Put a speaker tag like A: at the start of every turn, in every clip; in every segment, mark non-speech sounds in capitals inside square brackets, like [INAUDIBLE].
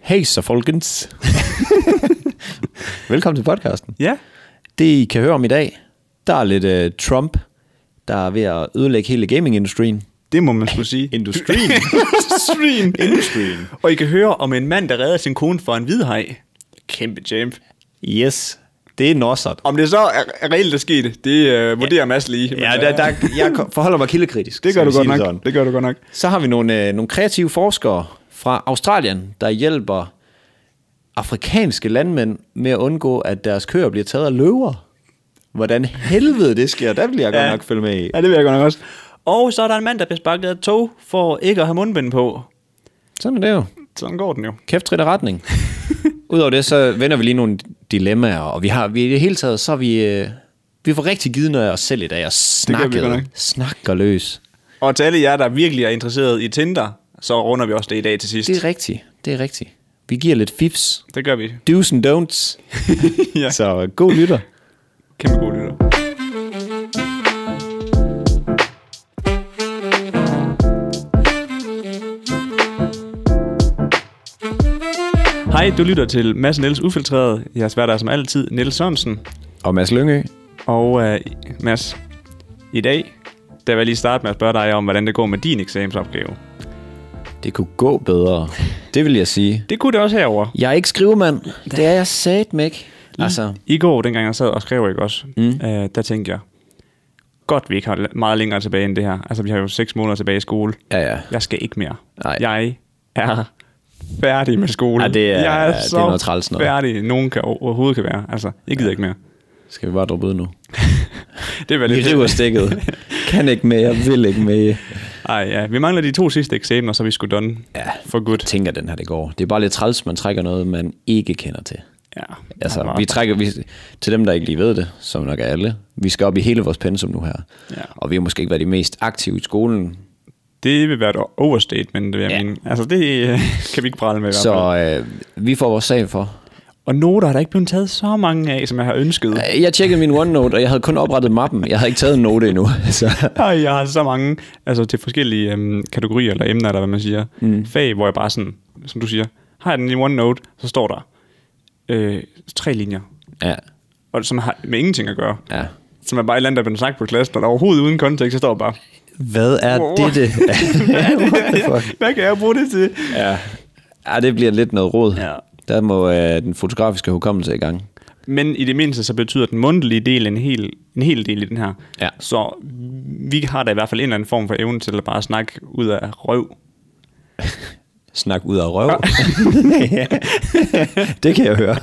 A: Hej så folkens. [LAUGHS] Velkommen til podcasten.
B: Ja.
A: Det I kan høre om i dag, der er lidt uh, Trump, der er ved at ødelægge hele gamingindustrien.
B: Det må man skulle [LAUGHS] sige.
A: Industrien?
B: Industrien. [LAUGHS] Industrien. Og I kan høre om en mand, der redder sin kone fra en hvidhaj. Kæmpe champ.
A: Yes, det er Nossert.
B: Om det så er, er reelt, der skete, det øh, vurderer ja. Mads lige. Men,
A: Ja,
B: øh,
A: der, der, jeg ko- forholder mig [LAUGHS] kildekritisk.
B: det gør
A: skal
B: du
A: vi sige
B: godt nok.
A: sådan.
B: Det gør du godt nok.
A: Så har vi nogle, øh, nogle kreative forskere fra Australien, der hjælper afrikanske landmænd med at undgå, at deres køer bliver taget af løver. Hvordan helvede det sker, der vil jeg godt
B: Ja.
A: nok følge med i.
B: Ja, det vil jeg godt nok også. Og så er der en mand, der bliver sparket af et tog for ikke at have mundbind på.
A: Sådan er det jo.
B: Sådan går den jo.
A: Kæft trit af
B: [LAUGHS]
A: retning. Udover det, så vender vi lige nogle dilemmaer, og vi har vi i det hele taget, så er vi... Øh, vi får rigtig givet noget af os selv i dag, og
B: gør vi godt
A: snakket,
B: nok.
A: snakker løs.
B: Og til alle jer, der virkelig er interesseret i Tinder, så runder vi også det i dag til sidst.
A: Det
B: Det,
A: er rigtigt, det er rigtigt. Vi giver lidt fifs,
B: det [LAUGHS] gør vi.
A: do's and don'ts,
B: ja,
A: så øh, god lytter.
B: kæmpe god lytter. Hej, du lytter til Mads og Niels Ufiltreret. Jeg er svært som altid, Niels Sørensen.
A: Og Mads Lyngø,
B: Og øh, Mads, i dag, der vil jeg lige starte med at spørge dig om, hvordan det går med din eksamensopgave.
A: det kunne gå bedre. Det vil jeg sige.
B: Det kunne det også herover.
A: Jeg er ikke skrivemand. Det er jeg sat ikke. Altså,
B: I går, dengang jeg sad og skrev, ikke også, mm. øh, der tænkte jeg, godt vi ikke har la- meget længere tilbage end det her. Altså, vi har jo seks måneder tilbage i skole.
A: ja ja.
B: Jeg skal ikke mere.
A: Nej.
B: Jeg
A: [LAUGHS]
B: er færdig med skole.
A: Ja, det er-
B: jeg
A: det er noget træls noget.
B: færdig, nogen kan, overhovedet kan være. Altså, jeg gider ja. ikke mere.
A: Skal vi bare droppe ud nu?
B: Det var
A: Vi
B: lidt...
A: river stikket. Kan ikke mere, vil ikke mere.
B: [LAUGHS] Ej, ja. Vi mangler de to sidste eksamener, så er vi skulle done
A: Ja.
B: for good.
A: tænker, den her det går. Det er bare lidt træls, man trækker noget, man ikke kender til.
B: Ja.
A: Altså,
B: Meget.
A: vi trækker, vi, til dem, der ikke lige ved det, som nok er alle, vi skal op i hele vores pensum nu her.
B: Ja.
A: Og vi har måske ikke været de mest aktive i skolen,
B: Det vil være et overstatement, vil jeg
A: Ja.
B: ja. mene. Altså, det [LAUGHS] øh, kan vi ikke prale med i hvert fald.
A: så øh, vi får vores sag for.
B: Og noter er der ikke blevet taget så mange af, som jeg har ønsket.
A: Øh, Jeg tjekkede min OneNote, og jeg havde kun oprettet mappen. Jeg havde ikke taget en note endnu. [LAUGHS] Så.
B: Ej, jeg har så mange, altså til forskellige øhm, kategorier eller emner, eller hvad man siger. Mm. Fag, hvor jeg bare sådan, som du siger, har jeg den i OneNote, så står der øh, tre linjer,
A: Ja,
B: og som har med ingenting at gøre.
A: ja.
B: Som er bare et eller andet, der er blevet sagt på klassen, og der er overhovedet uden kontekst, så står der
A: [LAUGHS]
B: bare,
A: Hvad er
B: Wow.
A: dette? [LAUGHS]
B: [LAUGHS]
A: What the fuck?
B: hvad kan jeg bruge det til?
A: Ja. ja, det bliver lidt noget råd.
B: Ja.
A: Der må øh, den fotografiske hukommelse i gang.
B: Men i det mindste, så betyder den mundtlige del en hel, en hel del i den her.
A: Ja.
B: Så vi har da i hvert fald en eller anden form for evne til at bare snakke ud af røv.
A: Snak ud af røv. Ja. [LAUGHS] det kan jeg høre.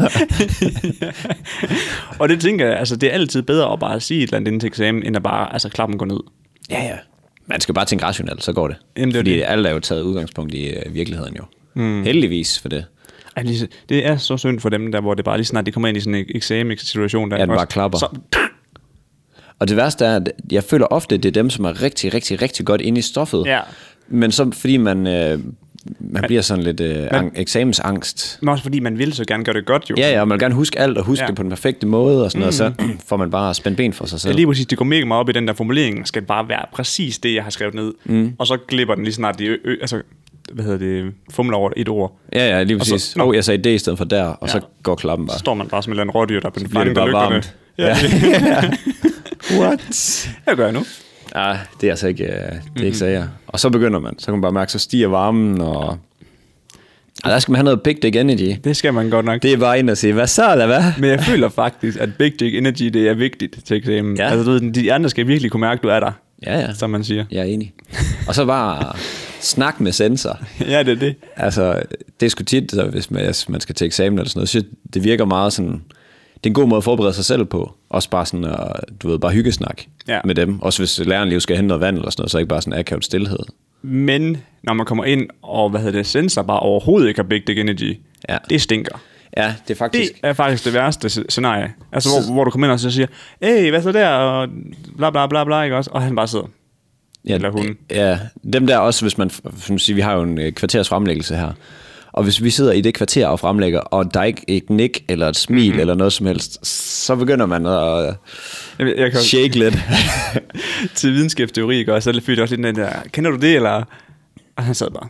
B: Og det tænker jeg, altså det er altid bedre at bare sige et eller andet inden til eksamen, end at bare altså, klappen går ned.
A: Ja, ja. Man skal bare tænke rationelt, så går det.
B: Jamen, det er
A: Fordi
B: det.
A: alt er jo taget udgangspunkt i øh, virkeligheden jo. Mm. Heldigvis for det.
B: Ej, Lise, det er så synd for dem der, hvor det bare lige snart, de kommer ind i sådan en eksamenssituation. Der
A: Ja, den bare
B: også-
A: klapper.
B: Så,
A: Og det værste er, at jeg føler ofte, at det er dem, som er rigtig, rigtig, rigtig godt inde i stoffet.
B: Ja.
A: Men så fordi man, øh, man bliver sådan lidt øh, ang- eksamensangst.
B: men også fordi man vil så gerne gøre det godt jo.
A: Ja, ja, og man vil gerne huske alt og huske ja.
B: Ja.
A: det på den perfekte måde og sådan noget, så får man bare spændt ben for sig
B: Det er
A: selv.
B: lige præcis, det går mega meget op i den der formulering, skal bare være præcis det, jeg har skrevet ned. Mm. Og så glipper den lige snart, de ø- ø- altså, hvad hedder det, fumler over et ord.
A: Ja, ja, lige
B: Og så-
A: præcis. Åh,
B: Nå.
A: oh, jeg sagde det i stedet for der, og ja. så
B: Ja.
A: går klappen
B: Så
A: bare.
B: står man bare som et eller andet rådyr, der er på den
A: bliver det
B: fange, der
A: bare
B: lykker
A: varmt.
B: Ja, [LAUGHS]
A: [LAUGHS] What?
B: jeg gør jeg nu.
A: Ja, det er altså ikke, øh, det er mm-hmm. ikke sager. Og så begynder man. Så kan man bare mærke, så stiger varmen, og... Ja, der skal man have noget big dick energy.
B: Det skal man godt nok.
A: Det er bare ind og sige, hvad så, eller hvad?
B: Men jeg føler faktisk, at Big Dick Energy, det er vigtigt til eksamen.
A: Ja.
B: Ja. Altså, du ved, de andre skal virkelig kunne mærke, at du er der,
A: Ja, ja.
B: som man siger.
A: Jeg er enig. Og så bare snak med sensor.
B: [LAUGHS] ja, det er det.
A: Altså, det er sgu tit, så hvis man, hvis man skal til eksamen eller sådan noget, så det virker meget sådan... Det er en god måde at forberede sig selv på. Også bare sådan, at, du ved, bare hyggesnak
B: Ja.
A: med dem. Også hvis læreren lige skal hente noget vand eller sådan noget, så ikke bare sådan akavet stillhed.
B: Men når man kommer ind, og hvad hedder det, sensor bare overhovedet ikke har Big Dick Energy,
A: Ja.
B: det stinker.
A: Ja, det er
B: Det
A: faktisk...
B: er faktisk det værste s- scenarie. Altså, hvor, hvor du kommer ind og så siger, hey, hvad så der, og bla bla bla bla, ikke også? Og han bare sidder.
A: Ja,
B: Eller hun.
A: Ja, dem der også, hvis man, som siger, vi har jo en øh, kvarters fremlæggelse her. Og hvis vi sidder i det kvarter og fremlægger, og der er ikke et nik eller et smil mm-hmm. eller noget som helst, så begynder man at
B: Jeg, ved- jeg kan
A: øh, shake lidt.
B: [LAUGHS] til videnskabsteori, ikke også? Så fyldte også lidt den der, kender du det, eller... Og han sad bare.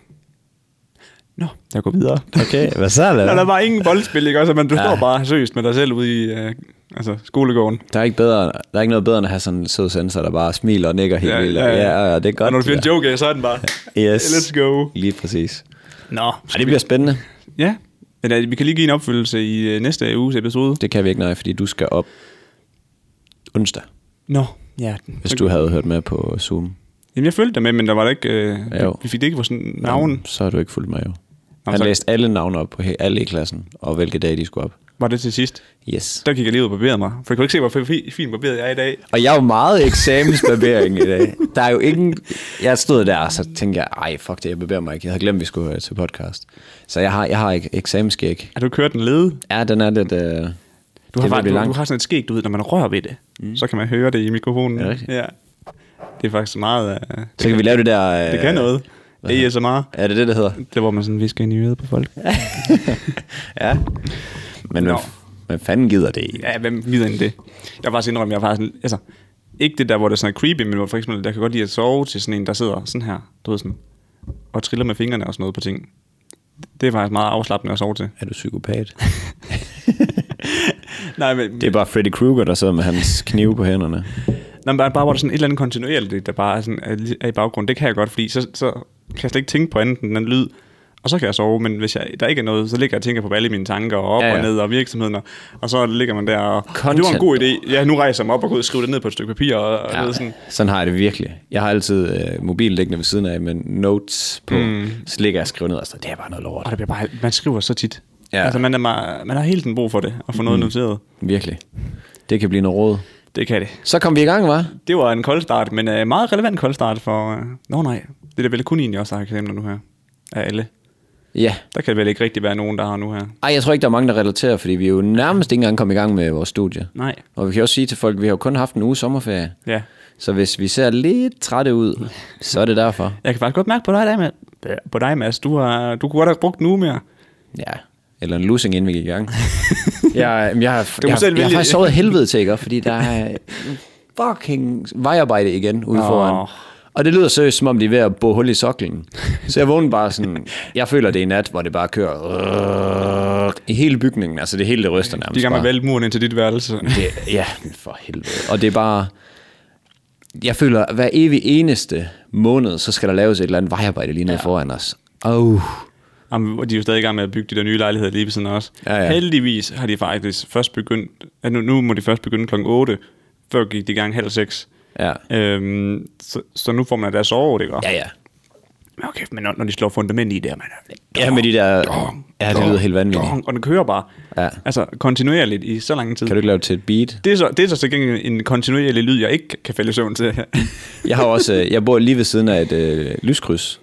B: Nå, jeg går videre.
A: Okay, hvad så er
B: Nå, der
A: det?
B: var ingen boldspil, ikke også? Men du
A: Ja.
B: ja. står bare seriøst med dig selv ude i øh, altså, skolegården.
A: Der er, ikke bedre, der er ikke noget bedre end at have sådan en sød sensor, der bare smiler og nikker helt
B: Ja,
A: vildt.
B: ja,
A: Ja,
B: ja.
A: ja, ja, det er
B: Og
A: godt.
B: når du finder en
A: det
B: joke af, så er den bare,
A: der. [LAUGHS] Yes,
B: let's go.
A: lige præcis.
B: Nå.
A: Ej, det bliver spændende.
B: Ja, men øh, vi kan lige give en opfyldelse i øh, næste uges episode.
A: Det kan vi ikke, nej, fordi du skal op onsdag,
B: Nå, ja.
A: hvis du havde hørt med på Zoom.
B: Jamen, jeg følte dig med, men der var der ikke... Øh,
A: Ja, jo.
B: vi fik det ikke på sådan navn.
A: Så har du ikke fulgt med jo. Han
B: så-
A: læste alle navne op på he- alle i klassen, og hvilke dage de skulle op.
B: Var det til sidst?
A: Yes.
B: Der gik jeg lige ud og barberede mig. For jeg kunne ikke se, hvor fi- fint barberet jeg er i dag.
A: Og jeg er jo meget eksamensbarbering i dag. Der er jo ingen... Jeg stod der, og så tænkte jeg, ej, fuck det, jeg barberer mig ikke. Jeg havde glemt, vi skulle øh, til podcast. Så jeg har, jeg har ek- eksamensskæg.
B: Har du kørt den lede?
A: Ja, den er lidt... Øh,
B: Du
A: det
B: har,
A: er
B: bare,
A: virkelig
B: du, du
A: langt.
B: har sådan et skæg, du ved, når man rører ved det, mm. så kan man høre det i mikrofonen.
A: Er det rigtigt?
B: ja. Det er faktisk meget... Uh, det,
A: Så kan vi lave det der... Øh,
B: det kan noget. ASMR.
A: Er det det, det
B: [LAUGHS]
A: hedder?
B: Det er, hvor man sådan visker ind i øret på folk.
A: Ja. Men
B: Nå.
A: hvem, hvem fanden gider det i?
B: Ja, hvem gider end det? Jeg vil faktisk indrømme, jeg er faktisk... Altså, ikke det der, hvor det er sådan er creepy, men hvor for eksempel, der kan godt lide at sove til sådan en, der sidder sådan her, du ved sådan, og triller med fingrene og sådan noget på ting. Det er faktisk meget afslappende at sove til.
A: Er du
B: [LAUGHS]
A: psykopat?
B: Nej, men,
A: Det er bare Freddy Krueger, der sidder med hans knive på hænderne.
B: Nå, men bare, bare hvor der er sådan et eller andet kontinuerligt, der bare er, sådan, er, li- er i baggrunden. Det kan jeg godt, fordi så, så kan jeg slet ikke tænke på andet end den lyd. Og så kan jeg sove, men hvis jeg, der ikke er noget, så ligger jeg og tænker på alle mine tanker, og op
A: Ja,
B: ja,
A: ja.
B: ja. og ned, og virksomheden, og, og så ligger man der, og det var
A: Content.
B: en god idé. Ja, nu rejser jeg mig op og går ud og skriver det ned på et stykke papir, og, og ja. sådan,
A: sådan har jeg det virkelig. Jeg har altid øh, mobilen liggende ved siden af, men notes på, mm. så ligger jeg og skriver ned, og så det er bare noget lort.
B: og det bliver bare, man skriver så tit.
A: Ja.
B: Ja. Altså, man, er meget, man har hele tiden brug for det, at få noget mm. noteret.
A: Virkelig. Det kan blive noget råd.
B: Det kan det.
A: Så kom vi i gang, var?
B: Det var en kold start, men uh, meget relevant kold start for... Uh, Nå nej, det er der vel kun egentlig også, der har eksempler nu her. Af alle.
A: Ja.
B: Der kan vel ikke rigtig være nogen, der har nu her.
A: Ej, jeg tror ikke, der er mange, der relaterer, fordi vi er jo nærmest ikke engang kommet i gang med vores studie.
B: Nej.
A: Og vi kan også sige til folk, at vi har jo kun haft en uge sommerferie.
B: Ja.
A: Så hvis vi ser lidt trætte ud, så er det derfor.
B: Jeg kan faktisk godt mærke på dig, der, Mads. På dig, Mads. Du, har, du kunne godt have brugt
A: [LAUGHS]
B: nu mere.
A: Ja, eller en lussing, inden vi gik i gang. jeg, jeg, har,
B: må
A: jeg,
B: selv
A: jeg, jeg har
B: vælge.
A: faktisk sovet af helvede til, ikke? Fordi der er fucking vejarbejde igen ude
B: Nå.
A: foran. Og det lyder seriøst, som om de er ved at bo hul i soklen. Så jeg vågnede bare sådan... Jeg føler, det er en nat, hvor det bare kører... I hele bygningen, altså det hele det ryster nærmest
B: De er i gang med at
A: bare.
B: vælte muren ind til dit værelse.
A: Det, ja, men for helvede. Og det er bare... Jeg føler, at hver evig eneste måned, så skal der laves et eller andet vejarbejde lige nede ja. foran os. Oh.
B: Jamen, og de er jo stadig i gang med at bygge de der nye lejligheder lige ved siden af os.
A: Ja, ja.
B: Heldigvis har de faktisk først begyndt... At nu, nu må de først begynde klokken 8. Før gik de i gang halv 6.
A: Ja.
B: Øhm, så, så, nu får man da sove, det gør.
A: Ja, ja.
B: Men okay, men når, når de slår fundament i der, man er...
A: Ja, med de der... Ja, det lyder helt vanvittigt.
B: Dong, Og den kører bare.
A: Ja.
B: Altså, kontinuerligt i så lang tid.
A: Kan du ikke lave det til et beat?
B: Det er, så, det er så til gengæld en kontinuerlig lyd, jeg ikke kan falde i søvn til.
A: Jeg har også, øh, jeg bor lige ved siden af et øh, lyskryds,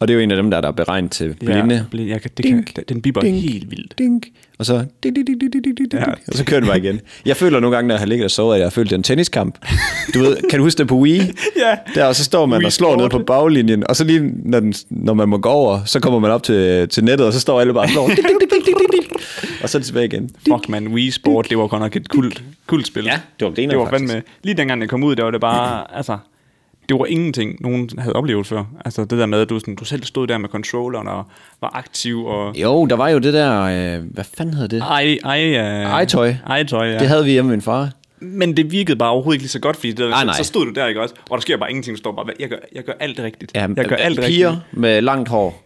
A: og det er jo en af dem, der, der er beregnet til [LAUGHS] blinde.
B: Ja, blind, jeg kan, det kan, den biber
A: ding,
B: helt vildt.
A: Dink, og så, ding, ding, ding, ding, ding, ding, ding,
B: Ja.
A: ja. og så kører den bare igen. Jeg føler nogle gange, når jeg har ligget og sovet, at jeg har følt det er en tenniskamp. Du ved, kan du huske det på Wii?
B: Ja.
A: Der, og så står man
B: Wii
A: og slår ned
B: Sport.
A: på baglinjen, og så lige når, den, når man må gå over, så kommer man op til, til nettet, og så står alle bare og
B: [LAUGHS]
A: slår. Ding, ding, ding, ding, ding, ding, ding. og så er det tilbage igen.
B: Fuck man, Wii Sport, det var godt nok et kult, kult spil.
A: Ja, det var grineren,
B: det var fandme,
A: faktisk.
B: Lige dengang jeg kom ud, der var det
A: [CLEARS THROAT]
B: bare, altså, det var ingenting, nogen havde oplevet før. Altså det der med, at du, sådan, du selv stod der med controlleren og var aktiv og...
A: Jo, der var jo det der, øh, hvad fanden hed det?
B: Ej, ej, øh,
A: Egetøj.
B: Egetøj, ja.
A: Det havde vi hjemme med min far.
B: Men det virkede bare overhovedet ikke lige så godt, fordi det, der,
A: Ej, nej.
B: så stod du der, ikke også? Og der sker bare ingenting, du står bare, jeg gør, jeg gør alt rigtigt.
A: Ja, øh,
B: jeg gør alt
A: piger
B: rigtigt.
A: med langt hår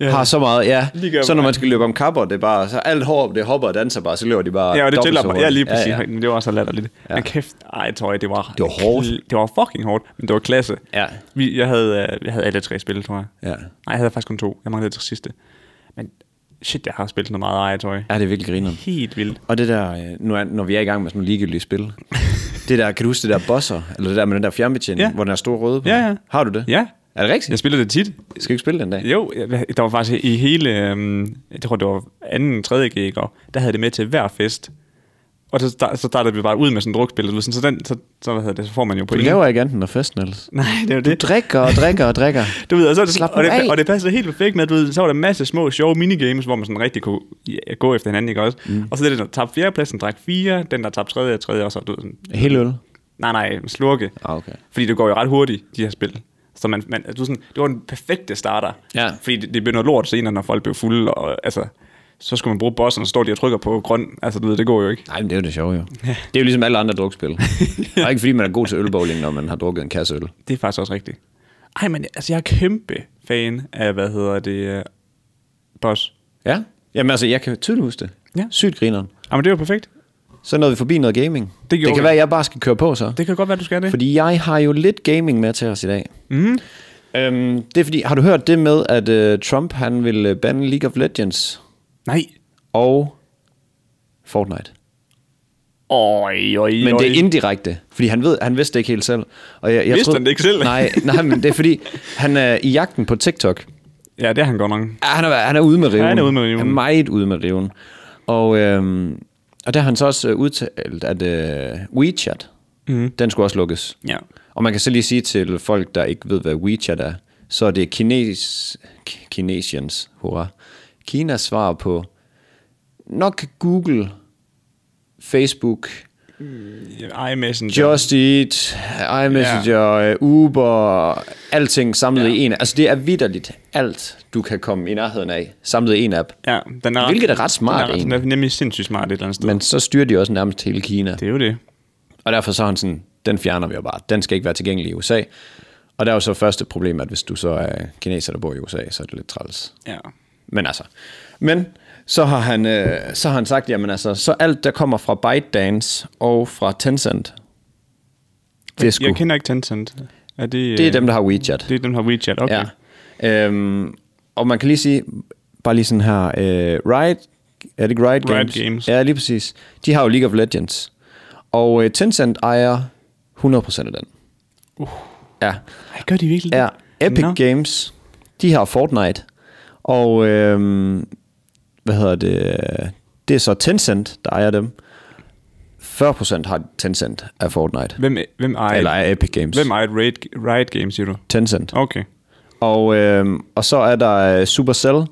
B: Ja.
A: ja. har så meget, ja.
B: Ligger
A: så når
B: bare-
A: man skal løbe om kapper, det er bare, så alt hår, det hopper og danser bare, så løber de bare
B: Ja, og det
A: dobbelt
B: tæller
A: så
B: bare.
A: hurtigt.
B: Ja, lige præcis.
A: Ja, ja.
B: Men det var så latterligt. Ja. Men kæft, ej tøj, det var...
A: Det var hårdt.
B: Det var fucking hårdt, men det var klasse.
A: Ja.
B: Vi, jeg, havde, øh, jeg havde alle tre spil, tror jeg.
A: Ja.
B: Nej, jeg havde faktisk kun to. Jeg manglede det sidste. Men shit, jeg har spillet noget meget ej tøj.
A: ja, det er virkelig griner.
B: Helt vildt.
A: Og det der, øh, nu er, når vi er i gang med sådan nogle ligegyldige spil,
B: [LAUGHS]
A: det der, kan du huske det der bosser, eller det der med den der fjernbetjening,
B: Ja.
A: hvor den er stor røde på?
B: Ja, ja.
A: Har du det?
B: Ja.
A: Er det rigtigt?
B: Jeg spillede det tit.
A: Skal vi ikke spille den dag?
B: Jo, jeg- der var faktisk i hele, øhm, jeg tror det var anden, tredje G, ikke? Og der havde det med til hver fest. Og så, start, så startede vi bare ud med sådan et drukspil, og sådan, så, den, så, så, hvad hedder det, så får man jo på
A: Du laver ikke andet end at feste, Niels.
B: [LAUGHS] Nej, det er jo det.
A: Drikker og drikker og drikker.
B: Du ved, og, så, er det-
A: Slap
B: og,
A: nu af.
B: det, og det passede helt perfekt med, at du ved, så var der en masse små, sjove minigames, hvor man sådan rigtig kunne ja, gå efter hinanden, ikke også? Mm. Og så det, der tabte fjerdepladsen, drak fire, den der tabte tredje, tredje, og så du ved, sådan,
A: Helt øl.
B: nej, nej, slurke.
A: Ah, okay.
B: Fordi det går jo ret hurtigt, de her spil. Så man, man, du er sådan, det var den perfekte starter.
A: Ja.
B: Fordi det, det blev noget lort senere, når folk blev fulde. Og, altså, så skulle man bruge bossen, og så står de og trykker på grøn. Altså, du ved, det går jo ikke.
A: Nej, men det er jo det sjove, jo. Det er jo ligesom alle andre drukspil.
B: [LAUGHS]
A: Det er ikke, fordi man er god til ølbowling, når man har drukket en kasse øl.
B: Det er faktisk også rigtigt. Ej, men altså, jeg er kæmpe fan af, hvad hedder det, uh, boss.
A: Ja. Jamen altså, jeg kan tydeligt huske det.
B: Ja.
A: Sygt grineren.
B: Ah, men det var perfekt.
A: Så nåede vi forbi noget gaming. Det, det
B: gjorde
A: kan
B: vi.
A: være, at jeg bare skal køre på så.
B: Det kan godt være, du skal det.
A: Fordi jeg har jo lidt gaming med til os i dag.
B: Mm-hmm.
A: Mm. Øhm, det er fordi, har du hørt det med, at øh, Trump han vil øh, bande League of Legends
B: Nej.
A: og Fortnite?
B: Oj, oj,
A: Men
B: oj.
A: det er indirekte, fordi han, ved, han vidste det ikke helt selv. Og jeg, jeg
B: Vidste han det ikke selv?
A: Nej, nej, men det er fordi, han er i jagten på TikTok.
B: Ja, det er han godt nok.
A: Ja, han er, han er ude med riven.
B: Han er ude med riven.
A: Han er meget ude med riven. Og, øhm, og der har han så også øh, udtalt, at øh, WeChat, mm. den skulle også lukkes.
B: Ja.
A: Og man kan så lige sige til folk, der ikke ved, hvad WeChat er, så er det kines, ki- Kinesians, hurra, Kinas svar på nok Google, Facebook,
B: iMessenger.
A: Just Eat, iMessenger, yeah. Uber, alting samlet yeah. i en. Altså det er vidderligt alt, du kan komme i nærheden af, samlet i en app.
B: Ja, den er,
A: Hvilket er ret smart,
B: den er, den er nemlig sindssygt smart et eller andet sted.
A: Men så styrer de også nærmest hele Kina.
B: det er jo det.
A: Og derfor så er han sådan, den fjerner vi jo bare. Den skal ikke være tilgængelig i USA. Og der er jo så første problem, at hvis du så er kineser, der bor i USA, så er det lidt træls.
B: Ja.
A: Men altså. Men så har han, øh, så har han sagt, jamen altså, så alt der kommer fra ByteDance og fra Tencent, det,
B: Jeg
A: skulle,
B: kender ikke Tencent. Er det,
A: det er
B: øh,
A: dem, der har WeChat.
B: Det er dem, der har WeChat. Okay. Ja.
A: Ja. Øhm, og man kan lige sige, bare lige sådan her, øh, Riot, er det ikke Riot Games?
B: Riot Games.
A: Ja, lige præcis. De har jo League of Legends. Og øh, Tencent ejer 100% af den. Uh. Ja.
B: Ej, gør de virkelig det?
A: ja. Epic
B: Nå.
A: Games, de har Fortnite. Og øh, hvad hedder det? Det er så Tencent, der ejer dem. 40% har Tencent af Fortnite.
B: Hvem, hvem ejer,
A: Eller af Epic Games.
B: hvem ejer Riot, Riot Games, siger du?
A: Tencent.
B: Okay.
A: Og, øh, og så er der øh, Supercell.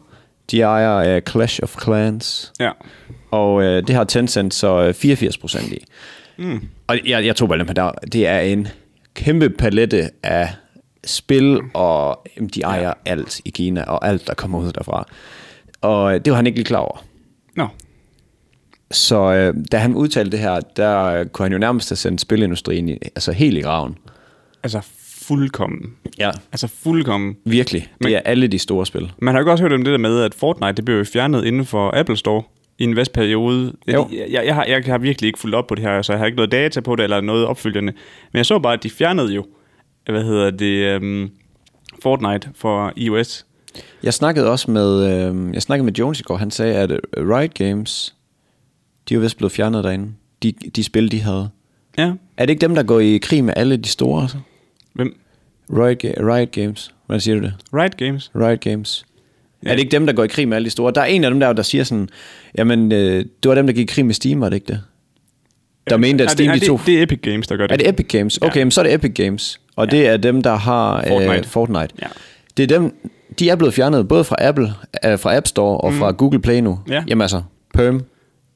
A: De ejer øh, Clash of Clans.
B: Ja.
A: Og øh, det har Tencent så øh, 84 procent i. Mm. Og jeg, jeg tog bare den på der. Det er en kæmpe palette af spil, og jamen, de ejer ja. alt i Kina, og alt, der kommer ud derfra. Og øh, det var han ikke lige klar over.
B: Nå.
A: Så øh, da han udtalte det her, der øh, kunne han jo nærmest have sendt spilindustrien i, altså helt i graven.
B: Altså, fuldkommen.
A: Ja.
B: Altså, fuldkommen.
A: Virkelig. Det
B: Men-
A: er alle de store spil.
B: Man har jo også hørt om det der med, at Fortnite det blev jo fjernet inden for Apple Store i en vis periode. Jeg,
A: Jo.
B: jeg, jeg, har, jeg har virkelig ikke fulgt op på det her, så jeg har ikke noget data på det eller noget opfølgende. Men jeg så bare, at de fjernede jo, hvad hedder det, um, Fortnite for iOS.
A: Jeg snakkede også med, øh, jeg snakkede med Jones i går. Han sagde, at øh, Riot Games, de er jo vist blevet fjernet derinde. De, de spil, de havde.
B: Ja,
A: Er det ikke dem, der går i krig med alle de store? så?
B: hvem?
A: Riot, Ga- Riot Games. Hvordan siger du det?
B: Riot Games.
A: Riot Games. Ja.
B: Ja.
A: Er det ikke dem, der går i krig med alle de store? Der er en af dem der, der siger sådan, jamen, øh, det var dem, der gik i krig med Steam, var det ikke det? Der mente, at
B: Nej, det,
A: Steam,
B: nej,
A: de tog...
B: det, det er Epic Games, der gør det.
A: Er det Epic Games? Okay, ja. men så er det Epic Games. Og ja. det er dem, der har Fortnite. Øh,
B: Fortnite.
A: Fortnite.
B: Ja.
A: Det er dem, de er blevet fjernet både fra Apple, øh, fra App Store og mm. fra Google Play nu.
B: Ja.
A: Jamen altså, perm.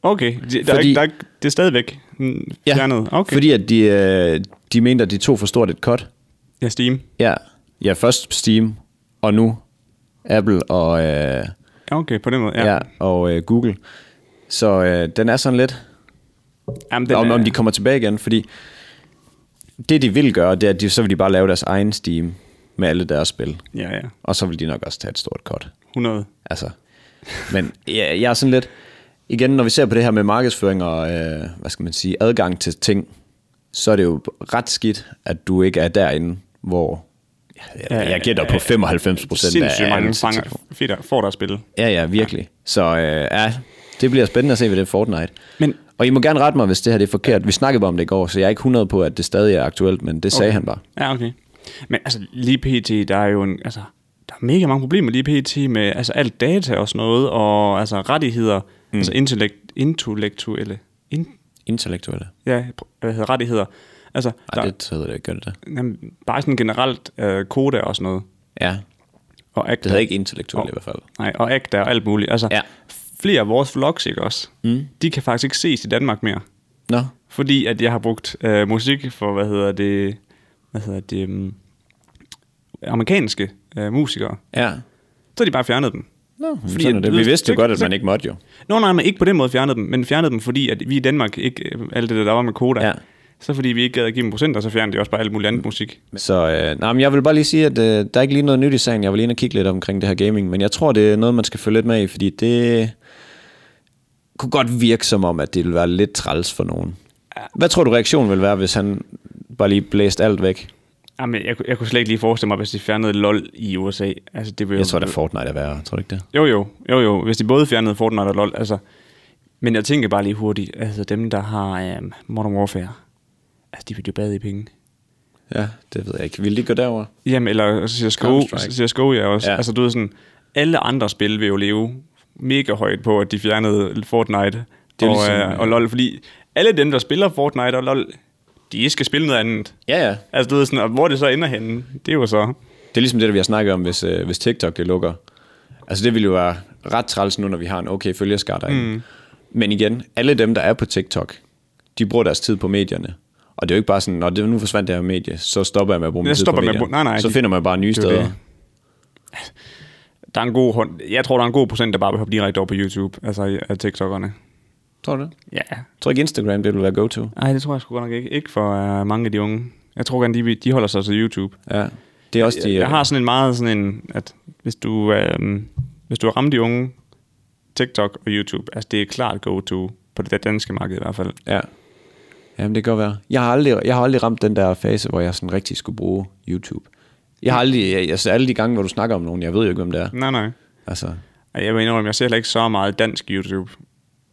B: Okay, de, der, er
A: Fordi-
B: ikke, der er, ikke- det er stadigvæk mm, fjernet. Okay.
A: Fordi at de, øh, de mente, at de tog for stort et cut.
B: Ja, Steam.
A: Ja. ja, først Steam, og nu Apple og, øh,
B: Ja, Okay, på den måde. Ja.
A: ja. Ja, og øh, Google. Så øh, den er sådan lidt...
B: Jamen,
A: Den om,
B: er-
A: om de kommer tilbage igen, fordi det de vil gøre, det er, at de, så vil de bare lave deres egen Steam med alle deres spil.
B: Ja, ja.
A: Og så vil de nok også tage et stort kort.
B: 100.
A: Altså. Men ja, jeg er sådan lidt... Igen, når vi ser på det her med markedsføring og øh, hvad skal man sige, adgang til ting, så er det jo ret skidt, at du ikke er derinde, hvor... Jeg, jeg, jeg gætter på 95 procent af...
B: Sindssygt
A: alle
B: mange
A: til-
B: fanger, fedt, får der at spille.
A: Ja, ja, virkelig. Så øh, ja, det bliver spændende at se, hvad det er Fortnite.
B: Men-
A: og I må gerne rette mig, hvis det her det er forkert. Vi snakkede bare om det i går, så jeg er ikke 100 på, at det stadig er aktuelt, men det sagde okay. han bare.
B: Ja, okay. Men altså, lige pt, der er jo en, altså, der er mega mange problemer lige pt med altså, alt data og sådan noget, og altså rettigheder, mm. altså intellekt, intellektuelle, in,
A: Intellektuelle.
B: ja, pr- hvad hedder rettigheder, altså, der,
A: Nej, det hedder det ikke, gør det der.
B: jamen, bare sådan generelt øh, koda og sådan noget,
A: Ja,
B: og
A: det
B: akta,
A: hedder ikke intellektuelle i hvert fald.
B: nej, og akta og alt muligt, altså,
A: Ja.
B: flere af vores vlogs, ikke også, mm. de kan faktisk ikke ses i Danmark mere.
A: Nå,
B: Fordi at jeg har brugt øh, musik for, hvad hedder det, hvad hedder det, um, mm, amerikanske øh, musikere.
A: Ja.
B: Så har de bare fjernet dem.
A: Nå,
B: Fordi
A: fordi sådan er
B: at
A: det.
B: lyder-
A: Vi vidste jo
B: så-
A: godt, at
B: så-
A: man ikke måtte jo.
B: Nå nej, men ikke på den måde fjernede dem, men fjernede dem, fordi at vi i Danmark ikke, øh, alt det der, der var med Koda,
A: Ja. Mm.
B: ja. så fordi vi ikke gad at give dem procenter, så fjernede de også bare alt muligt andet musik.
A: Så øh, nej, men jeg vil bare lige sige, at øh, der er ikke lige noget nyt i sagen. Jeg vil lige ind og kigge lidt omkring det her gaming, men jeg tror, det er noget, man skal følge lidt med i, fordi det kunne godt virke som om, at det ville være lidt træls for nogen. Hvad tror du reaktionen vil være, hvis han bare lige blæste alt væk?
B: Jamen, jeg, kunne- jeg kunne slet ikke lige forestille mig, hvis de fjernede LOL i USA. Altså, det ville,
A: Jeg tror, da Fortnite er værre. Tror du ikke det?
B: Jo, jo, jo, jo. Hvis de både fjernede Fortnite og LoL, altså... Men jeg tænker bare lige hurtigt, altså dem, der har um, Modern Warfare, altså de vil jo bade i penge.
A: Ja, det ved jeg ikke. Vil de gå derover?
B: Jamen, eller så siger CSGO,
A: Counter-Strike.
B: siger CSGO ja også.
A: Ja.
B: Ja. Altså, du ved sådan, alle andre spil vil jo leve mega højt på, at de fjernede Fortnite
A: Det er
B: og,
A: jo ligesom,
B: ligesom, øh, og LoL, fordi alle dem, der spiller Fortnite og LoL, de skal spille noget andet.
A: Ja, ja.
B: Altså, du ved sådan, og hvor det så ender henne, det er jo så...
A: Det er ligesom det, der vi har snakket om, hvis, øh, hvis TikTok det lukker. Altså det ville jo være ret træls nu, når vi har en okay følgerskar derinde. Mm. Men igen, alle dem, der er på TikTok, de bruger deres tid på medierne. Og det er jo ikke bare sådan, når det, nu forsvandt det her medie, så stopper jeg med at bruge min
B: Jeg
A: tid på
B: stopper med at
A: medierne.
B: bruge- nej, nej,
A: så
B: de-
A: finder man bare nye
B: det er jo
A: steder.
B: det. Der er en god hånd. Jeg tror, der er en god procent, der bare vil hoppe direkte over på YouTube, altså af TikTok'erne.
A: Tror du det?
B: Ja,
A: Tror ikke Instagram, det vil være go-to?
B: Nej, det tror jeg sgu godt nok ikke. Ikke for uh, mange af de unge. Jeg tror gerne, de, vil- de holder sig til YouTube.
A: Ja. Det er også de...
B: jeg, jeg har sådan en meget sådan en, at hvis du, øh, hvis du har ramt de unge, TikTok og YouTube, altså det er klart go-to på det danske marked i hvert fald.
A: øh, Ja. Jamen, det kan godt være. Jeg har, aldrig, jeg har aldrig ramt den der fase, hvor jeg sådan rigtig skulle bruge YouTube. Jeg har aldrig... Jeg, altså, alle de gange, hvor du snakker om nogen, jeg ved jo ikke, hvem det er.
B: Nej, nej.
A: Altså,
B: Og Jeg vil indrømme, jeg ser heller ikke så meget dansk YouTube,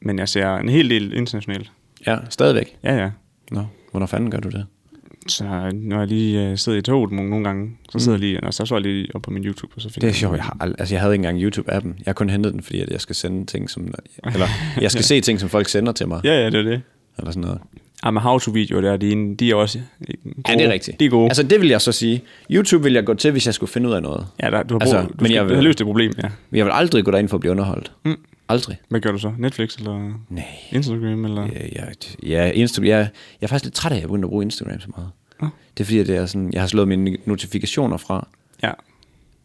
B: men jeg ser en hel del internationalt.
A: ja, stadigvæk.
B: Ja, ja.
A: Nå, hvornår fanden gør du det?
B: Så når jeg lige øh, sidder i toget nogle, nogle gange, så sidder jeg lige, og så slår jeg lige op på min YouTube, og så finder
A: Det er sjovt, jeg, har, ald- altså, jeg havde ikke engang YouTube-appen. Jeg har kun hentet den, fordi at jeg skal sende ting, som... Eller, jeg [LAUGHS] skal se ting, som folk sender til mig.
B: Ja, ja, det er det.
A: Eller sådan noget.
B: Ah, men how-to-videoer der, de, er- de er også øh, gode.
A: Ja, det er rigtigt.
B: De er gode.
A: Altså, det vil jeg så sige. YouTube vil jeg gå til, hvis jeg skulle finde ud af noget.
B: Ja, der, du har, brug,
A: Altså,
B: altså, du
A: men
B: men skal,
A: jeg
B: jeg
A: vil-
B: har løst det problem, ja.
A: Men jeg vil aldrig gå derind for at blive underholdt. Mm. Aldrig.
B: Hvad gør du så? Netflix eller
A: Nej.
B: Instagram? Eller?
A: Øh, Jeg, ja, Insta- jeg, jeg er faktisk lidt træt af, at jeg begyndte at bruge Instagram så meget.
B: Nå.
A: Det er fordi, at jeg, er sådan, jeg har slået mine notifikationer fra.
B: Ja.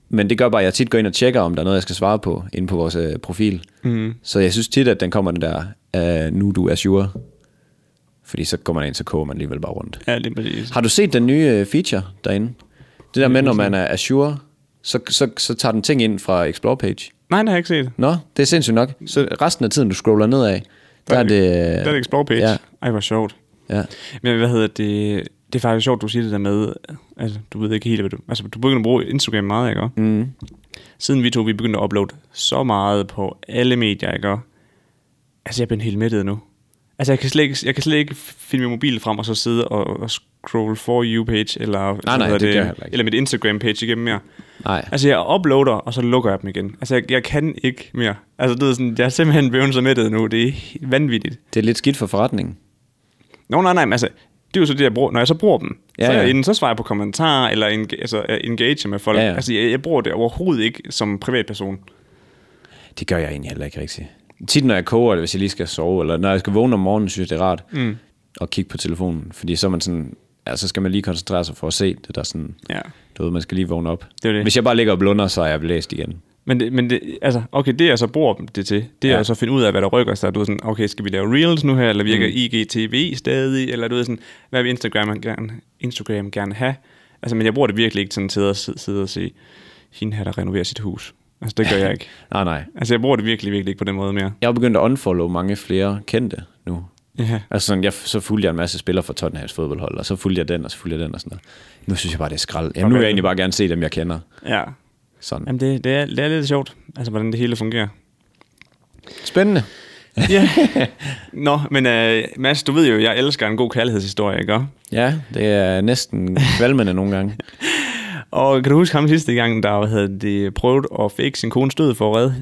A: Men det gør bare, at jeg tit går ind og tjekker, om der er noget, jeg skal svare på, inde på vores øh, profil. Mm. Så jeg synes tit, at den kommer den der, øh, nu du er sure. Fordi så går man ind, så koger man alligevel bare rundt.
B: ja, lige præcis.
A: Har du set den nye øh, feature derinde? Det der med, når man er Azure, så, så, så tager den ting ind fra Explore page.
B: Nej, det har jeg ikke set.
A: Nå, det er sindssygt nok. Så resten af tiden, du scroller nedad, der, er det...
B: Der er det Explore page.
A: Ja,
B: Ja. Ej, hvor sjovt.
A: ja.
B: Men hvad hedder det? Det er faktisk sjovt, du siger det der med, altså, du ved ikke helt, hvad du... Altså, du begynder at bruge Instagram meget, ikke? Mm. Siden vi to, vi begyndte at uploade så meget på alle medier, ikke? Altså, jeg er blevet helt mættet nu. Altså, jeg kan, slet ikke, jeg kan slet ikke finde min mobil frem og så sidde og, og scroll for you-page, eller,
A: nej,
B: hvad hedder
A: det gør jeg heller ikke.
B: eller mit Instagram-page igennem mere.
A: Nej.
B: Altså, jeg uploader, og så lukker jeg dem igen. Altså, jeg, jeg kan ikke mere. Altså, det er sådan, jeg er simpelthen blevet så mættet nu. Det er helt vanvittigt.
A: Det er lidt skidt for forretningen.
B: Nå, nej, nej, men altså, det er jo så det, jeg bruger. Når jeg så bruger dem,
A: Ja,
B: ja, så, er jeg
A: ja.
B: Inde, så svarer jeg på kommentarer, eller en, altså, jeg engager med folk.
A: Ja,
B: Ja,
A: ja.
B: ja. Altså, jeg, jeg bruger det overhovedet ikke som privatperson.
A: Det gør jeg egentlig heller ikke rigtigt. Tit når jeg koger, eller hvis jeg lige skal sove, eller når jeg skal vågne om morgenen, synes jeg, det er rart mm. at kigge på telefonen. Fordi så, er man sådan, ja, så skal man lige koncentrere sig for at se det der sådan...
B: Ja.
A: Du ved, man skal lige vågne op.
B: Det er det.
A: Hvis jeg bare ligger og blunder, så er jeg læst igen.
B: Men, det, men det, altså, okay, det jeg så bruger dem det til, det er
A: Ja.
B: ja. at så finde ud af, hvad der rykker sig. Du er sådan, okay, skal vi lave reels nu her, eller virker mm. IGTV stadig, eller du ved sådan, hvad vil Instagram gerne, Instagram gerne have? Altså, men jeg bruger det virkelig ikke sådan til at sidde, sidde og sige, hende her, der renoverer sit hus. Altså, det gør jeg [LAUGHS] ikke.
A: Nej, nej.
B: Altså, jeg bruger det virkelig, virkelig ikke på den måde mere.
A: Jeg har begyndt at unfollow mange flere kendte nu.
B: Ja.
A: Altså sådan, jeg, så fulgte jeg en masse spillere fra Tottenhams fodboldhold, og så fulgte jeg den, og så fulgte jeg den, og sådan noget. Nu synes jeg bare, det er skrald. Jamen, nu vil jeg egentlig bare gerne se dem, jeg kender.
B: Ja.
A: Sådan.
B: Jamen, det, det, er, det er lidt sjovt, altså, hvordan det hele fungerer.
A: Spændende.
B: Ja. Nå, men uh, Mads, du ved jo, jeg elsker en god kærlighedshistorie, ikke?
A: Ja, det er næsten kvalmende nogle gange.
B: Og kan du huske ham sidste gang, der hvad hedder det, prøvede at fake sin kones død for at redde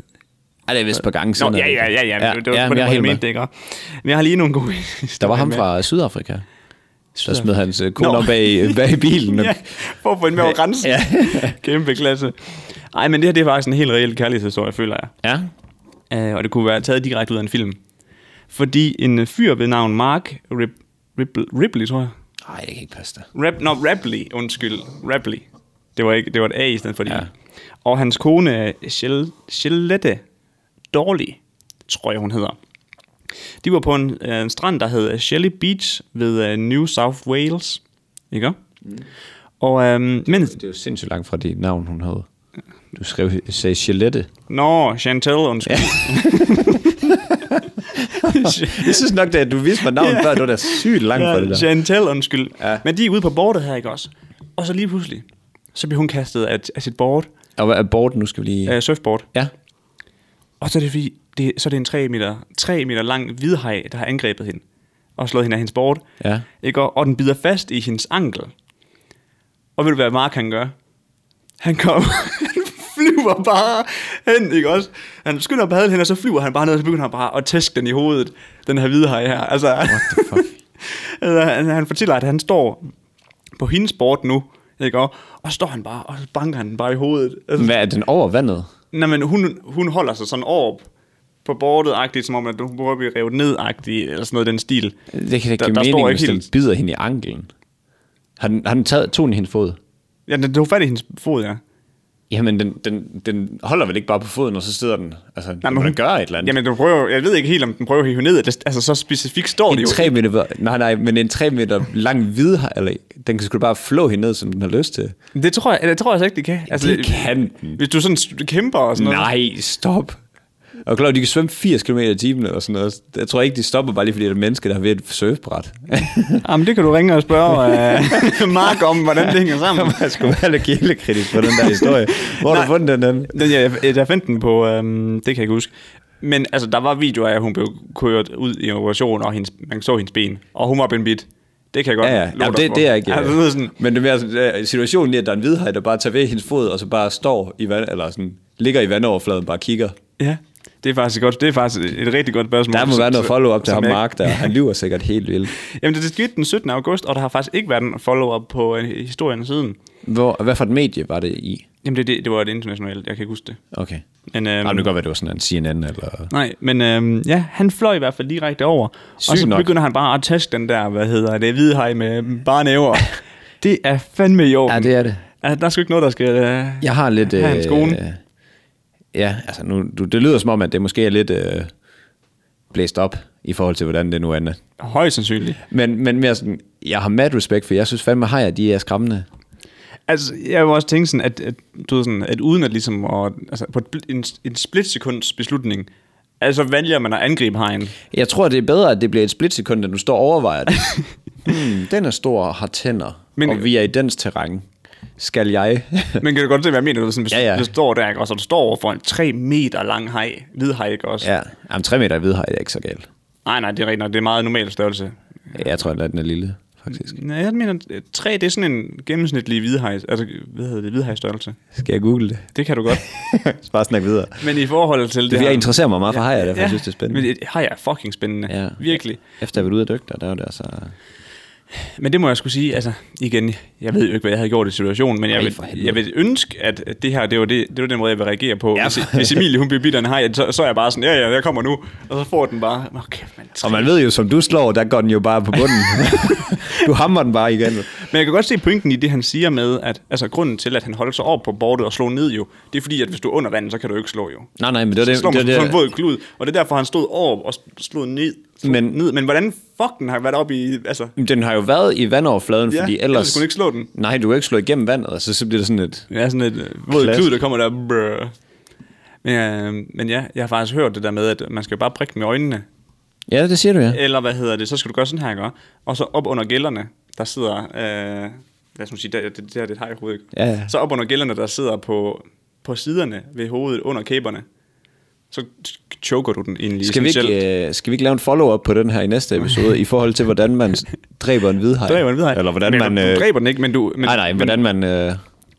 A: Ej, det er vist et par gange
B: Nå,
A: siden.
B: ja,
A: er det
B: ja,
A: ikke?
B: ja, ja, ja, det var ja,
A: men jeg er
B: på den måde, jeg
A: helt
B: mente
A: med.
B: det, ikke? Men jeg har lige nogle gode
A: Der
B: historier
A: var ham
B: med.
A: fra Sydafrika. Der smed hans øh, kone
B: Nå.
A: om bag, bag i [LAUGHS] bilen.
B: [LAUGHS] Ja, for at få en med over grænsen.
A: Ja.
B: Ja. [LAUGHS] Kæmpe klasse. Ej, men det her det er faktisk en helt reel kærlighedshistorie, føler jeg.
A: ja.
B: Øh, og det kunne være taget direkte ud af en film. Fordi en øh, fyr ved navn Mark Rip, Ripple, Ripley, tror jeg.
A: Ej, det kan ikke passe dig.
B: Rap, no, Rapley, undskyld. Rapley. Det var, ikke, det var et A i stedet for et
A: Ja.
B: ja. Og hans kone er Gil- Gillette Dawley, tror jeg hun hedder. De var på en, øh, en strand, der hed øh, Shelly Beach ved øh, New South Wales. Ikke? Mm. Og øhm, mens...
A: Det er jo sindssygt langt fra det navn, hun havde. Du skrev, sagde Gillette.
B: Nå, Chantel, [LAUGHS] undskyld.
A: [LAUGHS] Jeg synes nok, at du vidste mig navnet før, det var da sygt langt fra det
B: Ja,
A: der.
B: Chantel, undskyld.
A: Ja.
B: Ja. Men de er ude på bordet her, ikke også? Og så lige pludselig, så bliver hun kastet af, af sit board,
A: Og hvad er borten? Nu skal vi lige...
B: øh, surfboard.
A: Ja.
B: Og så er det fordi, det, så er det en 3 meter, 3 meter lang hvidhaj, der har angrebet hende. Og slået hende af hendes board.
A: Ja.
B: Ikke? Og, og den bider fast i hendes ankel. Og ved du, hvad Mark han gør? Han kommer, [LAUGHS] han flyver bare hen, ikke også? Han skynder at padle hen, og så flyver han bare ned, og så begynder han bare at tæske den i hovedet, den her hvide haj her. Altså, What the fuck? [LAUGHS] altså, han, han fortæller, at han står på hendes board nu, ikke? Og, og så står han bare, og så banker han den bare i hovedet. Altså,
A: Hvad er den over vandet?
B: Nej, men hun, hun holder sig sådan op på bordet-agtigt, som om at hun prøver at blive revet ned-agtigt, eller sådan noget i den stil.
A: Det kan da ikke
B: Der-
A: give
B: der står
A: mening,
B: ikke
A: hvis den
B: helt-
A: bider hende i anklen. Har den, har den taget, tog den i hendes fod?
B: Ja, den tog fat i hendes fod, ja.
A: Jamen, den, den, den holder vel ikke bare på foden, og så sidder den. Altså, Nej, men
B: hun
A: hun gør et eller andet.
B: Jamen, du prøver, jeg ved ikke helt, om den prøver at hive hende ned. Det- Altså, så specifikt står det
A: en
B: jo.
A: tre meter, nej, nej, men en 3 meter lang hvid, eller den kan sgu da bare flå hende ned, som den har lyst til.
B: Det tror jeg, det tror jeg altså ikke, det kan. Altså,
A: Det kan den.
B: Hvis du sådan st- kæmper og sådan noget.
A: Nej, stop. Og klart, de kan svømme 80 km i timen eller sådan noget. Jeg tror ikke, de stopper bare lige, fordi der er mennesker, der har ved et surfbræt.
B: [LAUGHS] Jamen, det kan du ringe og [LAUGHS] spørge uh, Mark om, hvordan det hænger sammen.
A: Jeg skulle være lidt gældekritisk på den der historie. Hvor har du fundet den den?
B: Den, jeg, jeg, jeg fandt den på, øhm, det kan jeg ikke huske. Men altså, der var videoer af, at hun blev kørt ud i en operation, og hendes, man så hendes ben. Og hun var blevet bidt. Det kan jeg godt
A: Ja, ja.
B: love
A: Jamen,
B: dig
A: det,
B: for.
A: det er ikke...
B: Altså, det er sådan,
A: Men det er mere sådan, øh, situationen i, at der er en hvidhaj, der bare tager ved hendes fod, og så bare står i vand, eller sådan, ligger i vandoverfladen og bare kigger.
B: ja, det er faktisk godt. Det er faktisk et rigtig godt spørgsmål.
A: Der må
B: som-
A: være noget
B: som-
A: follow-up til
B: som
A: ham,
B: jeg-
A: Mark, der. Han lyver sikkert helt vildt.
B: Jamen, det er sket den 17. august, og der har faktisk ikke været en follow-up på øh, historien siden.
A: Hvor, hvad for et medie var det i?
B: Jamen, det, det, det var et internationalt. Jeg kan ikke huske det.
A: Okay.
B: Men, øhm,
A: Jamen, det kan godt være, det var sådan en CNN, eller...
B: Nej, men øhm, ja, han fløj i hvert fald direkte over. og
A: Sygt
B: så
A: nok.
B: begynder han bare at tæske den der, hvad hedder det, hvide hej med bare næver.
A: [LAUGHS]
B: det er fandme i orden.
A: det er det.
B: Altså, der er sgu ikke noget, der skal... Øh...
A: Jeg har lidt...
B: Her er en skole.
A: Øh, ja, altså nu, du, det lyder som om, at det måske er lidt øh, blæst op i forhold til, hvordan det nu er.
B: Højst sandsynligt.
A: Men, men mere sådan, jeg har mad respekt for, jeg synes fandme, hajer, de er skræmmende.
B: Altså, jeg vil også tænke sådan, at, at, du ved sådan, at uden at ligesom... Og, altså, på et, bl- en, en splitsekunds beslutning, altså vælger man at angribe hajen.
A: Jeg tror, det er bedre, at det bliver et splitsekund, end du står og overvejer det. hmm, den er stor og har tænder, men,
B: Men-
A: og vi er i dens terræn. Skal jeg?
B: Men kan du godt se, hvad jeg mener? Du, ved sådan, hvis,
A: Ja,
B: ja,
A: ja.
B: ja. hvis du står der, ikke, og så du står over for en 3 meter lang hej, hvid hej, ikke også?
A: [LAUGHS] ja, jamen, tre meter i hvidhaj, det er ikke så galt.
B: Nej, nej, det er rigtigt, nok. det er meget normal størrelse.
A: Jeg tror, at den er lille, faktisk.
B: Nej, jeg mener, at 3, det er sådan en gennemsnitlig hvidhej, altså, hvad hedder det, hvidhejstørrelse.
A: Skal jeg google det?
B: Det kan du godt.
A: [LAUGHS] Bare snak videre.
B: Men i forhold til det,
A: Det,
B: her-
A: jeg interesserer mig meget for hajer, derfor ja, jeg synes, det er spændende.
B: Men det- hajer er fucking spændende.
A: Ja.
B: Ja. Virkelig.
A: Efter jeg var ude af dygter, der var det altså...
B: Men det må jeg skulle sige, altså igen, jeg ved jo ikke, hvad jeg havde gjort i situationen, men jeg
A: Nej,
B: vil,
A: for helvede.
B: jeg vil ønske, at at det her, det var, det, det var den måde, jeg vil reagere på.
A: Ja.
B: Ja. Hvis, hvis Emilie, hun bliver bidt af en haj, så, så er jeg bare sådan, ja, ja, jeg kommer nu, og så får den bare, åh kæft, mand.
A: Og man ved jo, som du slår, der går den jo bare på [LAUGHS] bunden. du hammer den bare igen.
B: Men jeg kan godt se pointen i det, han siger med, at altså, grunden til, at han holdt sig op på bordet og slog ned jo, det er fordi, at hvis du er under vandet, så kan du jo ikke slå jo.
A: Nej, nej, men det var
B: Det,
A: det,
B: slår man
A: det,
B: det, sådan en
A: det,
B: våd klud, og det er derfor, han stod over og slog ned. Slog
A: Men-
B: men, ned. men hvordan fuck den har været op i, altså...
A: det, den har jo været i vandoverfladen,
B: Ja,
A: fordi
B: ellers
A: ellers...
B: kunne du ikke slå den.
A: Nej, du kan ikke slå igennem vandet, altså, så bliver det sådan et...
B: Ja, sådan et øh, våd
A: Klask.
B: klud, der kommer der. Brr. Men, øh, men ja, jeg har faktisk hørt det der med, at man skal jo bare prikke med øjnene.
A: Ja, det siger du, ja.
B: Eller hvad hedder det, så skal du gøre sådan her, ikke? Og så op under gælderne, der sidder... Øh, lad os nu sige, der, det, det her det er et hej hoved, ikke?
A: Ja, ja.
B: Så op under gælderne, der sidder på, på siderne ved hovedet under kæberne. Så ch- choker du den egentlig.
A: Skal vi, ikke, øh, skal vi ikke lave en follow-up på den her i næste episode, i forhold til, hvordan [LAUGHS] man s- dræber en hvidhaj?
B: Dræber den videre.
A: Eller hvordan
B: men,
A: man...
B: Du,
A: Øh,
B: du dræber den ikke, men du... Men,
A: nej, nej,
B: men,
A: hvordan man øh,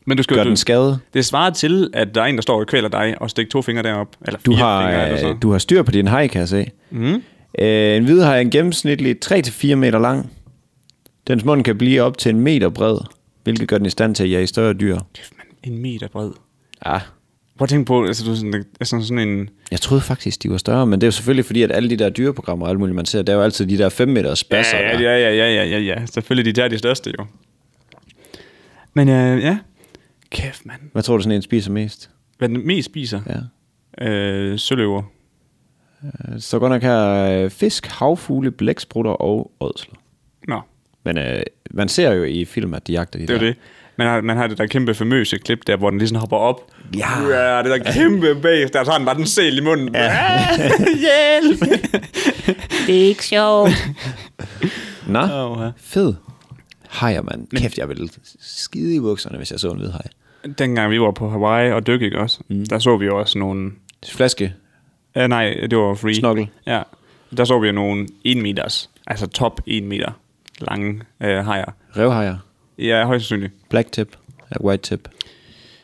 B: men du skal,
A: gør
B: du,
A: den skade.
B: Det svarer til, at der er en, der står og kvæler dig og stikker to fingre derop. Eller
A: Du
B: fire
A: har,
B: fingre, eller
A: øh,
B: så.
A: du har styr på din haj, kan jeg se. Mm. Øh, en hvidhaj er en gennemsnitlig 3-4 meter lang. Dens mund kan blive op til en meter bred, hvilket gør den i stand til at jage større dyr.
B: Kæft, mand, en meter bred. Ah.
A: Ja.
B: Prøv at tænke på, altså, du er sådan, altså sådan en...
A: Jeg troede faktisk, de var større, men det er jo selvfølgelig fordi, at alle de der dyreprogrammer og alt muligt, man ser, der er jo altid de der 5 meter spasser.
B: ja,
A: der.
B: ja, ja, ja, ja, ja, ja. Selvfølgelig, de der er de største jo. Men øh, ja, Kæft, mand.
A: Hvad tror du, sådan en spiser mest?
B: Hvad den mest spiser?
A: Ja.
B: Øh, søløver.
A: Øh, Så godt nok her øh, fisk, havfugle, blæksprutter og ådsler.
B: Nå,
A: Men øh, man ser jo i film, at de jagter de
B: det er
A: der.
B: jo det. Man har, man har det der kæmpe famøse klip der, hvor den lige sådan hopper op.
A: Ja.
B: ja det der kæmpe bag. Der tager den bare den sæl i munden. Ja. Hjælp!
C: Det er ikke sjovt.
A: Nå,
B: Åh, ja.
A: fed. Hajer, mand. Kæft, jeg ville skide i bukserne, hvis jeg så en hvid haj.
B: Dengang vi var på Hawaii og dykke, ikke også? Mm. Der så vi jo også nogle...
A: Flaske.
B: Ja, nej, det var free.
A: Snorkel.
B: Ja. Der så vi jo nogle 1 meters, altså top 1 meter lange øh, hajer.
A: Revhajer.
B: Ja, højst sandsynligt.
A: Black tip. Ja, White tip.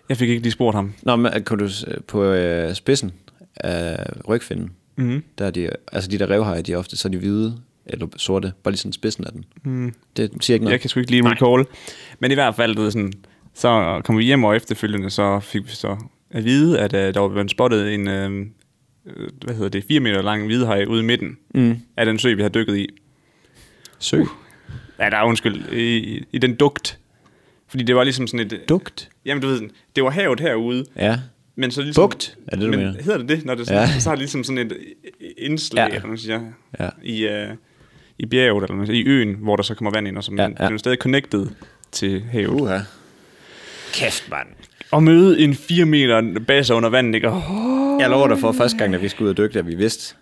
B: Jeg fik ikke lige spurgt ham.
A: Nå, men øh, kunne du s- på øh, spidsen af rygfinden,
B: Mhm.
A: mm. der er de, altså de der revhajer, de er ofte så er de hvide eller sorte, bare lige sådan spidsen af den. Mm. Det siger ikke noget.
B: Mhm. Jeg kan sgu ikke lige recall. Men i hvert fald, det sådan, så kom vi hjem, og efterfølgende så fik vi så at vide, at uh, der var blevet spottet en, uh, hvad hedder det, 4 meter lang hvidhaj ude i midten mm. af den sø, vi har dykket i.
A: Søg. Uh.
B: Ja, der er undskyld, i, i den dugt. Fordi det var ligesom sådan et...
A: Dugt.
B: Jamen, du ved, sådan, det var havet herude.
A: Ja.
B: Men så ligesom,
A: Bugt, er det, du
B: men
A: mener?
B: Hedder det det, når det er sådan,
A: Ja.
B: ja. så har det ligesom sådan et indslag,
A: Ja.
B: ja. eller hvad man siger,
A: Ja.
B: i, øh, i bjerget, eller hvad man siger, i øen, hvor der så kommer vand ind, og så
A: Ja,
B: ja,
A: ja.
B: ja. er stadig connected til havet.
A: Uha. Kæft, mand.
B: Og møde en 4 meter basser under vandet, ikke? Oh,
A: Jeg lover dig for, første gang, da vi skulle ud og dykke, at vi vidste,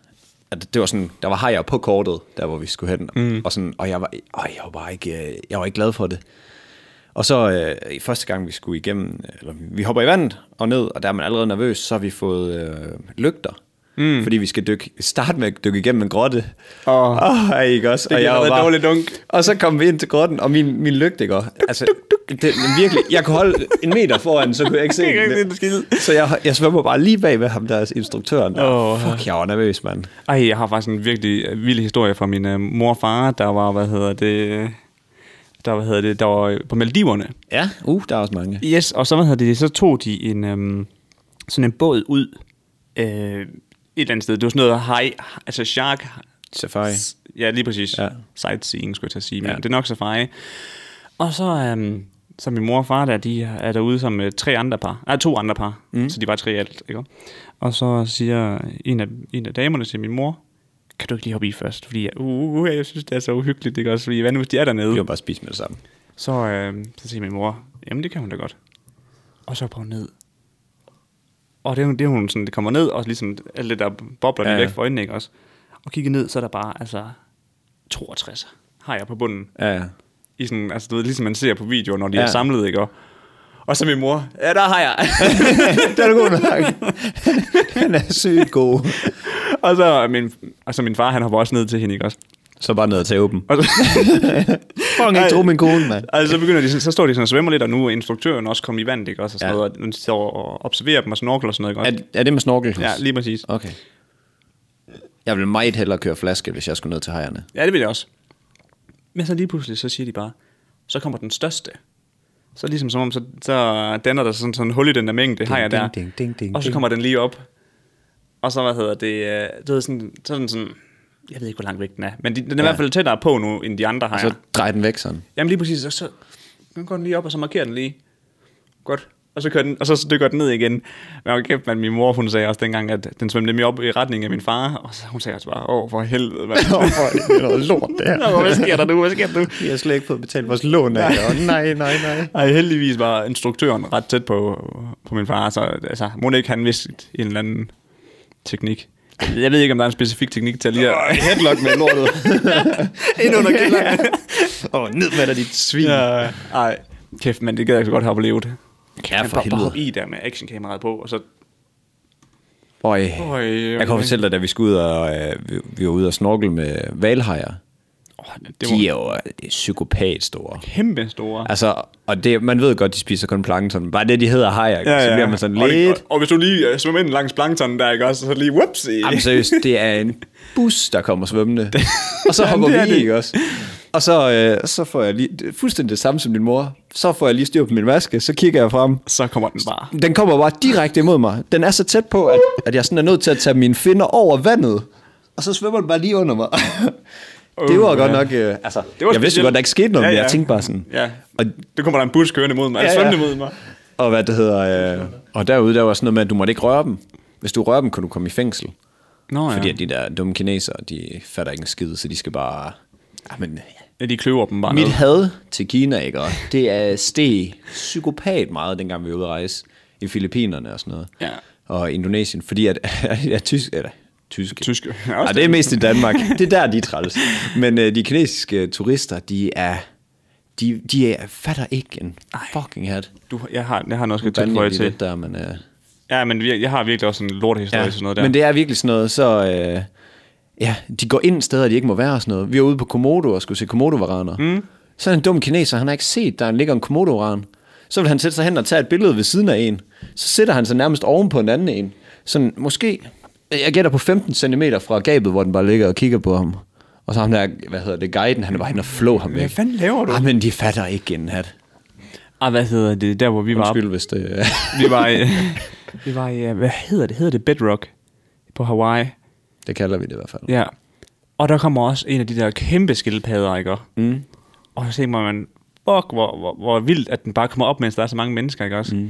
A: at det var sådan, der var hajer på kortet, der hvor vi skulle hen. Mm. Og, sådan, og jeg, var, og jeg var bare ikke, øh, jeg var ikke glad for det. Og så øh, i første gang, vi skulle igennem, eller vi hopper i vandet og ned, og der er man allerede nervøs, så har vi fået øh, lygter. Mm. Fordi vi skal dykke, starte med at dykke igennem en grotte.
B: Åh.
A: oh ej, ikke også?
B: Det
A: og
B: kan
A: jeg
B: have
A: var
B: været
A: bare,
B: dårlig dunk.
A: Og så kom vi ind til grotten, og min, min lygte, ikke? også? Altså, det, men virkelig, jeg kunne holde en meter foran, så kunne
B: [LAUGHS]
A: jeg ikke se
B: Jeg kan ikke
A: den.
B: se en skid.
A: Så jeg, jeg svømmer bare lige bag ved ham, der er instruktøren. Der. Oh,
B: Åh.
A: Fuck, jeg var nervøs, mand.
B: Ej, jeg har faktisk en virkelig øh, vild historie fra min øh, mor og far, der var, hvad hedder det, øh, der, hvad hedder det, der var øh, på Maldiverne.
A: Ja, uh, der er også mange.
B: Yes, og så, hvad hedder det, så tog de en, øhm, sådan en båd ud øh, et eller andet sted. Det var sådan noget high, altså shark,
A: Safari.
B: ja lige præcis,
A: Ja.
B: ja. sightseeing skulle jeg til at sige, men
A: Ja.
B: ja. det er nok safari. Og så, øhm, så min mor og far der, de er derude som øh, tre andre par, nej to andre par, mm. så de var tre i alt, ikke? Og så siger en af, en af damerne til min mor, kan du ikke lige hoppe i først, fordi jeg, uh, uh, jeg synes, det er så uhyggeligt, ikke også, fordi hvad nu, hvis de er dernede?
A: Vi kan bare spise med det samme.
B: Så, øh, så siger min mor, jamen det kan hun da godt. Og så på hun ned. Og det er, hun- det er hun sådan, det kommer ned, og ligesom alt det der bobler
A: Ja,
B: ja,
A: ja.
B: væk fra øjnene, ikke også? Og kigger ned, så er der bare, altså, 62 har jeg på bunden.
A: Ja, [LAUGHS] ja.
B: I sådan, altså, du ved, ligesom man ser på videoer, når de ja.
A: Ja.
B: er samlet, ikke? Og, og så min mor, ja, der har jeg.
A: det er du god [LAUGHS] nok. Han er sygt god.
B: [LAUGHS] og, så min, og så min far, han hopper også ned til hende, ikke også?
A: Så bare ned og tage åben. [LAUGHS]
B: Og så,
A: Fuck, ikke tro min kone, mand.
B: Altså, så, begynder de, sådan- så står de sådan og svømmer lidt, og nu er instruktøren også kommet i vand, ikke også? Og
A: Ja.
B: sådan ja. noget, og nu står og observerer dem og snorkler og sådan noget, ikke også?
A: Er, er det med snorkel?
B: Ja, lige præcis.
A: Okay. Jeg ville meget hellere køre flaske, hvis jeg skulle ned til hejerne.
B: Ja, det vil jeg også. Men så lige pludselig, så siger de bare, så kommer den største. Så ligesom som om, så, så danner der sådan, sådan en hul i den der mængde, har jeg
A: ding,
B: der.
A: ding, ding, ding,
B: og så
A: ding.
B: kommer den lige op. Og så, hvad hedder det, øh, du ved, sådan, så er den sådan, jeg ved ikke, hvor langt væk den er, men de, den er
A: Ja. Altså-
B: i hvert fald tættere på nu, end de andre har.
A: Og så drej den væk sådan.
B: Jamen lige præcis, og så den går den lige op, og så markerer den lige. Godt. Og så, kører den, og så dykker den ned igen. Men jeg kæft, man, min mor, hun sagde også dengang, at den svømte nemlig op i retning af min far. Og så, hun sagde også bare, åh, for helvede,
A: [LAUGHS]
B: mand.
A: [LAUGHS] Åh, hvor er det noget lort, det [LAUGHS] her.
B: Nå, hvad sker der nu? Hvad sker der nu?
A: Vi har slet ikke fået betalt vores lån af det. og Nej, nej, nej.
B: Ej, heldigvis var instruktøren ret tæt på, på min far, så altså, må det ikke han vidste en eller anden teknik. Jeg ved ikke, om der er en specifik teknik til lige at...
A: Headlock med lortet.
B: Ind [LAUGHS] under kælderen.
A: Åh, ned med dig, dit svin.
B: ja. Ej, kæft, men det gad jeg så godt have oplevet.
A: Kære
B: Han
A: for
B: bare, bare hop
A: helvede.
B: i der med actionkameraet på, og så...
A: Øj.
B: Øj,
A: Jeg kan fortælle dig, da vi skulle ud og, øh, vi, vi var ude og snorkel med valhajer.
B: Oh, det var
A: De er jo øh, psykopat store.
B: kæmpe store.
A: Altså, og det, man ved godt, de spiser kun plankton. Bare det, de hedder hajer, ja, ja. så bliver man sådan
B: og,
A: lidt...
B: Og, og, hvis du lige øh, svømmer ind langs planktonen der, ikke også, så lige whoops.
A: Jamen seriøst, det er en bus, der kommer svømmende. Og
B: [LAUGHS]
A: så hopper
B: Jamen, det
A: vi i,
B: er det.
A: ikke også? Og så, øh, så får jeg lige, det er fuldstændig det samme som din mor, så får jeg lige styr på min vaske, så kigger jeg frem.
B: Så kommer den bare.
A: Den kommer bare direkte imod mig. Den er så tæt på, at, at jeg sådan er nødt til at tage mine finder over vandet. Og så svømmer den bare lige under mig. [LAUGHS] det var
B: Åh,
A: godt
B: ja.
A: nok... Øh, altså,
B: Det var
A: jeg vidste
B: specielt.
A: godt, der ikke skete noget, ja,
B: Ja,
A: men jeg
B: ja.
A: tænkte bare sådan...
B: Ja.
A: Og
B: Det kommer der en bus kørende mod mig, ja,
A: Ja, ja.
B: ja. mod mig.
A: Og hvad det hedder... Øh, og derude, der var sådan noget med, at du måtte ikke røre dem. Hvis du rører dem, kunne du komme i fængsel.
B: Nå ja.
A: Fordi at de der dumme kinesere, de fatter ikke en skid, så de skal bare... Ah, men,
B: ja. De kløver dem bare
A: mit
B: ned.
A: had til Kina, ikke? Og det er steg psykopat meget, dengang vi var ude at rejse i Filippinerne og sådan noget.
B: Ja.
A: Og Indonesien, fordi at... [LAUGHS] ja, tysk, eller, tyske.
B: Tyske. Ja, også
A: Ja, det er mest i
B: [LAUGHS]
A: Danmark. Det er der, de er træls. Men øh, de kinesiske turister, de er... De, de er, fatter ikke en fucking hat.
B: Du, jeg har, jeg har noget, jeg skal
A: Bandlige
B: tilføje
A: de
B: til.
A: lidt der, men... Øh,
B: Ja, men vi- jeg har virkelig også en lortehistorie ja, sådan noget der.
A: Men det er virkelig sådan noget, så... Øh, ja, de går ind steder, de ikke må være og sådan noget. Vi var ude på Komodo og skulle se komodo mm. Så er en dum kineser, han har ikke set, der ligger en komodo Så vil han sætte sig hen og tage et billede ved siden af en. Så sætter han sig nærmest oven på en anden en. Sådan måske, jeg gætter på 15 cm fra gabet, hvor den bare ligger og kigger på ham. Og så ham der, hvad hedder det, guiden, han er bare hen og flå ham væk. Hvad
B: fanden laver du?
A: Ah, men de fatter ikke en hat.
B: Ah, hvad hedder det? Der, hvor vi var...
A: Undskyld, hvis det...
B: Vi var i... vi var i... øh, Hvad hedder det? Hedder det Bedrock? På Hawaii.
A: [LAUGHS] det kalder vi det i hvert fald.
B: Ja. Og der kommer også en af de der kæmpe skildpadder, ikke? Mm. Og så tænker man, fuck, hvor, hvor, hvor vildt, at den bare kommer op, mens der er så mange mennesker, ikke også? Mm.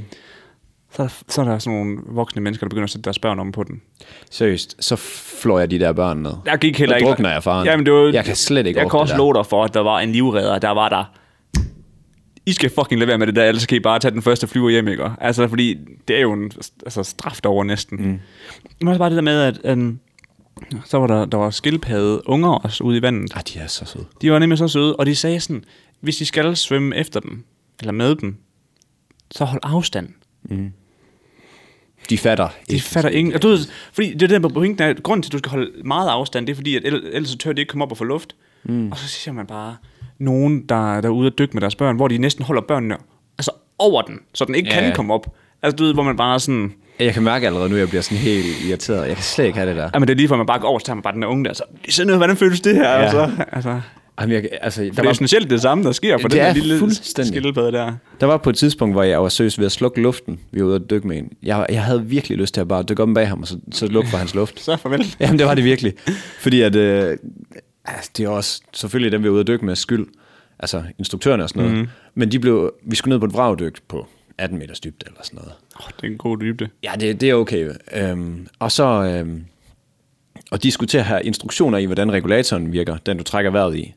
B: Så, er der, så er der sådan nogle voksne mennesker, der begynder at sætte deres børn om på den.
A: Seriøst, så flår jeg de der børn ned.
B: Jeg gik heller
A: Og
B: ikke...
A: drukner jeg faren.
B: Jamen, det var,
A: jeg kan slet ikke
B: Jeg
A: orke
B: kan også
A: det
B: love dig for, at der var en livredder, der var der... I skal fucking lade være med det der, ellers kan I bare tage den første flyver hjem, ikke? Altså, fordi det er jo en altså, straf over næsten. Mm. Men også bare det der med, at um, så var der, der var skildpadde unger også ude i vandet.
A: der. Ah, de er så søde.
B: De var nemlig så søde, og de sagde sådan, hvis I skal svømme efter dem, eller med dem, så hold afstand.
A: De fatter.
B: De fatter ingen... Og du ved, fordi det er den på pointen, er, at grunden til, at du skal holde meget afstand, det er fordi, at ell- ellers så tør de ikke komme op og få luft. Mm. Og så siger man bare, nogen, der, der er ude at dykke med deres børn, hvor de næsten holder børnene altså over den, så den ikke
A: Ja,
B: ja.
A: ja.
B: kan komme op. Altså du ved, hvor man bare er sådan...
A: Jeg kan mærke allerede nu, at jeg bliver sådan helt irriteret. Jeg kan slet ikke have det der.
B: Jamen det er lige for, at man bare går over, så tager man bare den der unge der, så se nu, hvordan føles det her? Ja. Altså, altså,
A: Jamen, jeg, altså, der,
B: det er
A: var,
B: essentielt det samme, der sker for
A: Det
B: den
A: er
B: der lille
A: fuldstændig.
B: skildpadde der.
A: der var på et tidspunkt, hvor jeg var søs ved at slukke luften. Vi var ude at dykke med en. Jeg, jeg havde virkelig lyst til at bare dykke om bag ham, og så, så lukke for hans luft.
B: [LAUGHS] Så farvel.
A: Jamen, det var det virkelig. Fordi at, øh, altså, det er også selvfølgelig dem, vi er ude at dykke med skyld. Altså instruktørerne og sådan
B: Mhm.
A: noget. Mm. Men de blev, vi skulle ned på et vragdyk på 18 meters dybde eller sådan noget.
B: Oh, det er en god dybde.
A: Ja, det, det er okay. Øhm, og så... Øhm, og de skulle til at have instruktioner i, hvordan regulatoren virker, den du trækker vejret i.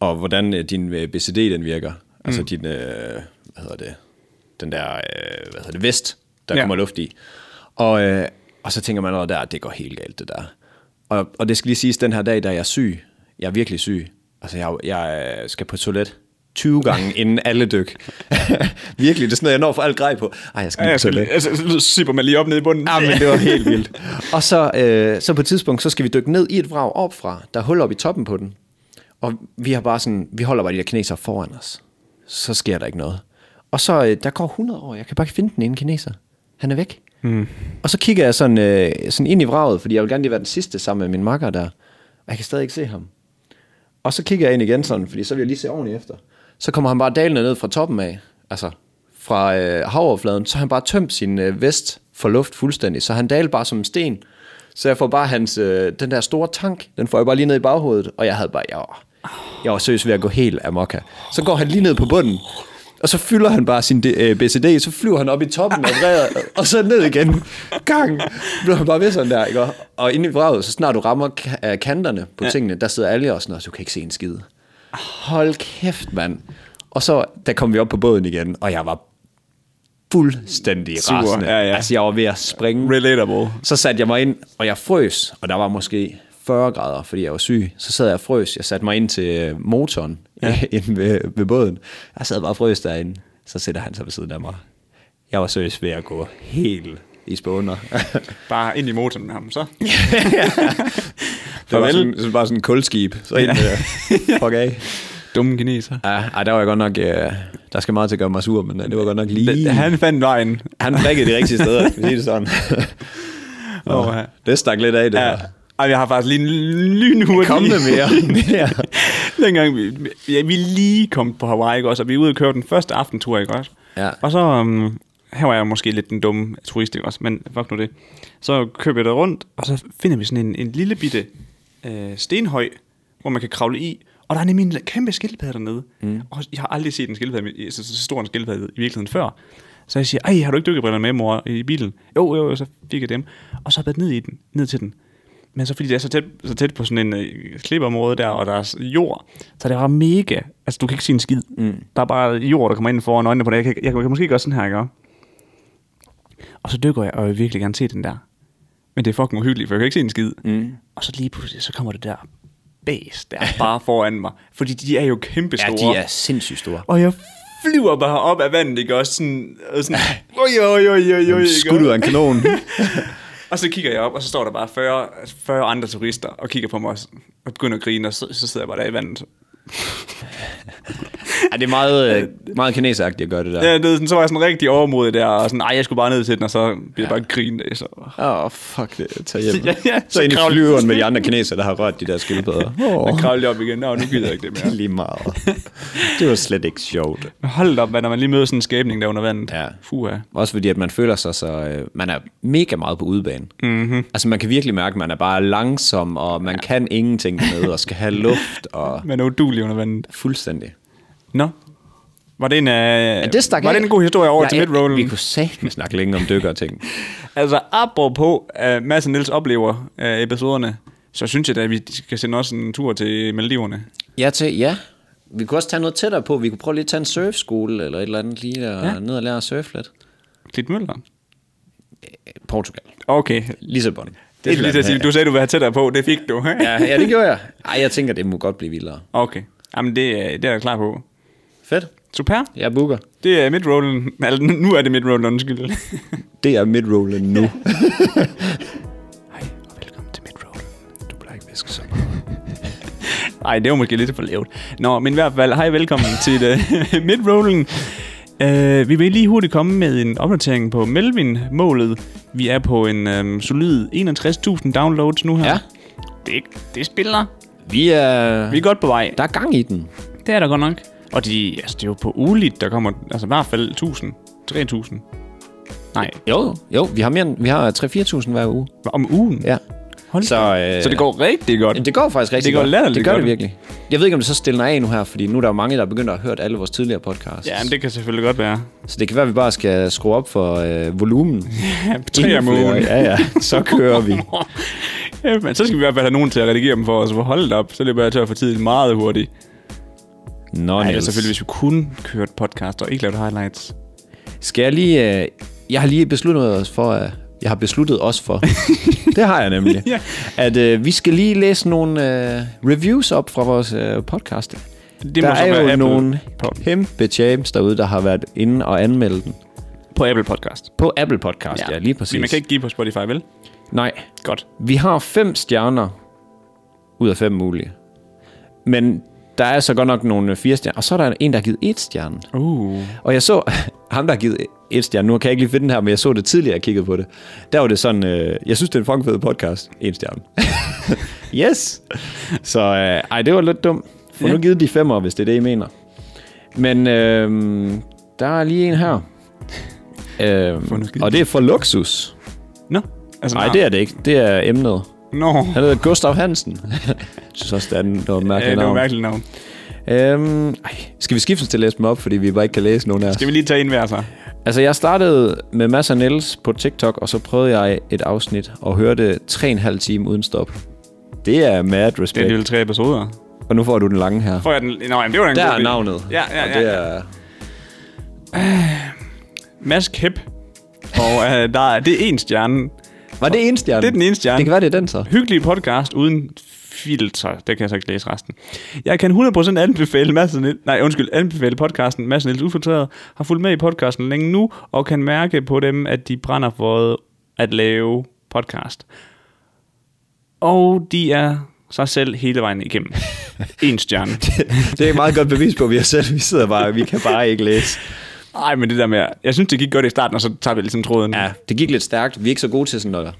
A: Og hvordan øh, din øh, BCD, den virker. Altså din... Øh, hvad hedder det? Den der... Øh, hvad hedder det? Vest, der ja.
B: Ja.
A: kommer luft i. Og, øh, og så tænker man allerede der, at det går helt galt, det der. Og, og det skal lige siges, den her dag, der er jeg syg. Jeg er virkelig syg. Altså, jeg, jeg øh, skal på toilet 20 gange inden alle dyk. [LAUGHS] virkelig, det er sådan noget, jeg når for alt grej på. Ej, jeg skal
B: Ja,
A: lige
B: jeg
A: på toilet.
B: skal, altså, så sipper man lige op nede i bunden.
A: Ja, men det var helt vildt. [LAUGHS] og så, øh, så på et tidspunkt, så skal vi dykke ned i et vrag opfra. Der er hul op i toppen på den. Og vi har bare sådan, vi holder bare de der kinesere foran os. Så sker der ikke noget. Og så, øh, der går 100 år, jeg kan bare ikke finde den ene kineser. Han er væk. Mm. Og så kigger jeg sådan, øh, sådan ind i vraget, fordi jeg vil gerne lige være den sidste sammen med min makker der. Og jeg kan stadig ikke se ham. Og så kigger jeg ind igen sådan, fordi så vil jeg lige se ordentligt efter. Så kommer han bare dalende ned fra toppen af, altså fra øh, havoverfladen, så har han bare tømt sin øh, vest for luft fuldstændig, så han daler bare som en sten. Så jeg får bare hans, øh, den der store tank, den får jeg bare lige ned i baghovedet, og jeg havde bare, jeg var, jeg var seriøst ved at gå helt amok her. Så går han lige ned på bunden, og så fylder han bare sin øh, BCD, så flyver han op i toppen af vrædet, og så ned igen. Gang! Blev han bare ved sådan der, ikke? Og- Og inde i vraget, så snart du rammer ka- øh, kanterne på ja. tingene, der sidder alle og sådan noget, så du kan ikke se en skide. Hold kæft, mand. Og så, der kom vi op på båden igen, og jeg var fuldstændig
B: Sur,
A: rasende.
B: ja, ja.
A: Altså, jeg var ved at springe.
B: [LAUGHS] Relatable.
A: Så satte jeg mig ind, og jeg frøs, og der var måske 40 grader, fordi jeg var syg. Så sad jeg og frøs. Jeg satte mig ind til øh, motoren [LAUGHS] ja. inde ved, ved båden. Jeg sad bare og frøs derinde. Så sætter han sig ved siden af mig. Jeg var seriøst ved at gå helt i spåner. [LAUGHS]
B: Bare ind i motoren med ham, så.
A: det var
B: Farvel.
A: sådan, så bare sådan en kuldskib. Så ind ja. Fuck af.
B: Dumme kineser.
A: Ja, ej, der var jeg godt nok... Øh, der skal meget til at gøre mig sur, men øh, det var godt nok lige...
B: Han fandt vejen.
A: [LAUGHS] han prikkede de rigtige steder, skal vi sige det sådan.
B: Åh, ja.
A: [LAUGHS] Det stak lidt af, det
B: Ja.
A: ja.
B: Ej, jeg har faktisk lige en lynhurtig...
A: Kom med
B: [LAUGHS]
A: mere. mere.
B: Dengang vi, ja, vi er lige kom på Hawaii, ikke også? Og vi er ude og køre den første aftentur, ikke også?
A: Ja.
B: Og så... Um, her var jeg måske lidt den dumme turist, ikke også? Men fuck nu det. Så køber jeg der rundt, og så finder vi sådan en, en lille bitte øh, stenhøj, hvor man kan kravle i. Og der er nemlig en kæmpe skildpadde dernede. Mm. Og jeg har aldrig set en skildpadde, i- så, så stor en skildpadde i virkeligheden før. Så jeg siger, ej, har du ikke dykkerbrillerne med, mor, i bilen? Jo, jo, jo, så fik jeg dem. Og så er jeg ned i den, ned til den. Men så fordi det er så tæt, så tæt på sådan en øh, klipområde der, og der er s- jord, så det var mega... Altså, du kan ikke se en skid. Mm. Der er bare jord, der kommer ind foran øjnene på dig. Jeg kan, jeg, jeg kan måske gøre sådan her, ikke? også? Og så dykker jeg, og jeg vil virkelig gerne se den der. Men det er fucking uhyggeligt, for jeg kan ikke se en skid. Mm. Og så lige pludselig, så kommer det der bæs der
A: [LAUGHS]
B: bare foran mig. Fordi de er jo kæmpe
A: Ja,
B: store.
A: de er sindssygt store.
B: Og jeg flyver bare op af vandet, ikke også? Sådan,
A: [LAUGHS]
B: og sådan, oj, oj, oj, oj, oj, ikke?
A: Skudt ud af en kanon.
B: [LAUGHS] Og så kigger jeg op, og så står der bare 40, 40 andre turister og kigger på mig og s- og begynder at grine, og så, så sidder jeg bare der i vandet.
A: [LAUGHS] ja, det er meget, [LAUGHS] øh, meget kineseragtigt at gøre det der.
B: Ja, det, er sådan, så var jeg sådan rigtig overmodig der, og sådan, nej, jeg skulle bare ned til den, og så blev jeg bare grinet. af, Så.
A: Åh, oh, fuck det. Tag [LAUGHS] hjem.
B: Ja, ja,
A: så
B: så
A: ind i
B: kravl-
A: flyveren med de andre kineser, der har rørt de der skildpadder. [LAUGHS]
B: Og
A: Åh,
B: kravlede jeg op igen, Nå, nu gider jeg ikke det
A: det er [LAUGHS]
B: mere.
A: lige meget. Det var slet ikke sjovt.
B: Hold da op, mand, når man lige møder sådan en skæbning der under vandet.
A: Ja.
B: Fuha.
A: Også fordi, at man føler sig så... Øh, man er mega meget på udebane. Mm-hmm. Altså, man kan virkelig mærke, at man er bare langsom, og man kan ingenting med, og skal have luft, og
B: Man er udulig under vandet.
A: fuldstændig.
B: Nå. Var det en, øh, ja,
A: Men det stak
B: var
A: af.
B: det en god historie over
A: Ja,
B: ja, til
A: ja,
B: midrollen?
A: Vi kunne satme snakke længe om dykker og ting.
B: Altså, apropos uh, Mads og Niels oplever uh, episoderne, så synes jeg da, at vi skal sende også en tur til Maldiverne.
A: Ja, til, ja. Vi kunne også tage noget tættere på. Vi kunne prøve lige at tage en surfskole, eller et eller andet lige der, ja. ned og lære at surfe lidt.
B: Klit Møller.
A: Portugal.
B: Okay.
A: Lissabon. Det
B: Det er lige til at sige, du sagde, du ville have tættere på, det fik du.
A: Ja, ja, det gjorde jeg. Ej, jeg tænker, det må godt blive vildere.
B: Okay. Jamen, det, er- det er jeg klar på.
A: Fedt.
B: Super.
A: Jeg booker.
B: Det er midrollen. Altså, nu er det midrollen, undskyld.
A: Det er midrollen nu.
B: Hej, og velkommen til midrollen. Du bliver ikke væsket så meget. Ej, det var måske lidt for lavt. Nå, men i hvert fald, hej velkommen til uh, [LAUGHS] Midrollen. Uh, vi vil lige hurtigt komme med en opdatering på Melvin-målet. Vi er på en um, solid 61.000 downloads nu her.
A: [LAUGHS] Ja.
B: Det, det spiller.
A: Vi er...
B: Vi er godt på vej.
A: Der er gang i den.
B: Det er der godt nok. Og de, altså, det er jo på uligt, der kommer altså, i hvert fald 1000. 3000. Nej,
A: Jo, jo. Vi har, mere end, vi har 3-4.000 hver uge.
B: om ugen.
A: Ja.
B: Hold
A: Så,
B: da.
A: øh,
B: så det går rigtig godt.
A: Jamen, det går faktisk rigtig
B: Det går
A: godt.
B: latterligt
A: Det gør det
B: godt.
A: virkelig. Jeg ved ikke, om det så stiller af nu her, fordi nu er der jo mange, der er begyndt at have hørt alle vores tidligere podcasts.
B: Ja, men det kan selvfølgelig godt være.
A: Så det kan være, at vi bare skal skrue op for øh, volumen.
B: Ja, [LAUGHS] tre om
A: Endnu flere.
B: ugen.
A: Ja, ja. Så kører vi.
B: [LAUGHS] Ja, men så skal vi i hvert fald have nogen til at redigere dem for os. For hold da op, så løber jeg tør for tiden meget
A: [LAUGHS]
B: hurtigt.
A: Nå,
B: Nej, det er
A: Niels.
B: selvfølgelig, hvis vi kun kørte podcast og ikke lavede highlights.
A: Skal jeg lige... Øh, jeg har lige besluttet os for... Øh, jeg har besluttet os
B: [LAUGHS]
A: for... det har jeg nemlig.
B: Ja.
A: At øh, vi skal lige læse nogle øh, reviews op fra vores øh, podcast.
B: Det
A: Det
B: må
A: der
B: så være
A: er jo
B: Apple
A: nogle
B: Pod-
A: kæmpe champs derude, der har været inde og anmelde den.
B: På Apple Podcast.
A: På Apple Podcast, ja, ja lige præcis.
B: Men man kan ikke give på Spotify, vel?
A: Nej,
B: Godt.
A: vi har fem stjerner ud af fem mulige. Men der er så godt nok nogle øh, fire stjerner. Og så er der en, der har givet et stjerne.
B: Uh.
A: Og jeg så [LAUGHS] ham, der har givet et stjerne. Nu kan jeg ikke lige finde den her, men jeg så det tidligere, jeg kiggede på det. Der var det sådan, øh, jeg synes, det er en fucking fed podcast. En stjerne. [LAUGHS] yes! Så øh, ej, det var lidt dumt. Få nu givet de femmer, hvis det er det, I mener. Men øh, der er lige en her. Øh,
B: nu givet
A: og det er for luksus.
B: Nå. Altså,
A: Nej,
B: nå.
A: det er det ikke. Det er emnet.
B: Nå.
A: Han hedder Gustav Hansen. [LAUGHS] jeg synes også, det er en- det var et
B: Ja,
A: mærkeligt
B: det var
A: navn.
B: mærkeligt navn.
A: Øhm, ej, skal vi skiftes til at læse dem op, fordi vi bare ikke kan læse nogen af os?
B: Skal vi lige tage en hver så?
A: Altså, jeg startede med Mads og Niels på TikTok, og så prøvede jeg et afsnit og hørte 3,5 time uden stop. Det er mad
B: Det er
A: respect.
B: alligevel tre episoder.
A: Og nu får du den lange her.
B: Får jeg den? Nå, jamen, det var da en
A: Der
B: god
A: er
B: idé.
A: navnet.
B: Ja, ja,
A: og
B: ja.
A: det er,
B: Mads Kæp. Og øh, der er, det er en stjerne.
A: var det en stjerne?
B: Det er den ene stjerne.
A: Det kan være, det er
B: [LAUGHS]
A: den så.
B: Hyggelig podcast uden filter. Det kan jeg så ikke læse resten. Jeg kan 100% anbefale Mads og Niels, nej, undskyld, anbefale podcasten Mads og Niels Ufiltreret. Har fulgt med i podcasten længe nu, og kan mærke på dem, at de brænder for at lave podcast. Og de er sig selv hele
A: [LAUGHS]
B: vejen igennem. en stjerne.
A: det er meget godt bevis på, at vi er selv. Vi sidder bare, vi kan bare ikke læse.
B: Nej, men det der med, jeg synes, det gik godt i starten, og så tager vi ligesom tråden.
A: Ja, det gik lidt stærkt. Vi er ikke så gode til sådan noget.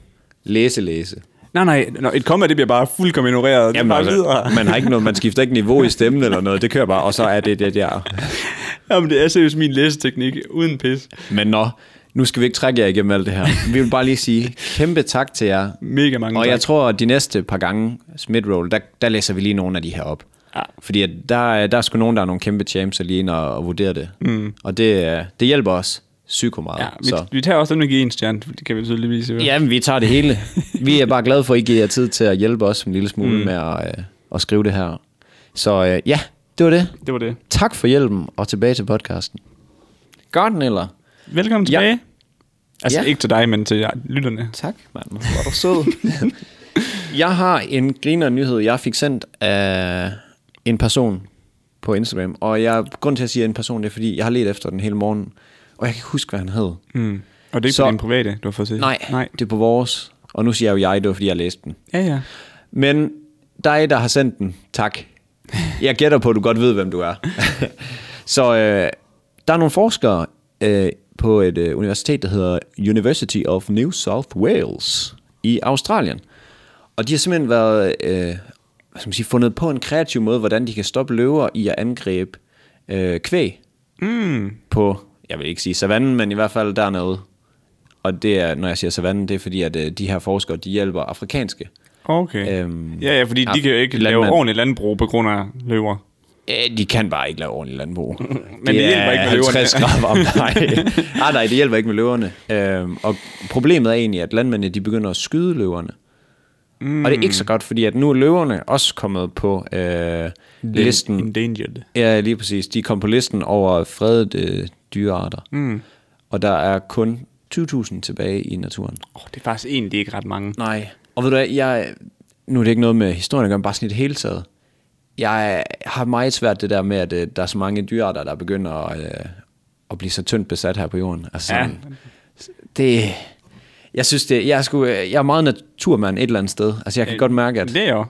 A: Læse, læse.
B: Nej, nej, nå, et komma, det bliver bare fuldkommen ignoreret. Jamen, bare videre.
A: altså, man har ikke noget, man skifter ikke niveau i stemmen eller noget. Det kører bare, og så er det det der.
B: [LAUGHS] Jamen, det er seriøst min læseteknik, uden pis.
A: Men nå, nu skal vi ikke trække jer igennem alt det her. Vi vil bare lige sige kæmpe tak til jer.
B: Mega mange
A: Og jeg
B: tak.
A: tror, at de næste par gange midroll, der, der læser vi lige nogle af de her op.
B: Ja.
A: Fordi at der, er- der er sgu nogen, der er nogle kæmpe champs der lige ind og, og vurdere det. Mm. Og det, øh, det hjælper os psyko meget.
B: Ja,
A: Ja,
B: vi,
A: så.
B: vi tager også dem, der giver en stjerne, det kan vi tydeligvis høre.
A: Jamen, vi tager det hele. Vi er bare glade for, at I giver jer tid til at hjælpe os en lille smule mm. med at, øh, at skrive det her. Så øh, ja, det var det.
B: Det var det.
A: Tak for hjælpen, og tilbage til podcasten. Godt, eller?
B: Velkommen tilbage. Ja. Altså
A: Ja.
B: ikke til dig, men til jer, lytterne.
A: Tak, mand. Hvor er du sød. [LAUGHS] jeg har en griner nyhed, jeg fik sendt af en person på Instagram. Og jeg, grund til, at jeg siger en person, det er, fordi jeg har let efter den hele morgen. Og jeg kan ikke huske, hvad han hed.
B: Mm. Og det er ikke
A: Hmm. Så-
B: på din private, du har fået set.
A: Nej,
B: Nej.
A: det er på vores. Og nu siger jeg jo jeg, det var, fordi jeg læste den.
B: Ja, ja.
A: Men dig, der har sendt den, tak. Jeg gætter på, at du godt ved, hvem du er. [LAUGHS] Så øh, der er nogle forskere øh, på et øh, universitet, der hedder University of New South Wales i Australien. Og de har simpelthen været, øh, hvad skal man sige, fundet på en kreativ måde, hvordan de kan stoppe løver i at angribe øh, kvæg mm. på, jeg vil ikke sige savannen, men i hvert fald dernede. Og det er, når jeg siger savannen, det er fordi, at øh, de her forskere, de hjælper afrikanske
B: Okay.
A: Øhm,
B: ja, ja, fordi de
A: ja,
B: kan jo ikke
A: landmand.
B: lave ordentligt landbrug på grund af løver.
A: Øh, De kan bare ikke lave ordentligt
B: [LAUGHS]
A: landbrug. Men
B: det hjælper ikke med løverne.
A: 50 grader
B: [LAUGHS]
A: varmt. Nej. Ah, nej, det hjælper ikke med løverne. Øhm, og problemet er egentlig, at landmændene de begynder at skyde løverne. Mm. Og det er ikke så godt, fordi at nu er løverne også kommet på øh, listen.
B: Endangered.
A: Ja, lige præcis. De kom på listen over fredede øh, dyrearter. Mm. Og der er kun 20.000 tilbage i naturen.
B: Oh, det er faktisk egentlig ikke ret mange.
A: Nej. Og ved du hvad, jeg, nu er det ikke noget med historien at gøre, men bare sådan i det hele taget. Jeg har meget svært det der med, at øh, der er så mange dyrearter, der begynder at, øh, at blive så tyndt besat her på jorden. Altså,
B: Ja.
A: ja. det, jeg synes det, jeg er, sgu, øh, jeg er meget naturmand et eller andet sted. Altså jeg kan øh, godt mærke, at
B: Det er jo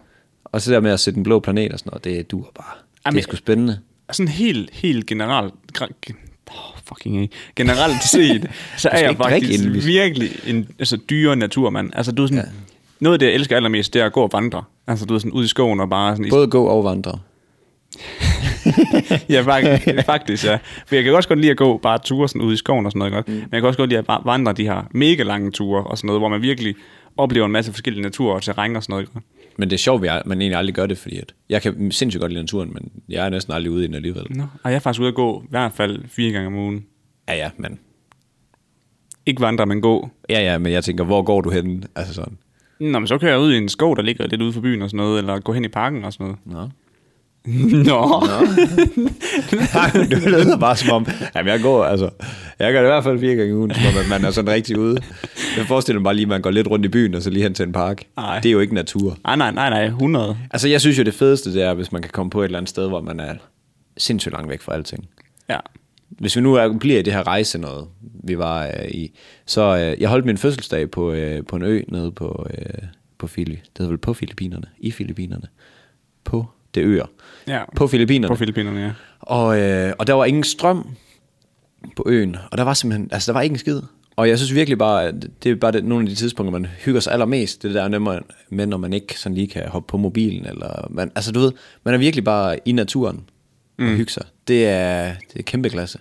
A: og så der med at sætte en blå planet og sådan noget, det duer bare. Jamen,
B: Jamen,
A: det er sgu spændende.
B: sådan helt, helt generelt... gra- gen- Oh, fucking A. Generelt
A: [LAUGHS]
B: set, så er jeg
A: ikke drikke,
B: faktisk
A: inden vi-
B: virkelig en altså, dyre naturmand. Altså, du er sådan... Ja. Noget af det, jeg elsker allermest, det er at gå og vandre. Altså, du er sådan ude i skoven og bare sådan... i-
A: Både gå og vandre.
B: [LAUGHS] ja,
A: [LAUGHS]
B: fak- faktisk, ja. For jeg kan også godt lide at gå bare ture sådan ud i skoven og sådan noget, ikke? Mm. Men jeg kan også godt lide at bare vandre de her mega lange ture og sådan noget, hvor man virkelig oplever en masse forskellige natur og terræn og sådan noget, ikke?
A: Men det er sjovt, at man egentlig aldrig gør det, fordi at jeg kan sindssygt godt lide naturen, men jeg er næsten aldrig ude i den alligevel.
B: Nå, og jeg er faktisk ude at gå i hvert fald fire gange om ugen.
A: Ja, ja, men
B: Ikke vandre, men gå.
A: Ja, ja, men jeg tænker, hvor går du hen? Altså sådan.
B: Nå, men så kører jeg ud i en skov, der ligger lidt ude for byen og sådan noget, eller gå hen i parken og sådan noget.
A: [LAUGHS] Nå.
B: [LAUGHS] Nå.
A: du lyder bare som om, jamen jeg går, altså, jeg gør det i hvert fald fire gange i ugen, som om, at man er sådan rigtig ude. Jeg forestiller mig bare lige, at man går lidt rundt i byen, og så lige hen til en park.
B: Ej.
A: Det er jo ikke natur.
B: Ej, Ah, nej, nej, nej, 100.
A: Altså, jeg synes jo, det fedeste, det er, hvis man kan komme på et eller andet sted, hvor man er sindssygt langt væk fra alting.
B: Ja.
A: Hvis vi nu er, bliver i det her rejse noget, vi var øh, i, så øh, jeg holdt min fødselsdag på, øh, på en ø nede på, øh, på Fili. Det hedder vel på Filippinerne, i Filippinerne, på det øer.
B: Ja.
A: På Filippinerne.
B: På Filippinerne, ja.
A: Og, øh, og der var ingen strøm på øen, og der var simpelthen, altså der var ikke en skid. Og jeg synes virkelig bare, at det er bare det, nogle af de tidspunkter, man hygger sig allermest, det der nemmere med, når man ikke sådan lige kan hoppe på mobilen, eller man, altså du ved, man er virkelig bare i naturen og mm. hygger sig. Det er, det er kæmpe klasse.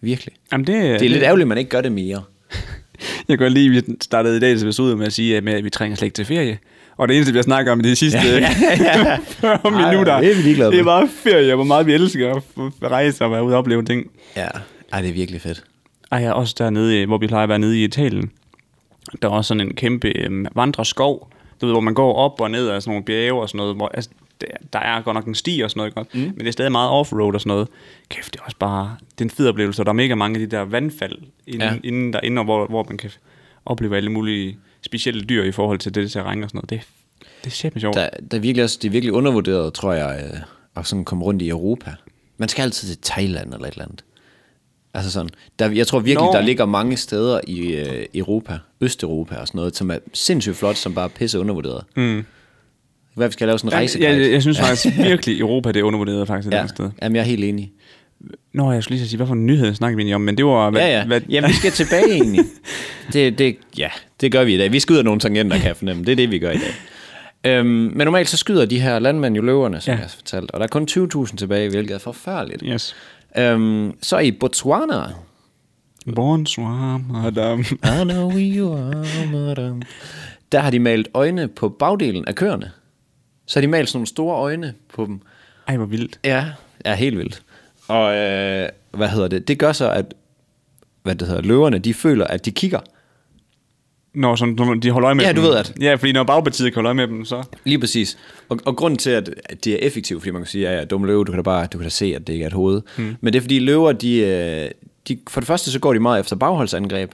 A: Virkelig.
B: Jamen, det, øh,
A: Det er lidt ærgerligt, at man ikke gør det mere.
B: Jeg kan godt lide, at vi startede i dagens episode med at sige, at med, at vi trænger slet ikke til ferie. Og det eneste, vi har snakket om i de sidste [LAUGHS] ja, ja, ja. 40
A: Ej,
B: minutter,
A: det er vi ligeglade
B: det er
A: med.
B: bare ferie, og hvor meget vi elsker at f- rejse og være ude og opleve ting.
A: Ja, Ej, det er virkelig fedt.
B: Ej, jeg er også dernede, øh, hvor vi plejer at være nede i Italien. Der er også sådan en kæmpe øh, vandreskov, du ved, hvor man går op og ned af sådan nogle bjerge og sådan noget. Hvor, altså, der- der er godt nok en sti og sådan noget, godt? Mm. men det er stadig meget offroad og sådan noget. Kæft, det er også bare det er en fed oplevelse, og der er mega mange af de der vandfald inden, ja.
A: Ja.
B: inden derinde, og hvor, hvor man kan opleve alle mulige specielle dyr i forhold til det terræn og sådan noget. Det, det er sæt sjovt.
A: Der, der er virkelig også, det er virkelig undervurderet, tror jeg, øh, at sådan komme rundt i Europa. Man skal altid til Thailand eller et eller andet. Altså sådan, der, jeg tror virkelig,
B: Nå.
A: Nå. der ligger mange steder i øh, Europa, Østeuropa og sådan noget, som er sindssygt flot, som bare er pisse undervurderet. Mm. Hvad vi skal lave sådan en rejse?
B: jeg, jeg, jeg, synes
A: [LAUGHS]
B: faktisk virkelig, Europa det er undervurderet faktisk et eller
A: ja.
B: andet sted.
A: Jamen, jeg er helt enig.
B: Nå, jeg skulle lige så sige, hvad for en nyhed snakker vi egentlig om, men det var... Hvad,
A: Ja, ja.
B: Hvad,
A: Jamen, vi skal tilbage egentlig. [LAUGHS] Det, det, ja, det gør vi i dag. Vi skyder nogle tangenter, kan jeg fornemme. Det er det, vi gør i dag. Øhm, men normalt så skyder de her landmænd jo løverne, som
B: Ja.
A: ja. jeg fortalte. Og der er kun 20.000 tilbage, hvilket er forfærdeligt.
B: [LAUGHS] Yes.
A: Øhm, så i Botswana.
B: Bonsoir, madame.
A: I know who you are, madam. Der har de malet øjne på bagdelen af køerne. Så har de malet sådan nogle store øjne på dem.
B: Ej, hvor vildt.
A: Ja, er helt vildt. Og øh, hvad hedder det? Det gør så, at hvad det hedder, løverne, de føler, at de kigger.
B: Når sådan, når de holder øje med
A: Ja,
B: dem.
A: du ved at-
B: Ja, fordi når bagpartiet kan holde øje med dem, så...
A: Lige præcis. Og, og grunden til, at, at det er effektivt, fordi man kan sige, ja, ja, dumme løve, du kan da bare du kan da se, at det ikke er et hoved. Mm. Men det er fordi løver, de, øh, de, for det første så går de meget efter bagholdsangreb.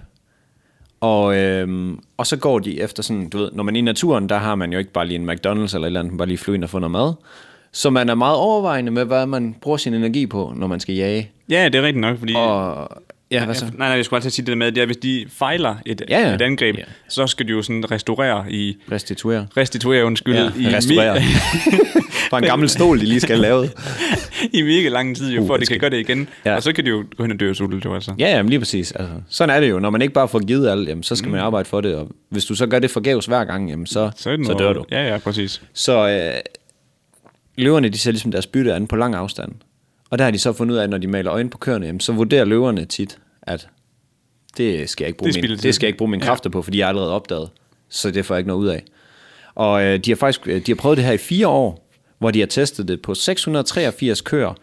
A: Og, øhm, og så går de efter sådan, du ved, når man er i naturen, der har man jo ikke bare lige en McDonald's eller et eller andet, man bare lige flyver ind og få noget mad. Så man er meget overvejende med, hvad man bruger sin energi på, når man skal jage.
B: Ja, det er rigtigt nok, fordi...
A: Og, ja, hvad
B: Ja,
A: så?
B: nej, nej, jeg skulle altid sige det der med, at det er, hvis de fejler et,
A: Ja, ja.
B: et angreb,
A: Ja.
B: så skal de jo sådan restaurere i...
A: Restituere.
B: Restituere, undskyld.
A: Ja,
B: i [LAUGHS]
A: restaurere. Bare en gammel stol, de lige skal have lavet.
B: i mega lang tid, jo,
A: Uh,
B: for at
A: det
B: det
A: skal-
B: kan gøre det igen.
A: Ja.
B: Ja. Og så kan de jo gå hen og dø af sultet, jo altså.
A: Ja, jamen lige præcis. Altså, sådan er det jo. Når man ikke bare får givet alt, jamen, så skal mm. man arbejde for det. Og hvis du så gør det forgæves hver gang, jamen, så,
B: Så, er det
A: så
B: noget-
A: dør du.
B: Ja, ja, præcis.
A: Så øh, løverne, de ser ligesom deres bytte an på lang afstand. Og der har de så fundet ud af, at når de maler øjne på køerne, jamen, så vurderer løverne tit, at det skal jeg ikke bruge,
B: Det er
A: det min,
B: spildt
A: det
B: tid.
A: skal jeg ikke bruge mine kræfter på, fordi jeg er allerede opdaget. Så det får jeg ikke noget ud af. Og øh, de har faktisk øh, de har prøvet det her i fire år, hvor de har testet det på 683 køer,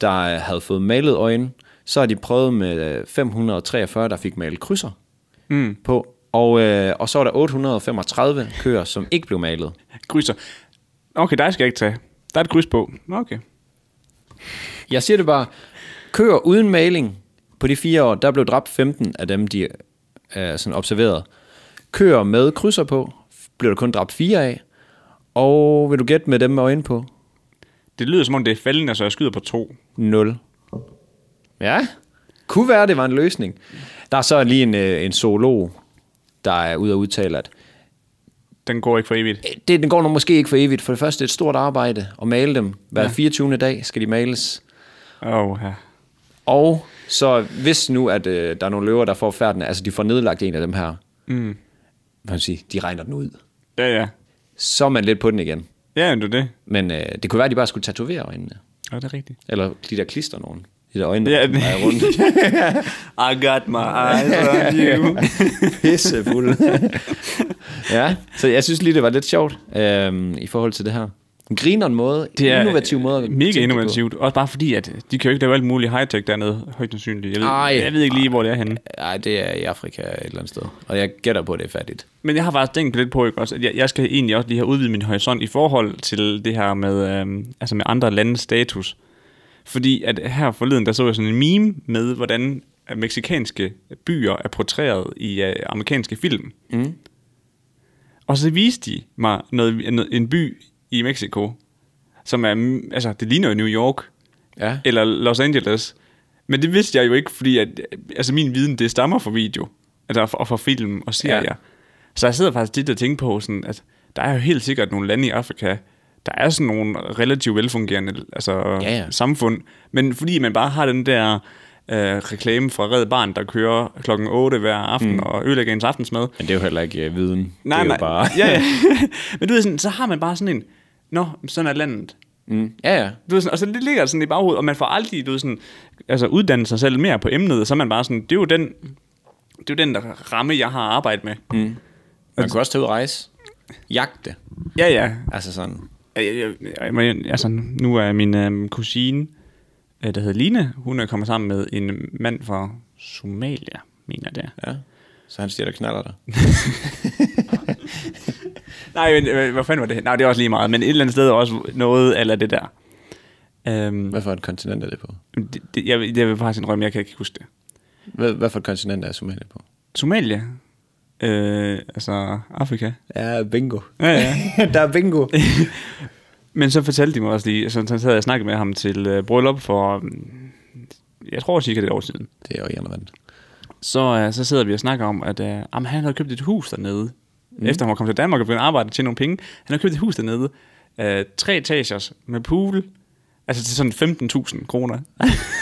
A: der øh, havde fået malet øjne. Så har de prøvet med øh, 543, der fik malet krydser mm. på. Og, øh, og så var der 835 køer, som ikke blev malet.
B: Krydser. Okay, dig skal jeg ikke tage. Der er et kryds på. Nå, Okay.
A: Jeg siger det bare. Køer uden maling på de fire år, der blev dræbt 15 af dem, de øh, sådan observerede. Køer med krydser på, blev der kun dræbt fire af. Og vil du gætte med dem med øjne på?
B: Det lyder som om, det er fældende, så jeg skyder på to.
A: 0. Ja, kunne være, det var en løsning. Der er så lige en, øh, en zoolog, der er ude og udtale, at øh,
B: Den går ikke for evigt.
A: det, den går nok måske ikke for evigt. For det første det er et stort arbejde at male dem. Hver 24. dag skal de males.
B: Åh, oh, ja.
A: Og så hvis nu, at øh, der er nogle løver, der får færden, altså de får nedlagt en af dem her, mm. man sige, de regner den ud,
B: Ja, ja.
A: så er man lidt på den igen.
B: Ja, men det er det.
A: Men øh, det kunne være, at de bare skulle tatovere øjnene.
B: Ja, det er rigtigt.
A: Eller de der klister nogen. De der øjne,
B: Ja,
A: der
B: den-
A: er [LAUGHS]
B: [LAUGHS]
A: rundt.
B: I got my eyes on you.
A: Pissefulde. [LAUGHS] ja, så jeg synes lige, det var lidt sjovt øhm, i forhold til det her. En grineren måde,
B: Det er
A: innovativ måde. at tænke
B: mega
A: det på.
B: innovativt. Også bare fordi, at de kan jo ikke lave alt muligt high-tech dernede, højt sandsynligt. Jeg,
A: Ej.
B: ved- jeg ved ikke lige, hvor det er henne.
A: Nej, det er i Afrika et eller andet sted. Og jeg gætter på, at det er fattigt.
B: Men jeg har faktisk tænkt lidt på, ikke, også, at jeg, jeg skal egentlig også lige have udvidet min horisont i forhold til det her med, øhm, altså med andre landes status. Fordi at her forleden, der så jeg sådan en meme med, hvordan øh, meksikanske byer er portrætteret i øh, amerikanske film. Mm. Og så viste de mig noget, noget, en by i Mexico, som er, mm, altså det ligner jo New York,
A: Ja.
B: eller Los Angeles. Men det vidste jeg jo ikke, fordi at, altså min viden, det stammer fra video, altså, og fra film og serier.
A: Ja.
B: Ja. Så jeg sidder faktisk tit og tænker på, sådan, at der er jo helt sikkert nogle lande i Afrika, der er sådan nogle relativt velfungerende altså,
A: Ja, ja.
B: samfund, men fordi man bare har den der øh, reklame fra Red Barn, der kører klokken 8 hver aften mm. og ødelægger ens aftensmad,
A: Men det er jo heller ikke øh, viden.
B: Nej,
A: det er
B: nej.
A: jo bare...
B: ja, ja. [LAUGHS] Men du ved, sådan, så har man bare sådan en, nå, sådan er landet.
A: Mm. Ja, ja.
B: Du ved, sådan, og så det ligger sådan i baghovedet, og man får aldrig du ved, sådan, altså, uddannet sig selv mere på emnet, og så er man bare sådan, det er jo den, det er jo den der ramme, jeg har arbejdet med. Mm.
A: Man kunne også tage ud og rejse. Jagte.
B: Ja, ja.
A: Altså sådan.
B: Jeg, jeg, jeg, jeg, altså, nu er min øhm, kusine, øh, der hedder Line, hun er kommet sammen med en mand fra Somalia, mener jeg det er.
A: Ja. Så han siger, der knaller dig.
B: Nej, men øh, hvad fanden var det? Nej, det er også lige meget, men et eller andet sted er også noget eller det der. Øhm,
A: Hvad for et kontinent er det på?
B: det, det, jeg, jeg vil faktisk indrømme, jeg kan ikke huske det.
A: Hvad, hvad for et kontinent er Somalia på?
B: Somalia? Øh, altså Afrika?
A: Ja, bingo.
B: Ja, ja.
A: [LAUGHS] der er bingo.
B: Men så fortalte de mig også lige, så, så havde jeg snakket med ham til øh, bryllup for, mm, jeg tror cirka et år siden.
A: Det er jo irrelevant.
B: Så, øh, så sidder vi og snakker om, at øh, jamen, han havde købt et hus dernede. Mm. Efter han var kommet til Danmark og begyndt at arbejde og tjene nogle penge. Han har købt et hus dernede. Øh, tre etagers med pool. Altså til sådan 15.000 kroner.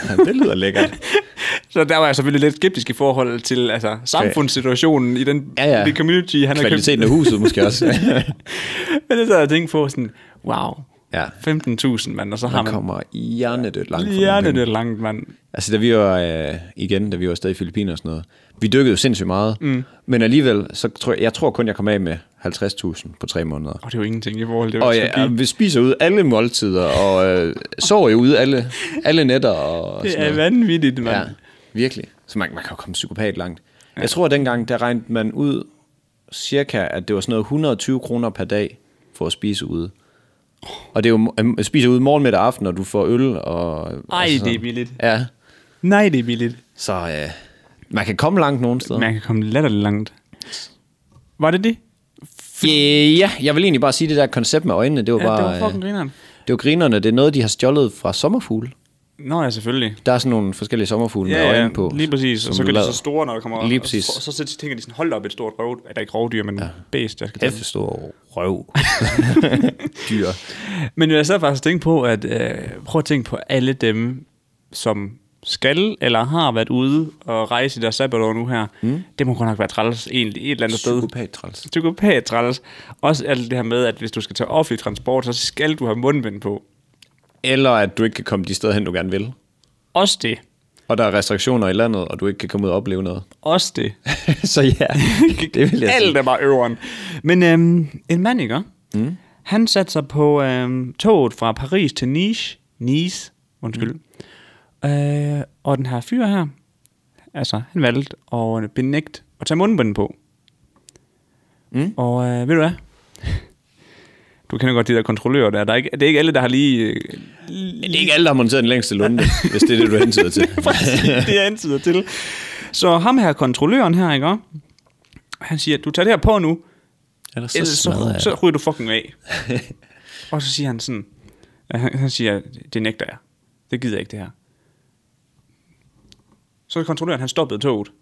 A: Ja, det lyder lækkert.
B: [LAUGHS] så der var jeg selvfølgelig lidt skeptisk i forhold til altså, samfundssituationen i den,
A: Ja, ja.
B: det community, han har købt.
A: Kvaliteten af huset måske [LAUGHS] også.
B: [LAUGHS] Men det sad jeg og tænkte på sådan, wow,
A: Ja.
B: 15.000 mand, og så har
A: Han
B: man
A: kommer hjernedødt langt fra
B: hjerne
A: nogle penge.
B: det langt, mand.
A: Altså, da vi var, øh, igen, da vi var stadig i Filippiner og sådan noget, vi dykkede jo sindssygt meget, mm. men alligevel, så tror jeg, jeg tror kun, jeg kom af med 50.000 på tre måneder.
B: Og det er jo ingenting i forhold til, hvad
A: Og
B: det
A: ja,
B: skal blive.
A: vi spiser ud alle måltider, og øh, sover jo ude alle, alle nætter. Og
B: Det
A: sådan
B: er
A: noget.
B: vanvittigt, mand.
A: Ja, virkelig. Så man, man kan jo komme psykopat langt. Ja. Jeg tror, at dengang, der regnede man ud cirka, at det var sådan noget 120 kroner per dag for at spise ude. Og det er jo øh, at spise ude morgen, middag og aften, når du får øl. Og,
B: Ej,
A: altså sådan.
B: det er billigt.
A: Ja,
B: Nej, det er billigt.
A: så øh, man kan komme langt nogle steder.
B: Man kan komme latterligt langt. Var det det?
A: Ja, ja, jeg vil egentlig bare sige, det der koncept med øjnene, det var
B: Ja,
A: bare...
B: det var
A: øh,
B: fucking grineren.
A: det var grinerne, det er noget, de har stjålet fra sommerfugle.
B: Nå ja, selvfølgelig.
A: Der er sådan nogle forskellige sommerfugle med øjne på.
B: lige præcis. Og så gør de
A: lader
B: så store, når der kommer...
A: Lige
B: og
A: præcis.
B: så- Og så, så tænker de sådan, hold da op et stort røv. Er der ikke rovdyr, men ja. bæst, jeg skal tage.
A: Kæft store
B: [LAUGHS]
A: røv. Dyr.
B: Men jeg sad faktisk og tænkte på, at øh, prøv at tænke på alle dem, som skal eller har været ude og rejse i deres sabbatår nu her. Mm. Det må godt nok være træls egentlig et eller andet sted.
A: træls.
B: Psykopat træls. Også alt det her med, at hvis du skal tage offentlig transport, så skal du have mundbind på.
A: Eller at du ikke kan komme de steder hen, du gerne vil.
B: Også det.
A: Og der er restriktioner i landet, og du ikke kan komme ud og opleve noget.
B: Også det.
A: [LAUGHS] så [LAUGHS] ja, det vil jeg
B: Alt
A: sige.
B: er bare øveren. Men øhm, en mand, ikke? Mm. Han satte sig på øhm, toget fra Paris til Nice. Nice, undskyld. Mm. Øh, og den her fyr her, altså han valgte at benægte at tage mundbind på. Mm. Og øh, ved du hvad? Du kender godt de der kontrollører der. der er ikke, det er ikke alle, der har lige... øh,
A: Det er ikke alle, der har monteret den længste lunde, hvis det er [LAUGHS] det, du hentyder [LAUGHS] til.
B: [LAUGHS] Præcis, det jeg antyder til. Så ham her, kontrolløren her, ikke? Han siger, du tager det her på nu,
A: Ellers
B: Ellers så, så ryger du fucking af. og så siger han sådan, at han, han siger, det nægter jeg. Det gider jeg ikke, det her. Så kontrolløren, han stoppede toget.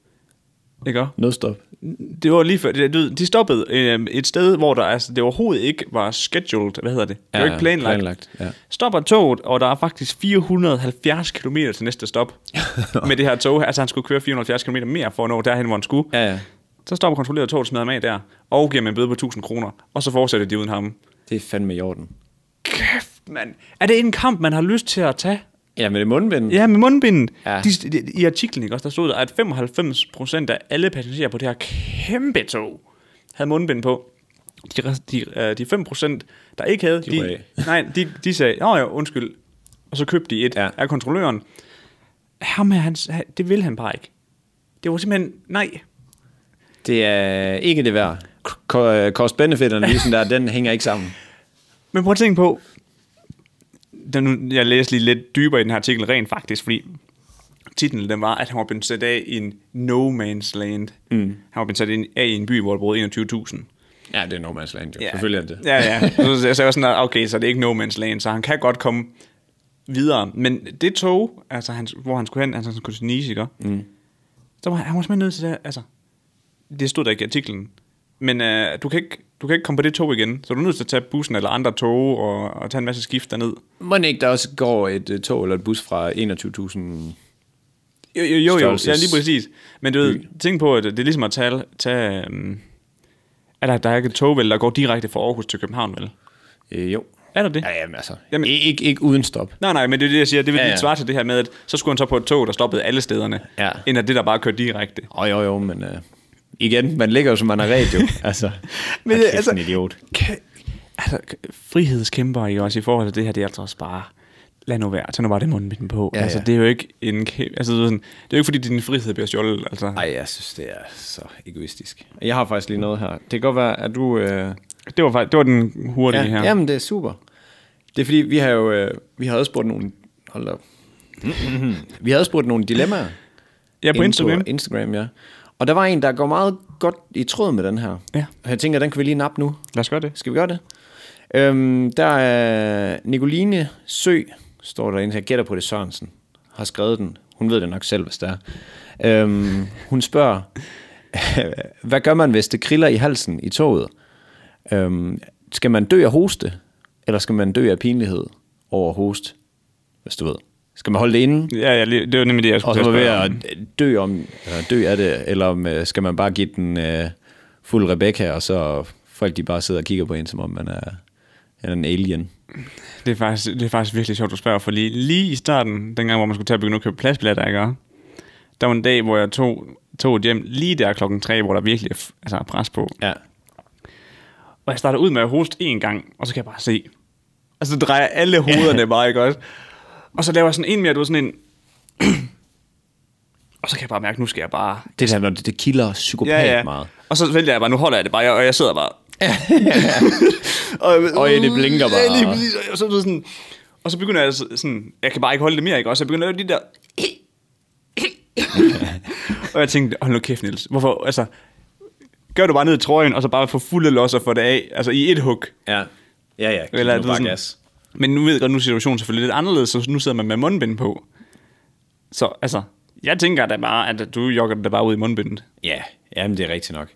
B: Ikke også?
A: Nødstop.
B: Det var lige før, det, du ved, de stoppede øh, et sted, hvor der altså, det overhovedet ikke var scheduled, hvad hedder det? Det var
A: Ja,
B: ikke planlagt.
A: planlagt, ja.
B: Stopper toget, og der er faktisk 470 km til næste stop med det her tog. Altså han skulle køre 470 km mere for at nå derhen, hvor han skulle.
A: Ja, ja.
B: Så stopper kontrolleret toget, smider ham af der, og giver mig en bøde på 1000 kroner, og så fortsætter de uden ham.
A: Det er fandme i orden.
B: Kæft, mand. Er det en kamp, man har lyst til at tage?
A: Ja, men det er mundbind.
B: Ja, med mundbindet. Ja.
A: Ja.
B: De, de, I artiklen ikke, også, der stod der, at 95 procent af alle passagerer på det her kæmpe tog havde mundbind på. De, rest- de, øh, de 5 procent, der ikke havde, de,
A: røg
B: de,
A: af.
B: [LAUGHS] nej, de, de sagde, Nå ja, undskyld. Og så købte de et ja.
A: Ja.
B: af kontrolløren. Ham her, han, han, det ville han bare ikke. Det var simpelthen, nej,
A: Det er ikke det værd. Cost-benefit-analysen der, den hænger ikke sammen.
B: Men prøv at tænke på, den, nu- jeg læste lige lidt dybere i den her artikel rent faktisk, fordi titlen den var, at han var blevet sat af i en no man's land. Mm. Han var blevet sat ind- af i en by, hvor der boede 21.000.
A: Ja, det er no man's land, jo. Selvfølgelig er det det.
B: Ja,
A: [LAUGHS]
B: ja. Så, så, så jeg var sådan, at, okay, så det er ikke no man's land, så han kan godt komme videre. Men det tog, altså, han, hvor han skulle hen, altså han skulle til Nice, ikke? Mm. Så var han, han var simpelthen nødt til det, altså, det stod der ikke i artiklen. Men øh, du, kan ikke, du kan ikke komme på det tog igen, så du er nødt til at tage bussen eller andre tog og, og tage en masse skift derned.
A: Må ikke, der også går et øh, tog eller et bus fra 21.000...
B: Jo, jo, jo, jo.
A: Størrelses-
B: ja, lige præcis. Men du ved, tænk på, at det er ligesom at tage, tage øhm, er der, der er ikke et tog, vel, der går direkte fra Aarhus til København, vel?
A: Øh, jo.
B: Er der det?
A: Ja, jamen altså.
B: Jamen-
A: Jamen. Ikke, ikke uden stop.
B: Nej, nej, men det er det, jeg siger. Det vil
A: Ja,
B: ja,
A: ja.
B: ja. svare til det her med, at så skulle han så på et tog, der stoppede alle stederne,
A: Ja.
B: end at det, der bare kørte direkte.
A: Åh, oh, jo, jo, men... Øh, igen, man ligger jo, som man har ret, jo. [LAUGHS] altså, men, kæft, altså, en idiot.
B: Kan, altså, k- frihedskæmper I også i forhold til det her, det er altså også bare, lad nu være, tag nu bare det mundbind på. Ja,
A: Ja,
B: altså,
A: ja.
B: det er jo ikke en kæ- altså, det er, sådan, det er jo ikke, fordi din frihed bliver stjålet. Altså.
A: Nej, jeg synes, det er så egoistisk. Jeg har faktisk lige noget her. Det kan godt være, at du... Øh,
B: Det var, fakt- det var den hurtige her.
A: Jamen, det er super. Det er fordi, vi har jo øh, vi har adspurgt nogle... Hold da op. vi har adspurgt nogle dilemmaer.
B: Ja, på
A: inde
B: Instagram.
A: Instagram, ja. Og der var en, der går meget godt i tråd med den her.
B: Ja.
A: Og jeg tænker, den kan vi lige nappe nu.
B: Lad os gøre det.
A: Skal vi gøre det? Øhm, der er Nicoline Sø, står der en, jeg gætter på det er Sørensen, har skrevet den. Hun ved det nok selv, hvis det er. Øhm, hun spørger, [LAUGHS] hvad gør man, hvis det kriller i halsen i toget? Øhm, skal man dø af hoste, eller skal man dø af pinlighed over host? Hvis du ved. Skal man holde det inde?
B: Ja, ja, lige- det var nemlig det, jeg skulle
A: Og så
B: til
A: var
B: at
A: ved
B: spørge
A: at
B: om.
A: dø, om, eller dø af det, eller om, øh, skal man bare give den øh, fuld Rebecca, og så folk de bare sidder og kigger på en, som om man er, er en alien.
B: Det er, faktisk, det er faktisk virkelig sjovt, du spørger, for lige, lige i starten, dengang, hvor man skulle til at begynde at købe pladsbilletter, ikke? også? der var en dag, hvor jeg tog, tog et hjem lige der klokken tre, hvor der virkelig er f- altså, er pres på.
A: Ja.
B: Og jeg starter ud med at hoste én gang, og så kan jeg bare se. Og så drejer alle hovederne bare, ikke også? [CLEARS THROAT] Og så laver jeg sådan en mere, du ved, sådan en... og Og så kan jeg bare mærke, nu skal jeg bare...
A: Det er sådan, når det, det kilder psykopat ja, ja. meget.
B: Og så vælger jeg bare, nu holder jeg det bare, og jeg
A: [LAUGHS]
B: sidder bare... og,
A: Øj, det blinker bare.
B: Ja, lige præcis. Og, så, så sådan, og så begynder jeg sådan... Jeg kan bare ikke holde det mere, ikke? Og så begynder jeg de der... [LAUGHS] og jeg tænkte, hold nu kæft, Niels. Hvorfor, altså... Gør du bare ned i trøjen, og så bare få fulde losser for det af. Altså i et hug.
A: Ja, ja, ja. Giv
B: Eller
A: nu
B: du
A: bare
B: sådan-
A: gas.
B: Men nu ved jeg godt, nu er situationen selvfølgelig lidt anderledes, så nu sidder man med mundbind på. Så altså, jeg tænker da bare, at du jogger det bare ud i mundbindet.
A: Ja, jamen det er rigtigt nok.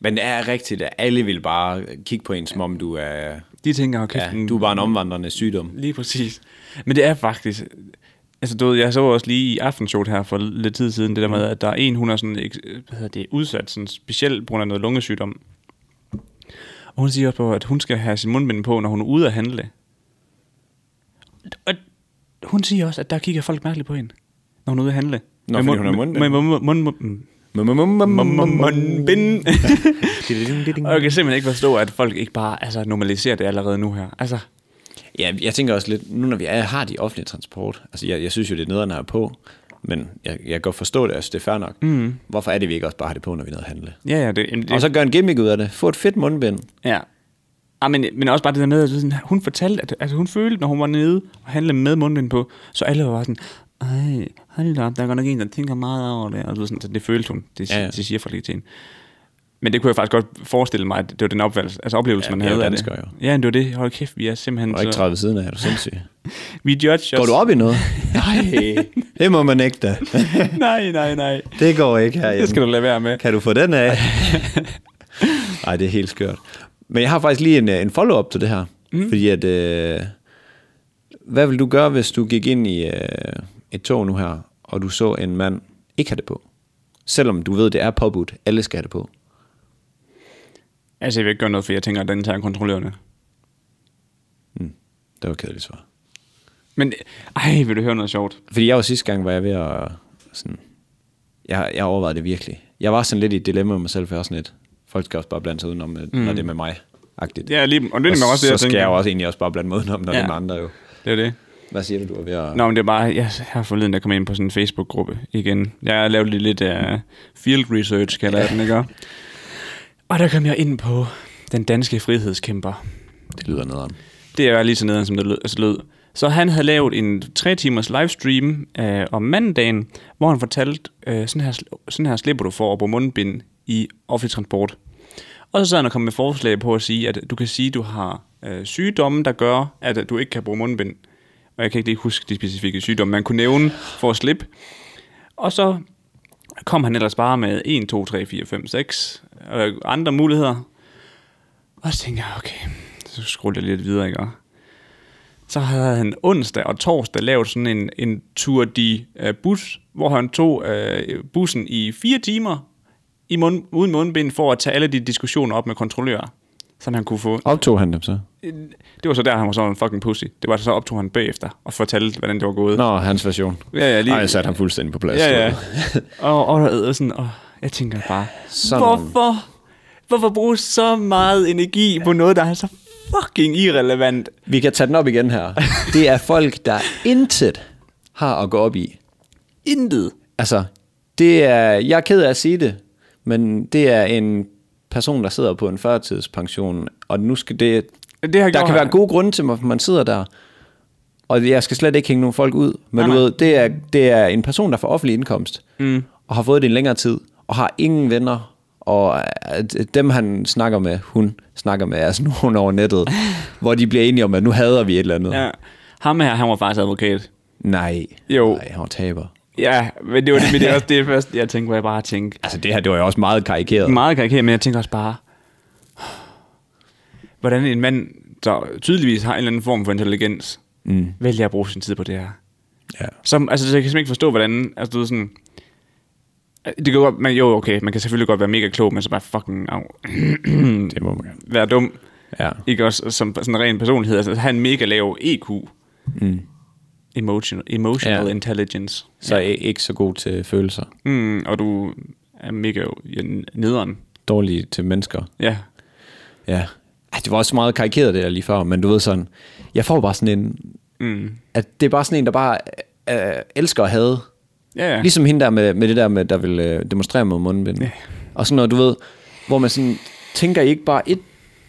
A: Men det er rigtigt, at alle vil bare kigge på en, som om du er,
B: De tænker, okay,
A: ja, du er bare en omvandrende sygdom.
B: lige præcis. Men det er faktisk... Altså, du ved, jeg så også lige i aftenshowet her for lidt tid siden, det der med,
A: Mm.
B: at der er en, hun er sådan, ikke- hvad hedder det, udsat, sådan specielt på grund af noget lungesygdom. Og hun siger også på, at hun skal have sin mundbind på, når hun er ude at handle. Og hun siger også, at der kigger folk mærkeligt på hende, når hun er ude at handle.
A: Nå, fordi hun har mundbind.
B: Med, med, med, mund- mund- Mundbind. Og jeg kan simpelthen ikke forstå, at folk ikke bare altså, normaliserer det allerede nu her. Altså,
A: Ja, jeg tænker også lidt, nu når vi er, har de offentlige transport, altså jeg, jeg synes jo, det er nederen at have på, men jeg, jeg kan godt forstå det, altså det er fair nok. Mm. Hvorfor er det, vi ikke også bare har det på, når vi er nede at handle?
B: ja, ja, det, jamen, det
A: Og så gør en gimmick ud af det. Få et fedt mundbind.
B: ja. Ah, men, men også bare det der med, at sådan, hun fortalte, at altså, hun følte, når hun var nede og handlede med mundbind på, så alle var bare sådan, ej, hold da op, der er godt nok en, der tænker meget over det. Og du ved sådan, så det følte hun, det,
A: Ja,
B: ja,
A: ja.
B: ja. det siger folk ikke til hende. Men det kunne jeg faktisk godt forestille mig, at det var den opfattelse, altså oplevelse,
A: Ja,
B: man
A: vi er jo
B: havde af det.
A: danskere,
B: Ja, men det var det. Hold kæft, vi er simpelthen...
A: Og ikke
B: så,
A: træde ved siden af, er du
B: [LAUGHS]
A: sindssyg.
B: vi judge
A: Går
B: os.
A: du op i noget? Nej, det må man ikke da.
B: [LAUGHS] nej, nej, nej.
A: Det går ikke her.
B: Det skal du lade være med.
A: Kan du få den af? [LAUGHS] Nej, det er helt skørt. Men jeg har faktisk lige en, øh, en follow-up til det her. Mm. Fordi at, øh, hvad vil du gøre, hvis du gik ind i øh, et tog nu her, og du så en mand ikke have det på? Selvom du ved, det er påbudt, alle skal have det på.
B: Altså, jeg vil ikke gøre noget, for jeg tænker, at den tager kontrollørerne.
A: Det var et kedeligt svar.
B: Men, ej, vil du høre noget sjovt?
A: Fordi jeg var sidste gang, var jeg ved at... Sådan, jeg, jeg overvejede det virkelig. Jeg var sådan lidt i et dilemma med mig selv, for jeg var sådan lidt, folk skal også bare blande sig udenom, mm. når det er med mig. Agtigt.
B: Ja, lige- og det er nemlig også det,
A: så
B: jeg
A: skal
B: tænker.
A: jeg jo også egentlig også bare blande mig udenom, når ja. det er
B: Ja.
A: med andre jo.
B: Det er det.
A: Hvad siger du, du er ved at...
B: Nå, men det er bare, jeg her forleden, der kom jeg ind på sådan en Facebook-gruppe igen. Jeg har lavet lige lidt uh, field research, kalder jeg den, ikke? Og der kom jeg ind på den danske frihedskæmper.
A: Det lyder nederen.
B: Det er lige så nederen, som det lød. Altså lød. Så han havde lavet en tre timers livestream øh, om mandagen, hvor han fortalte, øh, sådan, her, sl- sådan her slipper du for at bruge mundbind i offentlig transport. Og så sad han og kom med forslag på at sige, at du kan sige, at du har øh, sygdomme, der gør, at du ikke kan bruge mundbind. Og jeg kan ikke lige huske de specifikke sygdomme, man kunne nævne for at slippe. Og så kom han ellers bare med 1, 2, 3, 4, 5, 6 øh, andre muligheder. Og så tænkte jeg, okay, så scroller jeg lidt videre, ikke? Og Så havde han onsdag og torsdag lavet sådan en, en tur de uh, bus, hvor han tog uh, bussen i fire timer i mund, uden mundbind for at tage alle de diskussioner op med kontrollører, som han kunne få.
A: Optog han dem så?
B: Det var så der, han var sådan en fucking pussy. Det var så optog han bagefter og fortalte, hvordan det var gået.
A: Nå, hans version.
B: Ja, ja, lige-
A: Ej, jeg satte ham fuldstændig på plads.
B: Ja, ja. [LAUGHS] og, og, og, sådan, og jeg tænker bare,
A: Sådan.
B: sådan. hvorfor? Hvorfor bruge så meget energi på noget, der er så fucking irrelevant?
A: Vi kan tage den op igen her. Det er folk, der intet har at gå op i.
B: Intet.
A: Altså, det er, jeg er ked af at sige det, men det er en person, der sidder på en førtidspension, og nu skal det...
B: Det har
A: der
B: gjort-
A: kan være gode grunde til, hvorfor man sidder der, og jeg skal slet ikke hænge nogen folk ud, men
B: Nej,
A: du
B: nej.
A: ved, det er, det er en person, der får offentlig indkomst, mm. og har fået det i en længere tid, og har ingen venner, og øh, dem han snakker med, hun snakker med, altså, er sådan nogen over
B: [LAUGHS]
A: nettet, hvor de bliver enige om, at nu hader vi et eller andet.
B: Ja. Ham her, han var faktisk advokat.
A: Nej,
B: Jo.
A: Nej, han var taber.
B: Ja, men det var det, men [LAUGHS] det er også det første, jeg tænkte, hvor jeg bare tænkte.
A: Altså det her, det var jo også meget karikeret.
B: Meget karikeret, men jeg tænker også bare, hvordan en mand, der tydeligvis har en eller anden form for intelligens, mm. vælger at bruge sin tid på det her.
A: Ja.
B: Som, altså, så jeg kan simpelthen ikke forstå, hvordan... Altså, du ved sådan... øh, Det kan godt, man, jo, okay, man kan selvfølgelig godt være mega klog, men så bare fucking au,
A: Det må man gerne.
B: være dum.
A: Mm. Ja.
B: Ikke også som sådan en ren personlighed. Altså, have en mega lav EQ. Mm. Emotional, emotional
A: Ja.
B: ja. intelligence.
A: Så er I ikke så god til følelser.
B: Mm, og du er mega ja, nederen.
A: Dårlig til mennesker.
B: Ja.
A: Ja. Ej, det var også meget karikeret det der lige før, men du ved sådan, jeg får bare sådan en, mm. at det er bare sådan en, der bare øh, elsker at have.
B: Ja, ja.
A: Ligesom hende der med, med det der med, der vil øh, demonstrere mod mundbind.
B: Ja.
A: Og sådan noget, du ved, hvor man sådan, tænker I ikke bare et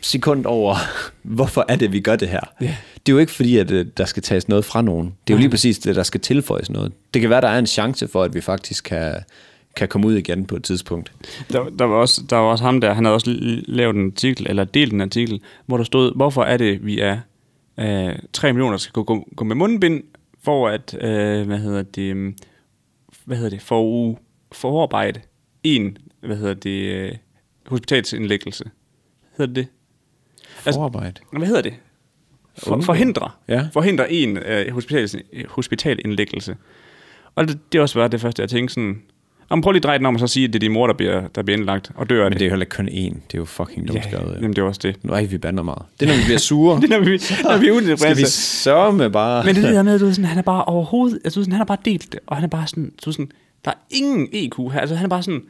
A: sekund over, [LAUGHS] hvorfor er det, vi gør det her?
B: Ja.
A: Det er jo ikke fordi, at øh, der skal tages noget fra nogen. Det er jo lige præcis det, der skal tilføjes noget. Det kan være, der er en chance for, at vi faktisk kan, kan komme ud igen på et tidspunkt.
B: Der, der, var også, der var også ham der, han havde også l- lavet en artikel, eller delt en artikel, hvor der stod, hvorfor er det, vi er øh, 3 millioner, der skal gå, gå, gå med mundbind, for at, øh, hvad hedder det, øhm, hvad hedder det, for u, forarbejde en, hvad hedder det, øh, hospitalsindlæggelse. Hedder det det? Altså-
A: Forarbejde.
B: Hvad hedder det? For,
A: Undgå.
B: forhindre.
A: Ja.
B: Forhindre en øh, hospitals, øh, hospitalindlæggelse. Og det, det er også bare det første, jeg tænkte sådan, om prøv lige at dreje den om og så sige, at det er din mor, der bliver, der bliver indlagt og dør af
A: Men
B: det.
A: det er jo heller ikke kun én. Det er jo fucking dumt
B: ja,
A: skrevet. jo.
B: jamen, det er også det. [LAUGHS]
A: Nu er vi bander meget. Det er, når vi bliver sure.
B: Det er, når vi, når vi er ude
A: Skal vi sørme bare...
B: Men det er det der med, at du ved, sådan, han er bare overhovedet, altså, du ved, sådan, han har bare delt det, og han er bare sådan, du ved, sådan, der er ingen EQ her, altså han er bare sådan,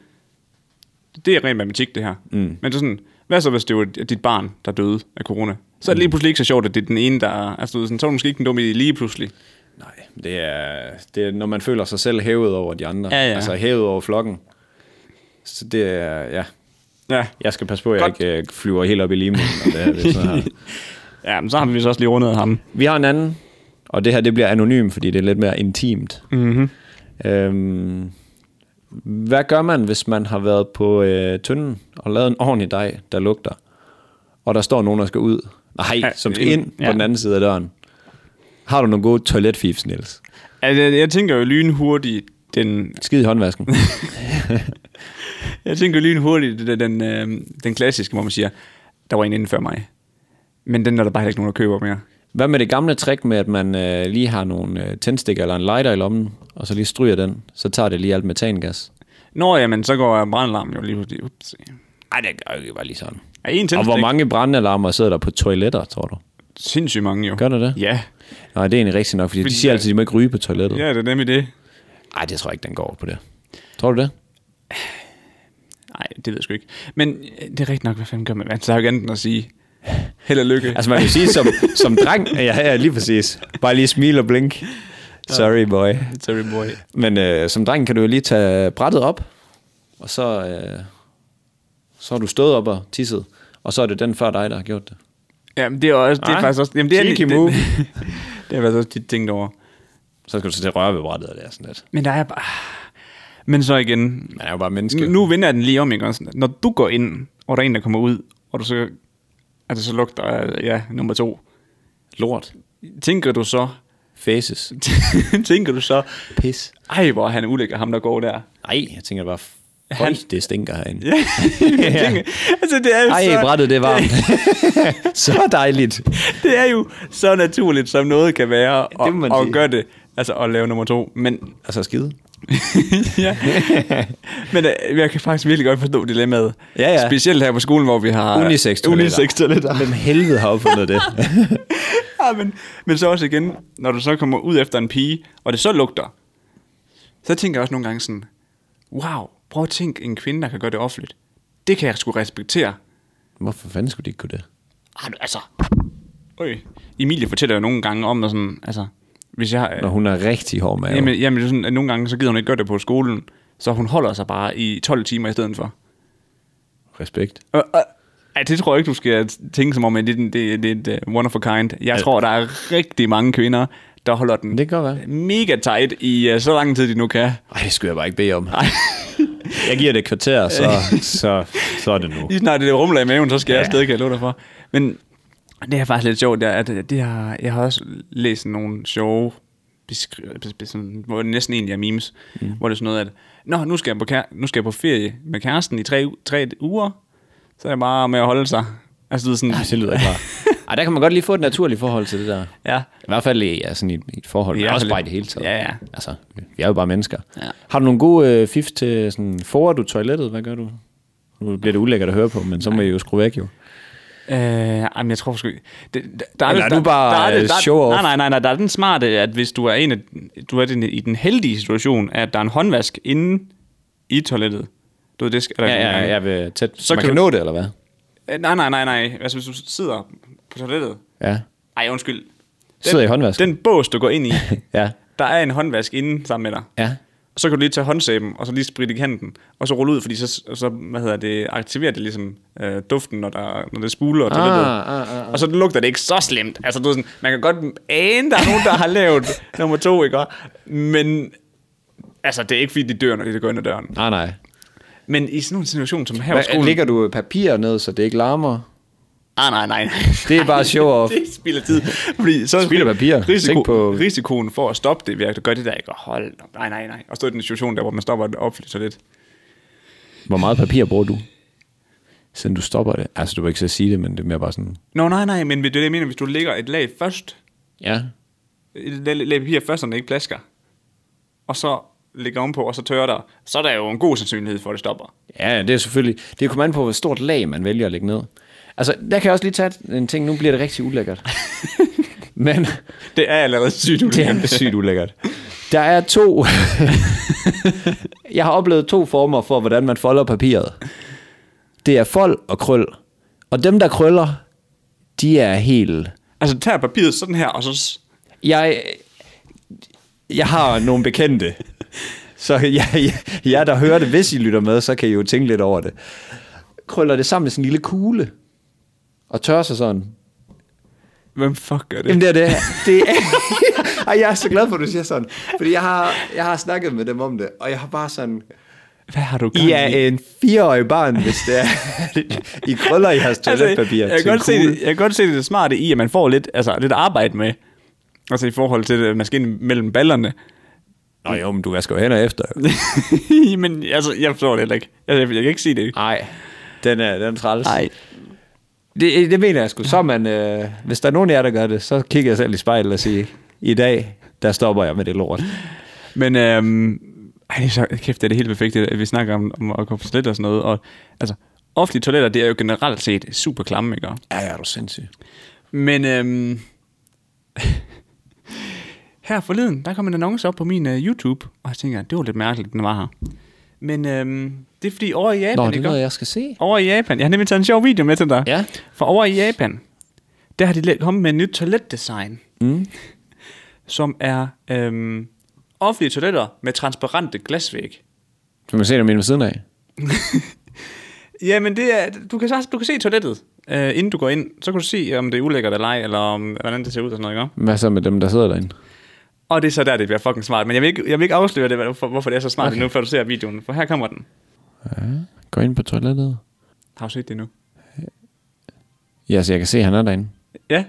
B: det er ren matematik det her, mm. men så sådan, hvad så hvis det var dit barn, der døde af corona? Så er det lige pludselig ikke så sjovt, at det er den ene, der er, altså du ved, sådan, så er du måske ikke den dumme idé lige pludselig.
A: Nej, det er, det er, når man føler sig selv hævet over de andre.
B: Ja, ja.
A: Altså hævet over flokken. Så det er, ja.
B: Ja.
A: Jeg skal passe på, at jeg
B: Godt.
A: ikke øh, flyver helt op i limen. Og det her, det er sådan
B: [LAUGHS]
A: her.
B: ja, men så har vi så også lige rundet ham.
A: Vi har en anden, og det her det bliver anonym, fordi det er lidt mere intimt.
B: Mm-hmm.
A: Øhm, hvad gør man, hvis man har været på øh, tynden og lavet en ordentlig dej, der lugter, og der står nogen, der skal ud? Nej,
B: Ja,
A: som skal
B: ind.
A: ind
B: Ja.
A: på den anden side af døren. Har du nogle gode toiletfifs, Niels?
B: Altså, jeg tænker jo lynhurtigt, den,
A: Skid i håndvasken.
B: [LAUGHS] Jeg tænker lige hurtigt, det er den, øh, den klassiske, hvor man siger, der var en inden før mig. Men den er der bare heller ikke nogen, der køber mere.
A: Hvad med det gamle trick med, at man øh, lige har nogle øh, tændstikker eller en lighter i lommen, og så lige stryger den, så tager det lige alt metangas?
B: Nå, jamen, så går brandalarmen jo lige pludselig. Ups.
A: Nej, det gør jo ikke bare lige sådan.
B: Er en
A: Og
B: tændstik?
A: hvor mange brandalarmer sidder der på toiletter, tror du?
B: Sindssygt mange jo.
A: Gør der det?
B: Ja.
A: Nej, det er egentlig rigtigt nok, fordi,
B: Fordi-
A: de siger altid, at de må ikke ryge på toilettet. Nej,
B: ja, det er nemlig det.
A: det tror jeg ikke, den går på det. Tror du det?
B: Nej, det ved jeg sgu ikke. Men øh, det er rigtigt nok, hvad fanden gør man? Altså, der er jo ikke andet end at sige, held og lykke.
A: Altså man kan sige,
B: [LAUGHS]
A: som, som dreng, ja, ja, lige præcis. Bare lige smil og blink. Sorry, boy.
B: Sorry boy.
A: Men øh, som dreng kan du jo lige tage brættet op, og så, øh, så har du stået op og tisset, og så er det den før dig, der har gjort det.
B: Jamen, det er, også, det er
A: Nej.
B: faktisk også... Jamen, det er,
A: Cheeky
B: det,
A: move.
B: det, [LAUGHS] det har jeg faktisk også tit tænkt over.
A: Så skal du så til at røre ved brættet, og det er sådan lidt.
B: Men der er bare... Men så igen,
A: Man er jo bare menneske.
B: Nu, nu vender jeg den lige om, ikke? også? Når du går ind, og der er en, der kommer ud, og du så, altså, så lugter af, ja, nummer to.
A: Lort.
B: Tænker du så, [LAUGHS]
A: Faces.
B: tænker du så,
A: Pis.
B: ej, hvor er han ulækker, ham der
A: [LAUGHS]
B: går der.
A: Nej, jeg tænker bare,
B: Han-
A: Han... det stinker herinde.
B: Ja, jeg tænker, altså, det er jo
A: Ej,
B: så,
A: brættet, det er varmt. [LAUGHS] så dejligt.
B: det er jo så naturligt, som noget kan være,
A: Ja, det må man
B: og, og
A: sige.
B: gøre det, altså at lave nummer to. Men, [LAUGHS]
A: Og så skide. [LAUGHS]
B: ja. Men øh, jeg kan faktisk virkelig godt forstå dilemmaet.
A: Ja, ja.
B: Specielt her på skolen, hvor vi har
A: Unisex-toiletter.
B: unisex-toiletter.
A: Hvem helvede har opfundet det? [LAUGHS]
B: [LAUGHS] ja, men, men så også igen, når du så kommer ud efter en pige, og det så lugter, så tænker jeg også nogle gange sådan, wow, prøv at tænke en kvinde, der kan gøre det offentligt. Det kan jeg sgu respektere.
A: Hvorfor fanden skulle de ikke kunne det?
B: Ej, du- altså. Øj. Emilie fortæller jo nogle gange om, at sådan, altså, hvis jeg...
A: Når hun er rigtig hård med.
B: jamen, jamen, det er sådan, at nogle gange, så gider hun ikke gøre det på skolen, så hun holder sig bare i 12 timer i stedet for.
A: Respekt.
B: Øh, øh, Ej, det tror jeg ikke, du skal tænke som om, at det, er en- det, det, det er en one of a kind. Jeg tror, der er rigtig mange kvinder, der holder den
A: Det kan godt være.
B: mega tight i uh, så lang tid, de nu kan.
A: Ej, det skulle jeg bare ikke bede om. Jeg giver det et kvarter, så, så, så er det nu.
B: [LAUGHS] Lige snart det rumler i maven, så skal ja. jeg afsted, kan jeg love dig for. Men det er faktisk lidt sjovt, det er, at øh, det har, jeg har også læst nogle sjove beskri- bes- bes- sådan, hvor det næsten egentlig er memes, mm. hvor det er sådan noget, at Nå, nu skal, jeg på kære- nu skal jeg på ferie med kæresten i tre, u- tre uger, så er det bare med at holde sig. Altså, du ved, sådan,
A: Ej, det lyder ikke bare. Ej, der kan man godt lige få et naturligt forhold til det der.
B: Ja.
A: I hvert fald i, ja, sådan i, i et forhold,
B: I
A: men
B: hvert
A: også
B: fald-
A: bare i det hele taget.
B: Ja, ja.
A: Altså, vi er jo bare mennesker.
B: Ja.
A: Har du nogle gode øh, fif til sådan, forer du toilettet? Hvad gør du? Nu bliver det ulækkert at høre på, men så må I jo skrue væk jo.
B: Øh, jamen, jeg tror sgu ikke. Det- Der, der
A: Eller er du bare, øh,
B: der,
A: show-off?
B: Nej, nej, nej, nej, der er den smarte, at hvis du er, en af, du er den, i den heldige situation, at der er en håndvask inde i toilettet. Du ved, det skal, eller,
A: Ja, ja, ja, jeg vil tæt. Så man
B: kan
A: kan, kan
B: du-
A: nå det, eller hvad?
B: Øh, Nej, nej, nej, nej. Altså, hvis du sidder på toilettet.
A: Ja. [LAUGHS]
B: Ej, undskyld. Den,
A: Sidder i håndvasken?
B: Den bås, du går ind i, [LAUGHS]
A: Ja.
B: der er en håndvask inde sammen med dig.
A: Ja.
B: så kan du lige tage håndsæben, og så lige spritte i kanten, og så rulle ud, fordi så, så hvad hedder det, aktiverer det ligesom øh, duften, når, der, når det spuler og toilettet.
A: ah, ah,
B: Og så lugter det ikke så slemt. Altså, du ved sådan, man kan godt ane, der er nogen, der har
A: [LAUGHS]
B: lavet nummer to, ikke? Men altså, det er ikke, fordi de dør, når de går ind ad døren.
A: Nej, nej.
B: Men i sådan nogle situationer som her på
A: Hvad,
B: skolen...
A: ligger du papir ned, så det ikke larmer?
B: Ah, nej, nej, nej.
A: Det er
B: [LAUGHS]
A: bare show-off.
B: det spilder tid. Fordi så
A: Spilder papir.
B: Risiko,
A: Tænk på-
B: på... Risikoen for at stoppe det virker, gør det der ikke. Og Hold da- Nej, nej, nej. Og stå i den situation der, hvor man stopper et offentligt toilet.
A: Hvor meget papir bruger du? Siden du stopper det. Altså, du vil ikke så sige det, men det er mere bare sådan...
B: Nå, nej, nej, men det er det, jeg mener, hvis du lægger et lag først,
A: Ja.
B: et lag, lag papir først, så den ikke plasker, og så lægger ovenpå, og så tørrer der, så er der jo en god sandsynlighed for, at det stopper.
A: Ja, det er selvfølgelig... Det kommer an på, hvor stort lag man vælger at lægge ned. Altså, der kan jeg også lige tage en ting. Nu bliver det rigtig ulækkert. [LAUGHS] men
B: Det er allerede sygt
A: det er sygt ulækkert. Der er to... [LAUGHS] jeg har oplevet to former for, hvordan man folder papiret. Det er fold og krøl. Og dem, der krøller, de er helt...
B: Altså, tager papiret sådan her, og så... s-
A: Jeg, jeg har nogle bekendte, så jeg, jeg, jeg, der hører det, hvis I lytter med, så kan I jo tænke lidt over det. Krøller det sammen med sådan en lille kugle, og tørrer sig sådan.
B: Hvem fuck gør det?
A: Jamen det er det. det er, og jeg er så glad for, at du siger sådan, fordi jeg har, jeg har snakket med dem om det, og jeg har bare sådan,
B: Hvad har du gang
A: I er en fireårig barn, hvis det er, I krøller i jeres toiletpapir
B: Altså, jeg, kan
A: til en
B: godt se,
A: kugle.
B: det- jeg kan godt se det smarte i, at man får lidt, altså, lidt arbejde med. Altså i forhold til, at man skal ind mellem ballerne. [LAUGHS]
A: Nå jo, men du vasker jo hænder efter.
B: Men altså, jeg forstår det heller ikke. Altså, jeg, jeg kan ikke se det.
A: Nej, den er, den er træls.
B: Nej.
A: Det, det mener jeg sgu. Så er man, øh, hvis der er nogen af jer, der gør det, så kigger jeg selv i spejlet og siger, i dag, der stopper jeg med det lort.
B: Men øhm, ej, det er så, kæft, det er det helt perfekte, at vi snakker om, om at gå på toilet og sådan noget. Og, altså, offentlige toiletter, det er jo generelt set super klamme, ikke?
A: Ja, ja, er du sindssyg.
B: Men øhm, [LAUGHS] her forleden, der kom en annonce op på min uh, YouTube, og jeg tænker, det var lidt mærkeligt, den var her. Men øhm, det er fordi over i Japan,
A: Nå, det
B: ikke?
A: er noget, jeg skal se.
B: Over i Japan. Jeg har nemlig taget en sjov video med til dig.
A: Ja.
B: For over i Japan, der har de la- kommet med et nyt toiletdesign, mm. som er øhm, offentlige toiletter med transparente glasvæg.
A: Du kan se dem inde ved siden af.
B: Jamen, det er, du, kan, så- du kan se toilettet, øh, inden du går ind. Så kan du se, om det er ulækkert eller ej, eller om, hvordan det ser ud og sådan noget, ikke?
A: Hvad så med dem, der sidder derinde?
B: Og det er så der, det bliver fucking smart. Men jeg vil ikke, jeg vil ikke afsløre det, hvorfor, hvorfor det er så smart okay. nu, før du ser videoen. For her kommer den.
A: Gå ind på toilettet.
B: Har du set det nu?
A: Ja, så jeg kan se, at han er derinde.
B: Ja.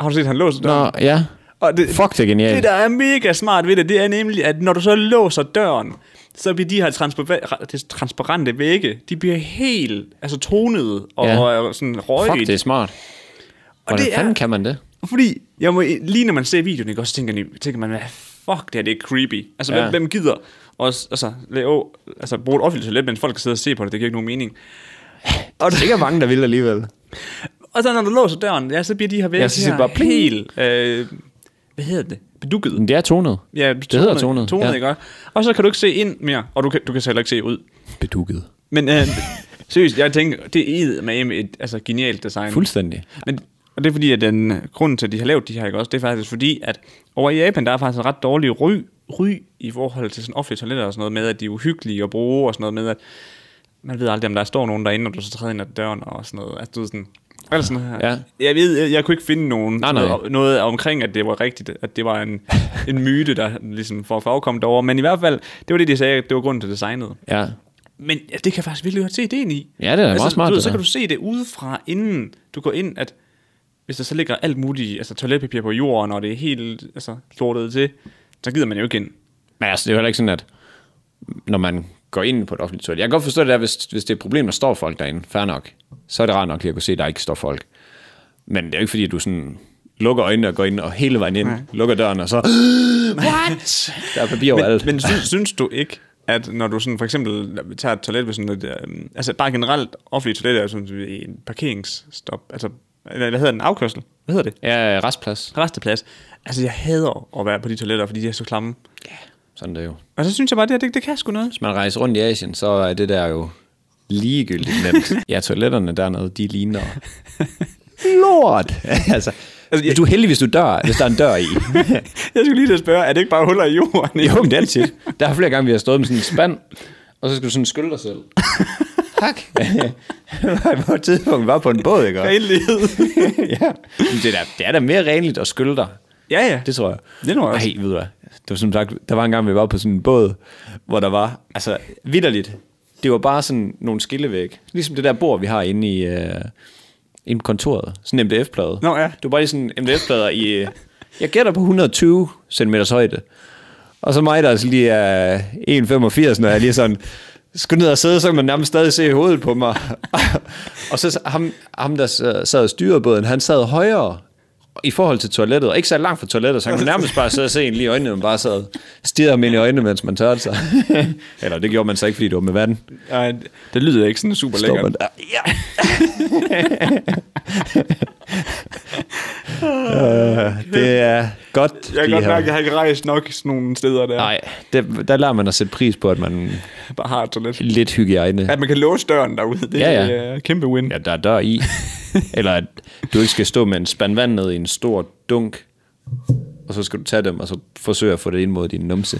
B: Har du set, han låser døren?
A: Nå, ja.
B: Og det,
A: Fuck, det er genialt.
B: Det, der er mega smart ved det, det er nemlig, at når du så låser døren, så bliver de her transpa- ra- transparente vægge, de bliver helt altså, tonede og,
A: Ja.
B: ja. og sådan røgige.
A: Fuck, det er smart.
B: og
A: Hvordan
B: det
A: fanden
B: er,
A: kan man det?
B: fordi jeg må, lige når man ser videoen, ikke, også tænker, man- tænker man, hvad fuck det her, det er creepy. Altså,
A: Ja.
B: ja. hvem, hvem gider også, altså, lave, altså, bruge et offentligt toilet, mens folk kan sidde og se på det, det giver ikke nogen
A: [LAUGHS]
B: mening.
A: Og der er ikke mange, der vil alligevel.
B: Og så når du låser døren, ja, så bliver de her vægge
A: Ja, så siger
B: her
A: det bare pling.
B: helt, øh, hvad hedder det, bedukket.
A: Men det er tonet.
B: Ja,
A: det hedder tonet.
B: Tonet, ja. ikke også? Og så kan du ikke se ind mere, og du kan, du kan så heller ikke se ud.
A: Bedukket.
B: Men øh, [LAUGHS] seriøst, jeg tænker, det er med et altså, genialt design.
A: Fuldstændig.
B: Men, og det er fordi, at den øh, grunden til, at de har lavet de her, ikke også, det er faktisk fordi, at over i Japan, der er faktisk en ret dårlig ry, ry i forhold til sådan offentlige toiletter og sådan noget med, at de er uhyggelige at bruge og sådan noget med, at man ved aldrig, om der står nogen derinde, når du så træder ind ad døren og sådan noget. Altså, du ved sådan, eller sådan her.
A: Ja.
B: Jeg ved, jeg, jeg kunne ikke finde nogen,
A: Nej, nej.
B: Noget, noget omkring, at det var rigtigt, at det var en, en myte, der ligesom for at forekomme derovre. Men i hvert fald, det var det, de sagde, at det var grunden til designet.
A: Ja.
B: Men ja, det kan jeg faktisk virkelig godt se ideen i. Altså,
A: Ja, det er da meget smart,
B: Du, ved,
A: det
B: så
A: der.
B: kan du se det udefra, inden du går ind, at hvis der så ligger alt muligt, altså toiletpapir på jorden, og det er helt altså, lortet til, så gider man jo ikke ind.
A: Men altså, det er jo heller ikke sådan, at når man går ind på et offentligt toilet. Jeg kan godt forstå det der, hvis, hvis det er et problem, der står folk derinde. Fair nok. Så er det rart nok lige at kunne se, at der ikke står folk. Men det er jo ikke fordi, at du sådan lukker øjnene og går ind og hele vejen ind, Nej. lukker døren og
B: [GASPS]
A: så... What? Der er papir overalt.
B: Men,
A: [LAUGHS]
B: men synes, synes du ikke, at når du sådan for eksempel tager et toilet ved sådan et, øh, altså bare generelt offentlige toiletter, er sådan en parkeringsstop, altså eller hvad hedder den, afkørsel? Hvad hedder det?
A: Ja, restplads.
B: Resteplads. Altså jeg hader at være på de toiletter, fordi de er så klamme.
A: Sådan er det jo.
B: Og så synes jeg bare, det, her, det, det kan sgu noget.
A: Hvis man rejser rundt i Asien, så er det der jo
B: [LAUGHS]
A: ligegyldigt nemt. ja, toiletterne dernede, de ligner lort. [LAUGHS] altså,
B: Altså,
A: Hvis
B: jeg,
A: du er heldig, hvis du dør, hvis der er en dør i.
B: [LAUGHS] jeg skulle lige til at spørge, er det ikke bare huller i jorden?
A: jo, men det er
B: [LAUGHS]
A: det tit. [LAUGHS] Der er flere gange, vi har stået med sådan en spand, og så skal du sådan skylde dig
B: [LAUGHS]
A: selv. tak. [LAUGHS] på et tidspunkt var på en båd, ikke? også?
B: Renlighed.
A: [LAUGHS] ja. Men Det er, da, det er da mere renligt at skylde dig.
B: ja, ja.
A: Det tror jeg.
B: Det tror jeg også.
A: Ej, ved du hvad? Det var som sagt, der var en gang, vi var på sådan en båd, hvor der var, altså vidderligt, det var bare sådan nogle skillevæg. Ligesom det der bord, vi har inde i, øh, inde på kontoret. Sådan en MDF-plade.
B: Nå, ja.
A: Det var bare lige sådan MDF-plader i, øh, jeg gætter på 120 cm højde. Og så mig, der altså lige er 1,85, når jeg lige sådan skulle ned og sidde, så kan man nærmest stadig se hovedet på mig. og så ham, ham der sad og styrede båden, han sad højere i forhold til toilettet, og ikke så langt fra toilettet, så han kunne nærmest bare sidde og se en lige i øjnene, men bare sad og stirrede ham ind i øjnene, mens man tørrede
B: [LAUGHS]
A: sig. Eller det gjorde man så ikke, fordi det var med vand.
B: Ej, det lyder ikke sådan super
A: Står
B: lækkert.
A: man der.
B: [LAUGHS]
A: Ja. øh, det er godt.
B: Jeg
A: de
B: kan godt
A: her-
B: mærke, at jeg har ikke rejst nok sådan nogle steder der.
A: Nej, det, der lærer man at sætte pris på, at man
B: Bare har et toilet.
A: lidt hygiejne.
B: At man kan låse døren derude, det
A: Ja,
B: ja,
A: ja.
B: ja. er øh, kæmpe win.
A: Ja, der er dør i. Eller at du ikke skal stå med en spand vand ned i en stor dunk, og så skal du tage dem, og så forsøge at få det ind mod din numse.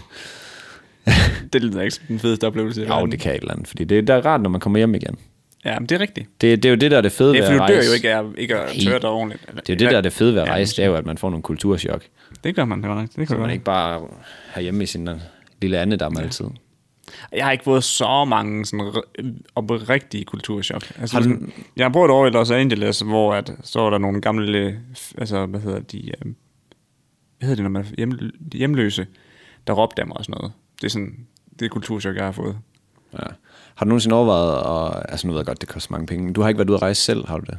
B: Det lyder ikke som den fedeste oplevelse. i
A: Ja,
B: verden.
A: det kan et eller andet, fordi det er, der er rart, når man kommer hjem igen.
B: Ja, men det er rigtigt.
A: Det, det er jo det, der er det fede
B: Ja,
A: ved
B: for
A: at
B: du dør
A: rejse.
B: jo ikke af ikke at tørre dig ordentligt.
A: Det er jo det, der er det fede ved at rejse, det er jo, at man får nogle kulturschok.
B: Det gør man, det var nok. Det kan
A: Man
B: man
A: ikke bare herhjemme i sin øh, lille andedam altid.
B: Jeg har ikke fået så mange sådan r- oprigtige kulturschok. Altså, har du... Jeg har brugt et år i Los Angeles, hvor at, så var der nogle gamle, f- altså hvad hedder de, øhm, hvad hedder det, når man er hjem, de hjemløse, der råbte af mig og sådan noget. Det er sådan, det er kulturschok, jeg har fået.
A: Ja. Har du nogensinde overvejet, at, altså nu ved jeg godt, det koster mange penge, men du har ikke været ude at rejse selv, har du det?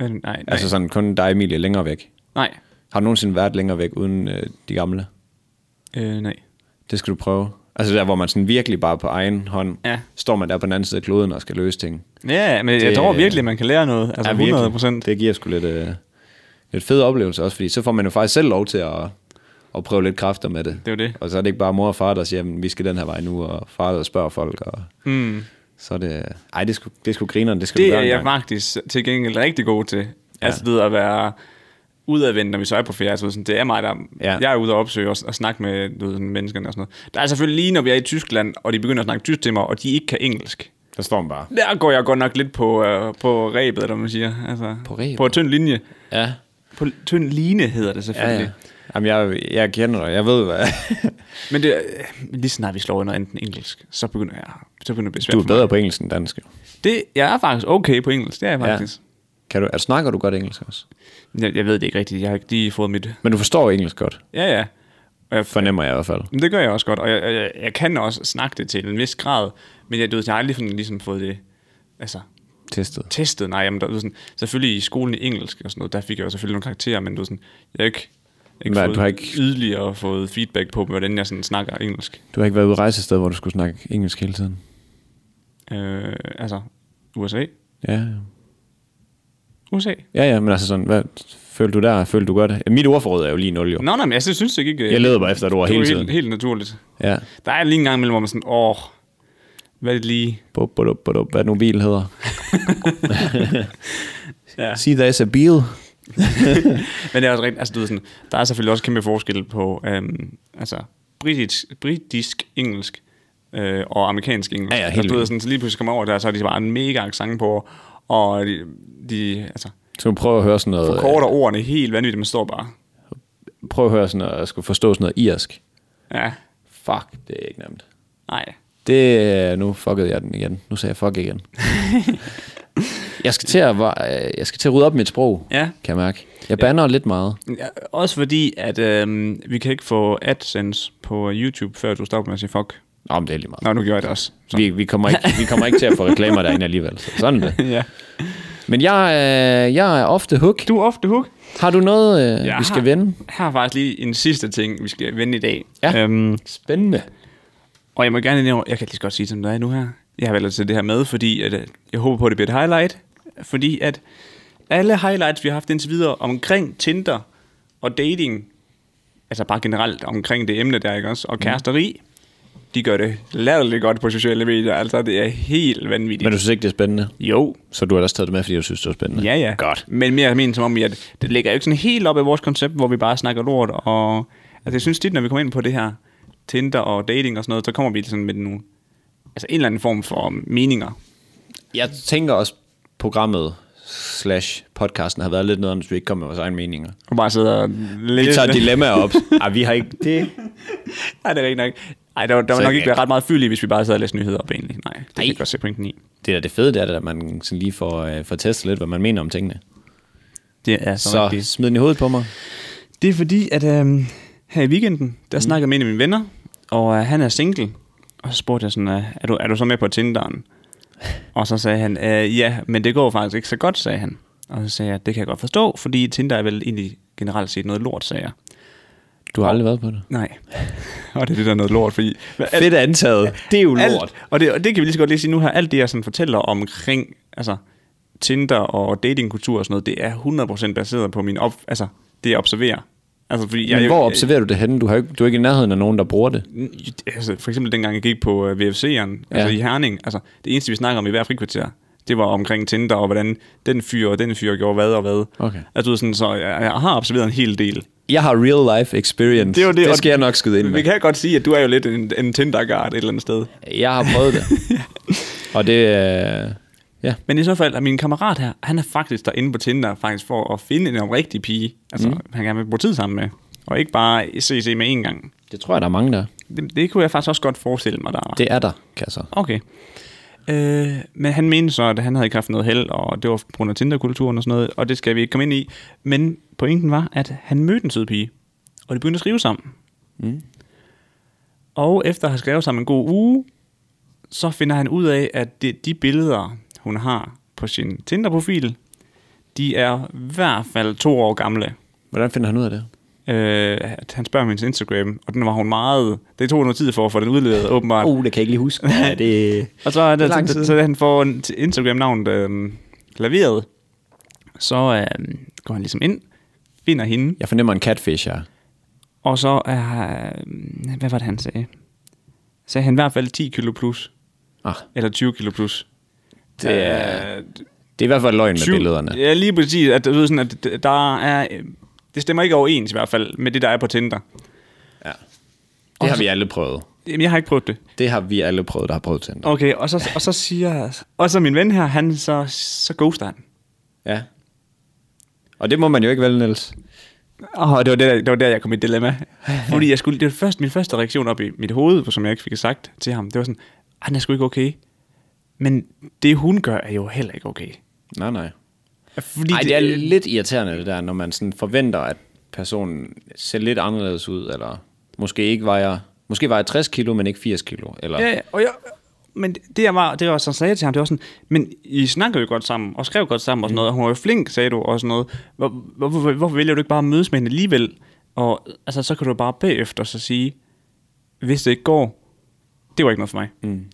B: Øh, nej, nej,
A: Altså
B: altså,
A: sådan kun dig, Emilie, længere væk.
B: nej,
A: Har du nogensinde været længere væk uden øh, de gamle?
B: øh, nej.
A: Det skal du prøve. Altså der, hvor man sådan virkelig bare på egen hånd, ja.
B: Ja.
A: står man der på den anden side af kloden og skal løse ting.
B: Ja, men det,
A: Det-
B: jeg tror virkelig, man kan lære noget. Altså ja,
A: virkelig.
B: 100 procent.
A: Det giver sgu lidt, øh, lidt fed oplevelse også, fordi så får man jo faktisk selv lov til at, at prøve lidt kræfter med det.
B: Det er jo det.
A: Og så er det ikke bare mor og far, der siger, at vi skal den her vej nu, og far, der spørger folk. Og
B: Mm.
A: så er det... Ej, det skulle, det skulle grineren, det skal du
B: Det er
A: gøre
B: jeg
A: engang.
B: faktisk til gengæld rigtig god til. Altså det at være udadvendt, når vi så er på ferie. Altså, sådan, det er mig, der
A: Ja.
B: ja. jeg er ude og opsøge og, og snakke med du ved, sådan, menneskerne og sådan noget. Der er selvfølgelig lige, når vi er i Tyskland, og de begynder at snakke tysk til mig, og de ikke kan engelsk.
A: Der står man bare.
B: Der går jeg godt nok lidt på, øh, på rebet, eller hvad man siger. Altså,
A: På rebet?
B: På tynd linje.
A: Ja,
B: På tynd line hedder det
A: ja,
B: selvfølgelig.
A: ja. Jamen, jeg, jeg kender dig, jeg ved
B: [LAUGHS]
A: hvad.
B: Men det, øh, lige snart vi slår ind noget enten engelsk, så begynder jeg så begynder det at blive svært
A: Du er
B: for mig.
A: bedre på engelsk end dansk. jo.
B: Det, jeg er faktisk okay på engelsk, det er jeg
A: Ja.
B: faktisk.
A: Kan du, altså, snakker du godt engelsk også?
B: Ja. Jeg, jeg ved det ikke rigtigt, jeg har ikke lige fået mit...
A: Men du forstår engelsk godt,
B: Ja, Øh, ja. Og jeg,
A: fornemmer jeg i hvert fald.
B: Men Det gør jeg også godt, og jeg, jeg, jeg kan også snakke det til en vis grad, men jeg, du ved, jeg har aldrig sådan, ligesom fået det altså,
A: Testet.
B: testet. Nej, jamen, der, du ved, sådan, selvfølgelig i skolen i engelsk og sådan noget, der fik jeg jo selvfølgelig nogle karakterer, men du ved, sådan, jeg har ikke, ikke,
A: Hvad,
B: fået
A: du har ikke-
B: yderligere fået feedback på, hvordan jeg sådan, snakker engelsk.
A: Du har ikke været ude at rejse et sted, hvor du skulle snakke engelsk hele tiden?
B: Øh, altså, USA?
A: Ja, ja.
B: USA?
A: Ja, ja, men altså sådan, hvad følte du der? Følte du godt? Ja, Mit ordforråd er jo lige nul, jo.
B: Nå, nej, men jeg synes, synes ikke... øh,
A: Jeg leder bare efter et ord
B: det er jo
A: hele tiden.
B: Helt, helt naturligt.
A: Ja.
B: Der er lige en gang imellem, hvor man sådan, åh, hvad er det lige?
A: Bup, bup, bup, bup, hvad nu bil hedder.
B: Ja.
A: See, there's a bil.
B: Men det er også rigtigt, altså du ved sådan, der er selvfølgelig også kæmpe forskel på, øhm, altså britisk, britisk engelsk øh, og amerikansk engelsk.
A: Ja, ja, helt
B: altså, du ved,
A: vildt.
B: sådan, så lige pludselig kommer over der, så er de bare en mega accent på, og de, de altså,
A: Så vi prøver at høre sådan noget...
B: forkorter ordene helt vanvittigt, man står bare.
A: Prøv at høre sådan noget, jeg skulle forstå sådan noget irsk.
B: Ja,
A: Fuck, det er ikke nemt.
B: nej.
A: Det, nu fuckede jeg den igen. Nu sagde jeg fuck
B: [LAUGHS]
A: igen. jeg, skal til at, var- øh, jeg skal til at rydde op mit sprog,
B: Ja.
A: kan jeg mærke. Jeg banner lidt meget.
B: Ja, Også fordi, at øhm, vi kan ikke få AdSense på YouTube, før du stopper med at sige fuck.
A: Nå, men det er lige meget.
B: Nå, nu gjorde jeg det også. Så.
A: Vi, vi, kommer ikke, vi kommer ikke til at få reklamer derinde alligevel. Så sådan er det.
B: [LAUGHS] ja.
A: Men jeg, øh, jeg er ofte hook.
B: Du er ofte hook.
A: Har du noget, øh,
B: Jeg
A: vi skal
B: har-
A: vende?
B: Her er faktisk lige en sidste ting, vi skal vende i dag.
A: Ja.
B: Øhm,
A: Spændende.
B: Og jeg må gerne nævne, jeg kan lige så godt sige, som det er nu her. Jeg har valgt at tage det her med, fordi at, øh, jeg håber på, at det bliver et highlight. Fordi at alle highlights, vi har haft indtil videre omkring Tinder og dating, altså bare generelt omkring det emne der, ikke også, og kæresteri, de gør det latterligt godt på sociale medier. Altså, det er helt vanvittigt.
A: Men du synes ikke, det er spændende?
B: Jo.
A: Så du har ellers taget det med, fordi du synes, det var spændende?
B: Ja, ja.
A: Godt.
B: Men mere men som om, at det ligger jo ikke sådan helt op i vores koncept, hvor vi bare snakker lort. Og, altså, jeg synes tit, når vi kommer ind på det her Tinder og dating og sådan noget, så kommer vi sådan med nogle, altså en eller anden form for meninger.
A: Jeg tænker også, programmet slash podcasten har været lidt noget, hvis vi ikke kom med vores egne meninger.
B: Og bare sidder og
A: Vi
B: læser.
A: tager dilemmaer op. Ej, vi har ikke det.
B: [LAUGHS] Nej, det er rigtig nok. Ej, der, der
A: Så-
B: var nok ikke været ret meget fyld i, hvis vi bare sad og læste nyheder op egentlig. Nej, det kan
A: Ej.
B: jeg godt se pointen i.
A: Det er det fede, det er, at man sådan lige får, øh, får testet lidt, hvad man mener om tingene.
B: Det er så,
A: Så
B: rigtigt.
A: smid den i hovedet på mig.
B: Det er fordi, at øhm, her i weekenden,
A: Mhm.
B: der mm. snakkede jeg med en af mine venner, og øh, han er single. Og så spurgte jeg sådan, øh, er, du, er du så med på Tinderen? og så sagde han, øh, ja, men det går faktisk ikke så godt, sagde han. Og så sagde jeg, det kan jeg godt forstå, fordi Tinder er vel egentlig generelt set noget lort, sagde jeg.
A: Du har aldrig været på det.
B: Nej. [LAUGHS] og det er det, der er noget lort, fordi... Hvad,
A: Fedt antaget. Det er jo lort.
B: Alt, og, det, og det kan vi lige så godt lige sige nu her. Alt det, jeg sådan fortæller omkring altså, Tinder og datingkultur og sådan noget, det er 100% baseret på min op, altså, det, jeg observerer. Altså, fordi jeg,
A: Men hvor observerer du det henne? Du, har jo ikke, du er ikke i nærheden af nogen, der bruger det.
B: jeg, altså, for eksempel dengang, jeg gik på uh, VFC'eren, altså
A: Ja.
B: i Herning, altså, det eneste, vi snakker om i hver frikvarter, det var omkring Tinder og hvordan den fyr og den fyr gjorde hvad og hvad.
A: Okay.
B: Altså, du ved, sådan, så jeg, jeg har observeret en hel del.
A: Jeg har real life experience.
B: er jo
A: det
B: og
A: skal jeg nok skyde ind
B: Vi
A: med.
B: kan godt sige, at du er jo lidt en, en Tinder-guard et eller andet sted.
A: Jeg har prøvet [LAUGHS] det. Og det... Øh, ja.
B: Men i så fald er min kammerat her, han er faktisk derinde på Tinder faktisk for at finde en rigtig pige, altså mm. han gerne vil bruge tid sammen med, og ikke bare se se med en gang.
A: Det tror jeg, der er mange, der er.
B: Det, det kunne jeg faktisk også godt forestille mig, der var.
A: Det er der, kan jeg så.
B: Okay. Øh, men han mente så, at han havde ikke haft noget held, og det var på grund af Tinder-kulturen og sådan noget, og det skal vi ikke komme ind i. Men pointen var, at han mødte en sød pige, og de begyndte at skrive sammen. Mm. Og efter at have skrevet sammen en god uge, så finder han ud af, at det, de billeder, hun har på sin Tinder-profil, de er i hvert fald to år gamle.
A: Hvordan finder han ud af det?
B: Øh, at han spørger om hendes Instagram, og den var hun meget... Det tog noget tid for at få den udleveret, åbenbart.
A: Uh, det kan jeg ikke lige huske. Ja, det...
B: Og så er
A: Det er
B: det,
A: lang
B: så,
A: tid.
B: så, så da han får en- til Instagram-navnet øh, laveret, så øh, går han ligesom ind, finder hende,
A: Jeg fornemmer en catfish her.
B: og så er... Øh, hvad var det, han sagde? Sagde han i hvert fald 10 kilo plus,
A: Ah,
B: eller 20 kilo plus.
A: Det er-
B: Øh,
A: det er i hvert fald løgn med
B: 20
A: billederne.
B: Ja, lige præcis. At, du ved, sådan, at d- der er, øh, det stemmer ikke overens i hvert fald med det, der er på Tinder.
A: Det har vi alle prøvet.
B: Jamen, jeg har ikke prøvet det.
A: Det har vi alle prøvet, der har prøvet Tinder.
B: Okay, og så, og så siger... Og så min ven her, han så, så ghoster han.
A: Ja. Og det må man jo ikke vælge, Niels.
B: Åh, oh, det, var der, det var der, jeg kom i et dilemma. Fordi jeg skulle, det var først, min første reaktion op i mit hoved, som jeg ikke fik sagt til ham, det var sådan, at den er sgu ikke okay. Men det, hun gør, er jo heller ikke okay.
A: Nej, nej.
B: Fordi
A: Ej, det er lidt irriterende det der, når man sådan forventer, at personen ser lidt anderledes ud, eller måske ikke vejer, måske vejer 60 kilo, men ikke 80 kilo. Eller,
B: Ja, ja, og jeg, men det, jeg var, det jeg også sagde til ham, det var sådan, men I snakker jo godt sammen, og skrev godt sammen og sådan noget, og hun var jo flink, sagde du, og sådan noget. Hvor, hvorfor, hvor, hvorfor vælger du ikke bare at mødes med hende alligevel? Og altså, så kan du bare bagefter så sige, hvis det ikke går, det var ikke noget for mig.
A: Mm.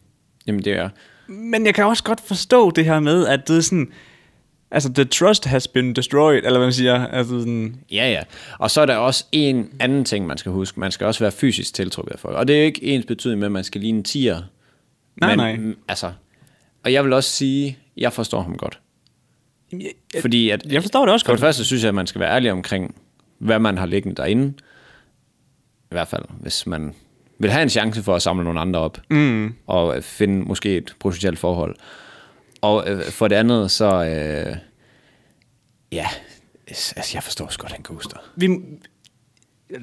A: Jamen det er,
B: Men jeg kan også godt forstå det her med, at det er sådan... Altså, the trust has been destroyed, eller hvad man siger. Altså, sådan,
A: ja ja. Og så er der også en anden ting, man skal huske. Man skal også være fysisk tiltrukket af folk. Og det er jo ikke ens betydning med, at man skal ligne en tiger.
B: Nej,
A: men,
B: nej.
A: mm, Altså, og jeg vil også sige, jeg forstår ham godt.
B: jeg,
A: Fordi at,
B: jeg forstår det også
A: For det
B: godt.
A: første synes jeg, at man skal være ærlig omkring, hvad man har liggende derinde. I hvert fald, hvis man vil have en chance for at samle nogle andre op. Mm. Og øh, finde måske et potentielt forhold. Og øh, for det andet, så... Øh, ja, altså, jeg forstår også godt, han ghoster.
B: Vi,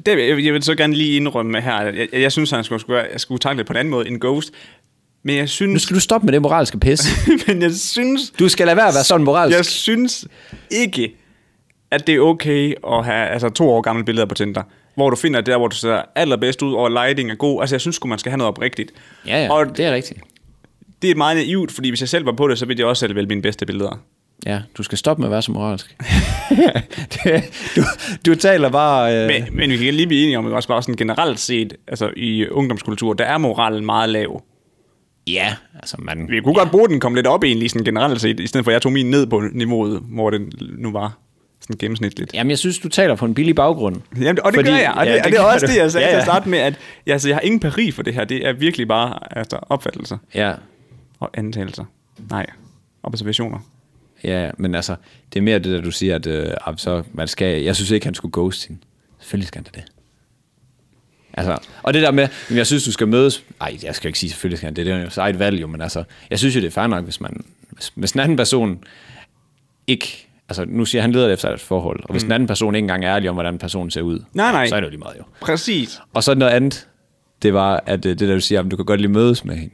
B: det, jeg, jeg vil så gerne lige indrømme her, at jeg, jeg synes, han skulle, skulle, jeg skulle takle det på en anden måde end Ghost. Men jeg
A: Nu
B: synes... [LAUGHS]
A: skal du stoppe med det moralske pis.
B: men jeg synes...
A: Du skal lade være at være sådan moralsk.
B: Jeg synes ikke, at det er okay at have altså, to år gamle billeder på Tinder, hvor du finder det der, hvor du ser allerbedst ud, og lighting er god. Altså, jeg synes sgu, man skal have noget oprigtigt.
A: Ja, ja,
B: Og
A: det er rigtigt.
B: det er meget naivt, fordi hvis jeg selv var på det, så ville jeg også selv vælge mine bedste billeder.
A: Ja, du skal stoppe med at være så
B: [LAUGHS]
A: moralsk. [LAUGHS] Det- du, du taler bare... Øh,
B: Men, men vi kan lige blive enige om, at også bare sådan generelt set, altså i ungdomskultur, der er moralen meget lav.
A: ja, altså man...
B: Vi kunne godt bruge den kom lidt op egentlig sådan generelt set, i stedet for at jeg tog min ned på niveauet, hvor den nu var. sådan gennemsnitligt.
A: Jamen, jeg synes, du taler på en billig baggrund.
B: Jamen, og det
A: Fordi-
B: gør jeg, og det,
A: ja,
B: ja,
A: det
B: og det er
A: gør
B: også
A: du.
B: det, jeg sagde
A: Ja,
B: ja, ja. til
A: ja.
B: at starte med, at jeg, altså, jeg har ingen pari for det her. Det er virkelig bare altså, opfattelser
A: Ja,
B: og antagelser. Nej, observationer.
A: ja, men altså, det er mere det der, du siger, at øh, ah, så man skal, jeg synes ikke, han skulle ghoste hende. Selvfølgelig skal han da det. Altså, og det der med, jamen, jeg synes, du skal mødes. Nej, jeg skal jo ikke sige, selvfølgelig skal han det. Det er jo sit eget valg, jo, men altså, jeg synes jo, det er fair nok, hvis, man, hvis, hvis den anden person ikke... Altså, nu siger han leder efter et forhold, og hvis den anden person ikke engang er ærlig om, hvordan personen ser ud,
B: Mm. Nej, nej.
A: så er det jo lige meget jo.
B: Præcis.
A: Og så noget andet, det var, at øh, det der, du siger, om du kan godt lige mødes med hende.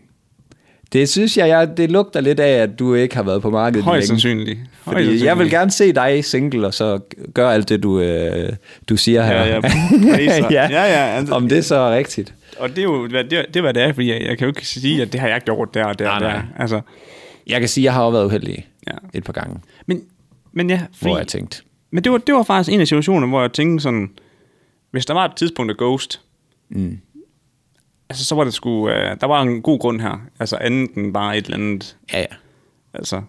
A: Det synes jeg, jeg, det lugter lidt af, at du ikke har været på markedet
B: Højst
A: længe.
B: sandsynligt. Højst
A: Fordi jeg vil gerne se dig single, og så gøre alt det, du, øh, du siger her. [LAUGHS]
B: Ja, ja. Priser.
A: ja.
B: Ja, ja, altså-
A: Om det så er rigtigt.
B: Og det er jo, hvad det, er- det er, hvad det er, fordi jeg, jeg kan jo ikke sige, at det har jeg gjort der og der
A: Nej,
B: og der.
A: nej.
B: Altså,
A: Jeg kan sige, at jeg har jo været uheldig
B: Ja.
A: et par gange,
B: men, men ja, fordi,
A: hvor jeg tænkte,
B: Men det var, det var faktisk en af situationerne, hvor jeg tænkte sådan, hvis der var et tidspunkt af Ghost, mm. altså så var det sgu, øh, der var en god grund her, altså andet end bare et eller andet,
A: ja, ja.
B: altså,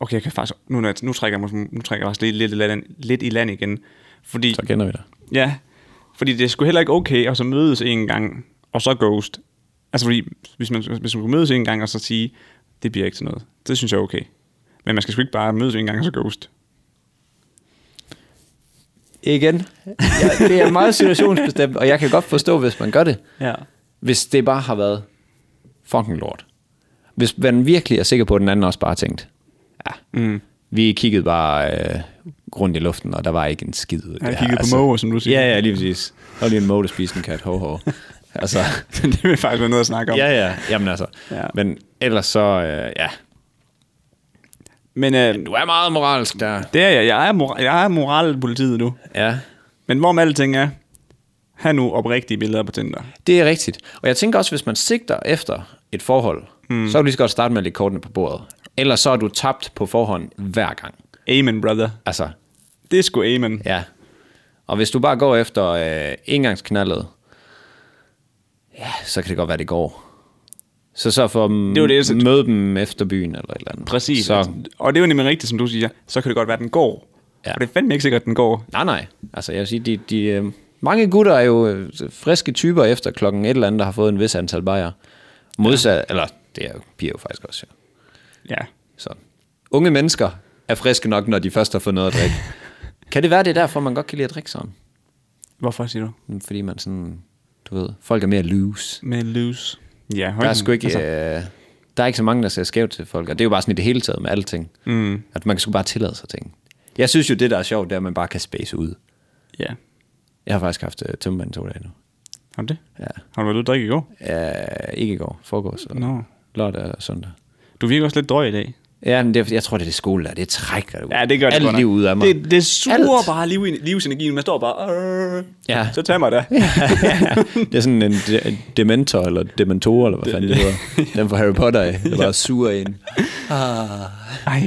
B: okay, jeg kan faktisk, nu, når jeg- nu trækker jeg, måske- nu trækker jeg faktisk lidt, lidt, i land, lidt i land igen, fordi,
A: så kender vi dig.
B: ja, fordi det er sgu heller ikke okay at så mødes en gang, og så Ghost, altså fordi, hvis man, hvis man kunne mødes en gang, og så sige, det bliver ikke til noget, det synes jeg er okay, men man skal sgu ikke bare mødes en gang, og så Ghost,
A: Igen, ja, det er meget situationsbestemt, og jeg kan godt forstå, hvis man gør det.
B: ja,
A: hvis det bare har været fucking lort. Hvis man virkelig er sikker på, at den anden også bare har tænkt, ja, mm. vi kiggede bare øh, rundt i luften, og der var ikke en skid. ud af
B: Jeg
A: det her, Altså,
B: kiggede på måger, som du siger.
A: Ja, ja, lige præcis. Og lige en måge, der spiste en kat, ho, ho. Altså,
B: [LAUGHS] det vil faktisk være noget at snakke om.
A: ja, ja, jamen altså.
B: Ja.
A: Ja. Men ellers så, øh, ja,
B: Men øh,
A: du er meget moralsk der.
B: det er jeg. Jeg er, mor- jeg er moralpolitiet nu.
A: Ja,
B: Men hvorom alting er, have nu oprigtige billeder på Tinder.
A: det er rigtigt. Og jeg tænker også, hvis man sigter efter et forhold, mm. så kan du lige så godt starte med at lægge kortene på bordet. Ellers så er du tabt på forhånd hver gang.
B: Amen, brother.
A: Altså,
B: Det er sgu amen.
A: Ja. Og hvis du bare går efter øh, engangsknaldet, ja, så kan det godt være, det går. Så så for at
B: er jo det, så-
A: m- møde dem efter byen eller et eller andet.
B: Præcis.
A: Så,
B: Så. Og det er jo nemlig rigtigt, som du siger. Så kan det godt være, at den går. Ja.
A: Ja.
B: Og det er fandme ikke sikkert, at den går.
A: nej, nej. Altså, jeg vil sige, de, de, øh, mange gutter er jo øh, friske typer efter klokken et eller andet, der har fået en vis antal bajer. Modsat, ja. eller det er jo piger jo faktisk også, ja.
B: Ja.
A: Så. Unge mennesker er friske nok, når de først har fået noget at
B: [LAUGHS]
A: drikke. kan det være, det er derfor, man godt kan lide at drikke sådan?
B: Hvorfor siger du?
A: Fordi man sådan, du ved, folk er mere loose.
B: Med loose. Ja, altså, hold
A: Der er
B: den.
A: sgu ikke, øh, der er ikke så mange, der ser skævt til folk, og det er jo bare sådan i det hele taget med alting. Mm. At man kan sgu bare tillade sig ting. Jeg synes jo, det der er sjovt, det er, at man bare kan space ud.
B: Ja.
A: Jeg har faktisk haft uh, tømmermand to dage nu.
B: Har du det?
A: Ja.
B: Har du været ude at drikke i går?
A: Uh, ikke i går, forgårs, og
B: Nå.
A: lørdag og søndag.
B: Du virker også lidt drøg i dag.
A: Ja, men det, er- jeg tror, det er det skole, der. Det trækker det ud.
B: Ja, det gør det
A: Alt
B: godt nok.
A: liv ud af mig.
B: Det, det suger
A: Alt.
B: bare liv, livsenergien. Man står bare... Øh,
A: Ja.
B: Så tag mig [LAUGHS] da.
A: [LAUGHS] det er sådan en de- en dementor, eller dementor, eller hvad fanden det
B: [LAUGHS]
A: hedder. Den fra Harry Potter, af, der bare suger en.
B: Ah.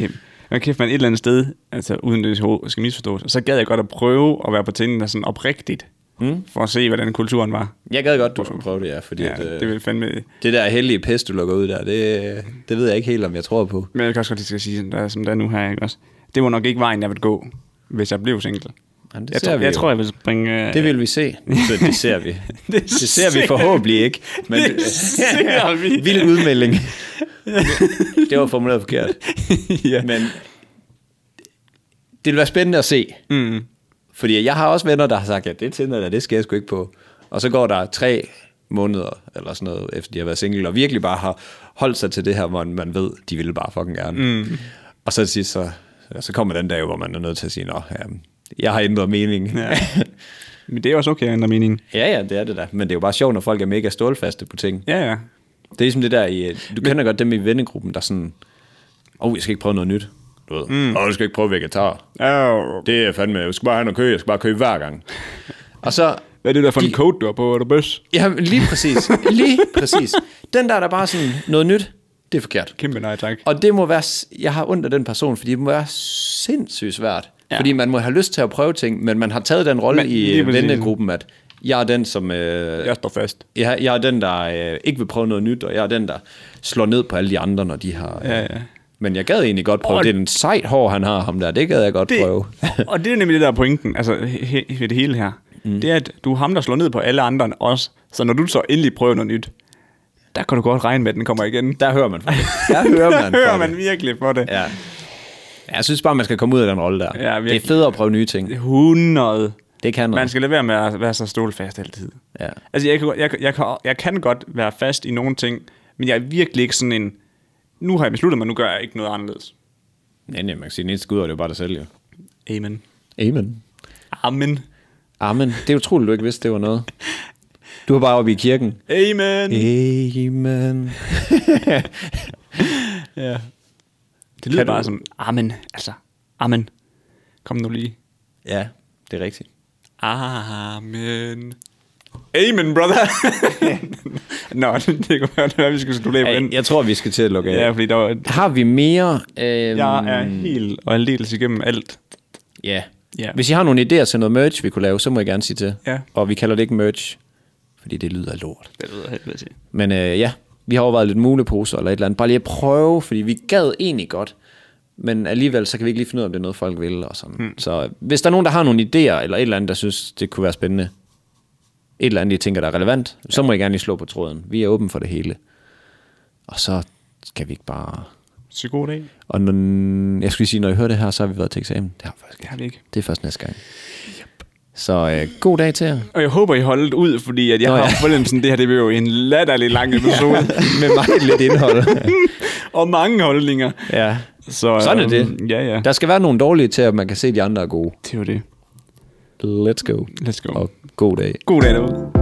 B: Ej, og kæft, man et eller andet sted, altså uden det ho- skal misforstås, så gad jeg godt at prøve at være på Tinder sådan oprigtigt, mm. for at se, hvordan kulturen var.
A: Jeg gad godt, du skulle prøve det, ja, fordi
B: Ja,
A: at, øh,
B: det vil fandme...
A: det der heldige pis, du lukker ud der, det, det ved jeg ikke helt, om jeg tror på.
B: Men jeg kan også godt lige skal sige, sådan der, som der er nu her, ikke også? Det var nok ikke vejen, jeg ville gå, hvis jeg blev single.
A: Jamen, det
B: jeg
A: ser
B: tror,
A: vi
B: jeg,
A: jo.
B: tror, jeg vil springe... øh,
A: Det vil vi se. Så det ser vi.
B: Det
A: [LAUGHS] det, det ser vi forhåbentlig ikke. Men
B: Det
A: [LAUGHS]
B: ser vi.
A: Vild udmelding. det var formuleret forkert.
B: [LAUGHS] ja.
A: Men det vil være spændende at se.
B: Mm.
A: Fordi jeg har også venner, der har sagt, at det er Tinder, der, det skal jeg sgu ikke på. Og så går der tre måneder, eller sådan noget, efter de har været single, og virkelig bare har holdt sig til det her, hvor man ved, de ville bare fucking gerne. Mm. Og så til sidst, så, så kommer den dag, hvor man er nødt til at sige, nå, ja, jeg har ændret mening.
B: Ja. Men det er også okay, jeg ændrer
A: [LAUGHS]
B: mening.
A: Ja, ja, det er det da. Men det er jo bare sjovt, når folk er mega stålfaste på ting.
B: Ja, ja.
A: Det er ligesom det der i... øh, Du kender godt dem i vennegruppen, der sådan... Åh, oh, jeg skal ikke prøve noget nyt. Du ved. Åh, mm. oh, du skal ikke prøve vegetar.
B: Oh.
A: Det er fandme... Jeg skal bare have noget kø. Jeg skal bare købe hver gang. Og så...
B: Hvad er det der for en
A: De-
B: code, du har på? Er du bøs?
A: Ja, lige præcis. Lige præcis. Den der, der bare sådan... Noget nyt, det er forkert.
B: Kæmpe nej, tak.
A: Og det må være, s- jeg har ondt af den person, fordi det må være sindssygt svært. Ja. Fordi man må have lyst til at prøve ting, men man har taget den rolle
B: Men-
A: i
B: lige
A: øh,
B: præcis.
A: vennegruppen, at jeg er den, som øh,
B: Jeg står fast.
A: Jeg, jeg er den, der øh, ikke vil prøve noget nyt, og jeg er den, der slår ned på alle de andre, når de har... Øh,
B: Ja, ja.
A: Men jeg gad egentlig godt prøve.
B: Åh,
A: Det er den sejt hår, han har ham der. Det gad jeg godt det... [LAUGHS] prøve.
B: og det er nemlig det, der er pointen altså, he, he, ved det hele her. Mm. Det er, at du er ham, der slår ned på alle andre også. Så når du så endelig prøver noget nyt, der kan du godt regne med, at den kommer igen.
A: Der hører man fra det. Der hører man,
B: [LAUGHS] der hører
A: fra
B: man
A: Det.
B: virkelig på det.
A: Ja. Jeg synes bare, man skal komme ud af den rolle der.
B: Ja,
A: det er
B: virkelig.
A: fedt at prøve nye ting.
B: 100.
A: Det kan
B: Man
A: man.
B: skal lade være med at være så stålfast altid.
A: Ja.
B: Altså, jeg kan, godt- jeg, kan- jeg, kan, jeg kan godt være fast i nogle ting, men jeg er virkelig ikke sådan en, nu har jeg besluttet mig, nu gør jeg ikke noget anderledes.
A: Nej, nej, man kan sige, at den eneste ud er det jo bare dig selv, jo.
B: Amen.
A: Amen.
B: Amen.
A: Amen. Det er utroligt, du ikke vidste, det var
B: [LAUGHS]
A: noget. Du var bare oppe i kirken.
B: Amen.
A: Amen.
B: Ja. Det lyder
A: Kan du-
B: bare som, amen, altså, amen. Kom nu lige.
A: Ja, det er rigtigt.
B: Amen. Amen, brother. [LAUGHS] Nå, det, det kunne være, det var, vi skulle studere på den.
A: Jeg tror, vi skal til at lukke af.
B: Ja, fordi der var,
A: Har vi mere? Øhm,
B: jeg er helt og aldeles igennem alt.
A: Ja.
B: Ja.
A: Hvis I har nogle idéer til noget merch, vi kunne lave, så må I gerne sige til.
B: Ja.
A: Og vi kalder det ikke merch, fordi det lyder af lort.
B: Det ved jeg helvede til.
A: Men øh, ja, vi har overvejet lidt muleposer eller et eller andet. Bare lige at prøve, fordi vi gad egentlig godt. Men alligevel, så kan vi ikke lige finde ud af, om det er noget, folk vil. Og sådan. Hmm. Så hvis der er nogen, der har nogle idéer, eller et eller andet, der synes, det kunne være spændende, et eller andet, I tænker, der er relevant, så må I gerne lige slå på tråden. Vi er åben for det hele. Og så skal vi ikke bare...
B: Så god dag.
A: Og når, jeg skulle lige sige, når I hører det her, så har vi været til eksamen. Det har vi faktisk
B: Det har vi ikke.
A: det er først næste gang. Så øh, god dag til jer.
B: Og jeg håber, I holdt ud, fordi at jeg
A: Nå,
B: Nå,
A: ja.
B: har ja. fornemmelsen, det her det bliver jo en latterlig lang [LAUGHS] episode.
A: [LAUGHS] Med meget lidt indhold.
B: og mange holdninger.
A: ja.
B: Så,
A: Sådan er
B: øhm,
A: det.
B: Ja, ja.
A: Der skal være nogle dårlige til, at man kan se, at de andre er gode.
B: Det var det.
A: Let's go.
B: Let's go.
A: Og god dag.
B: God dag derude.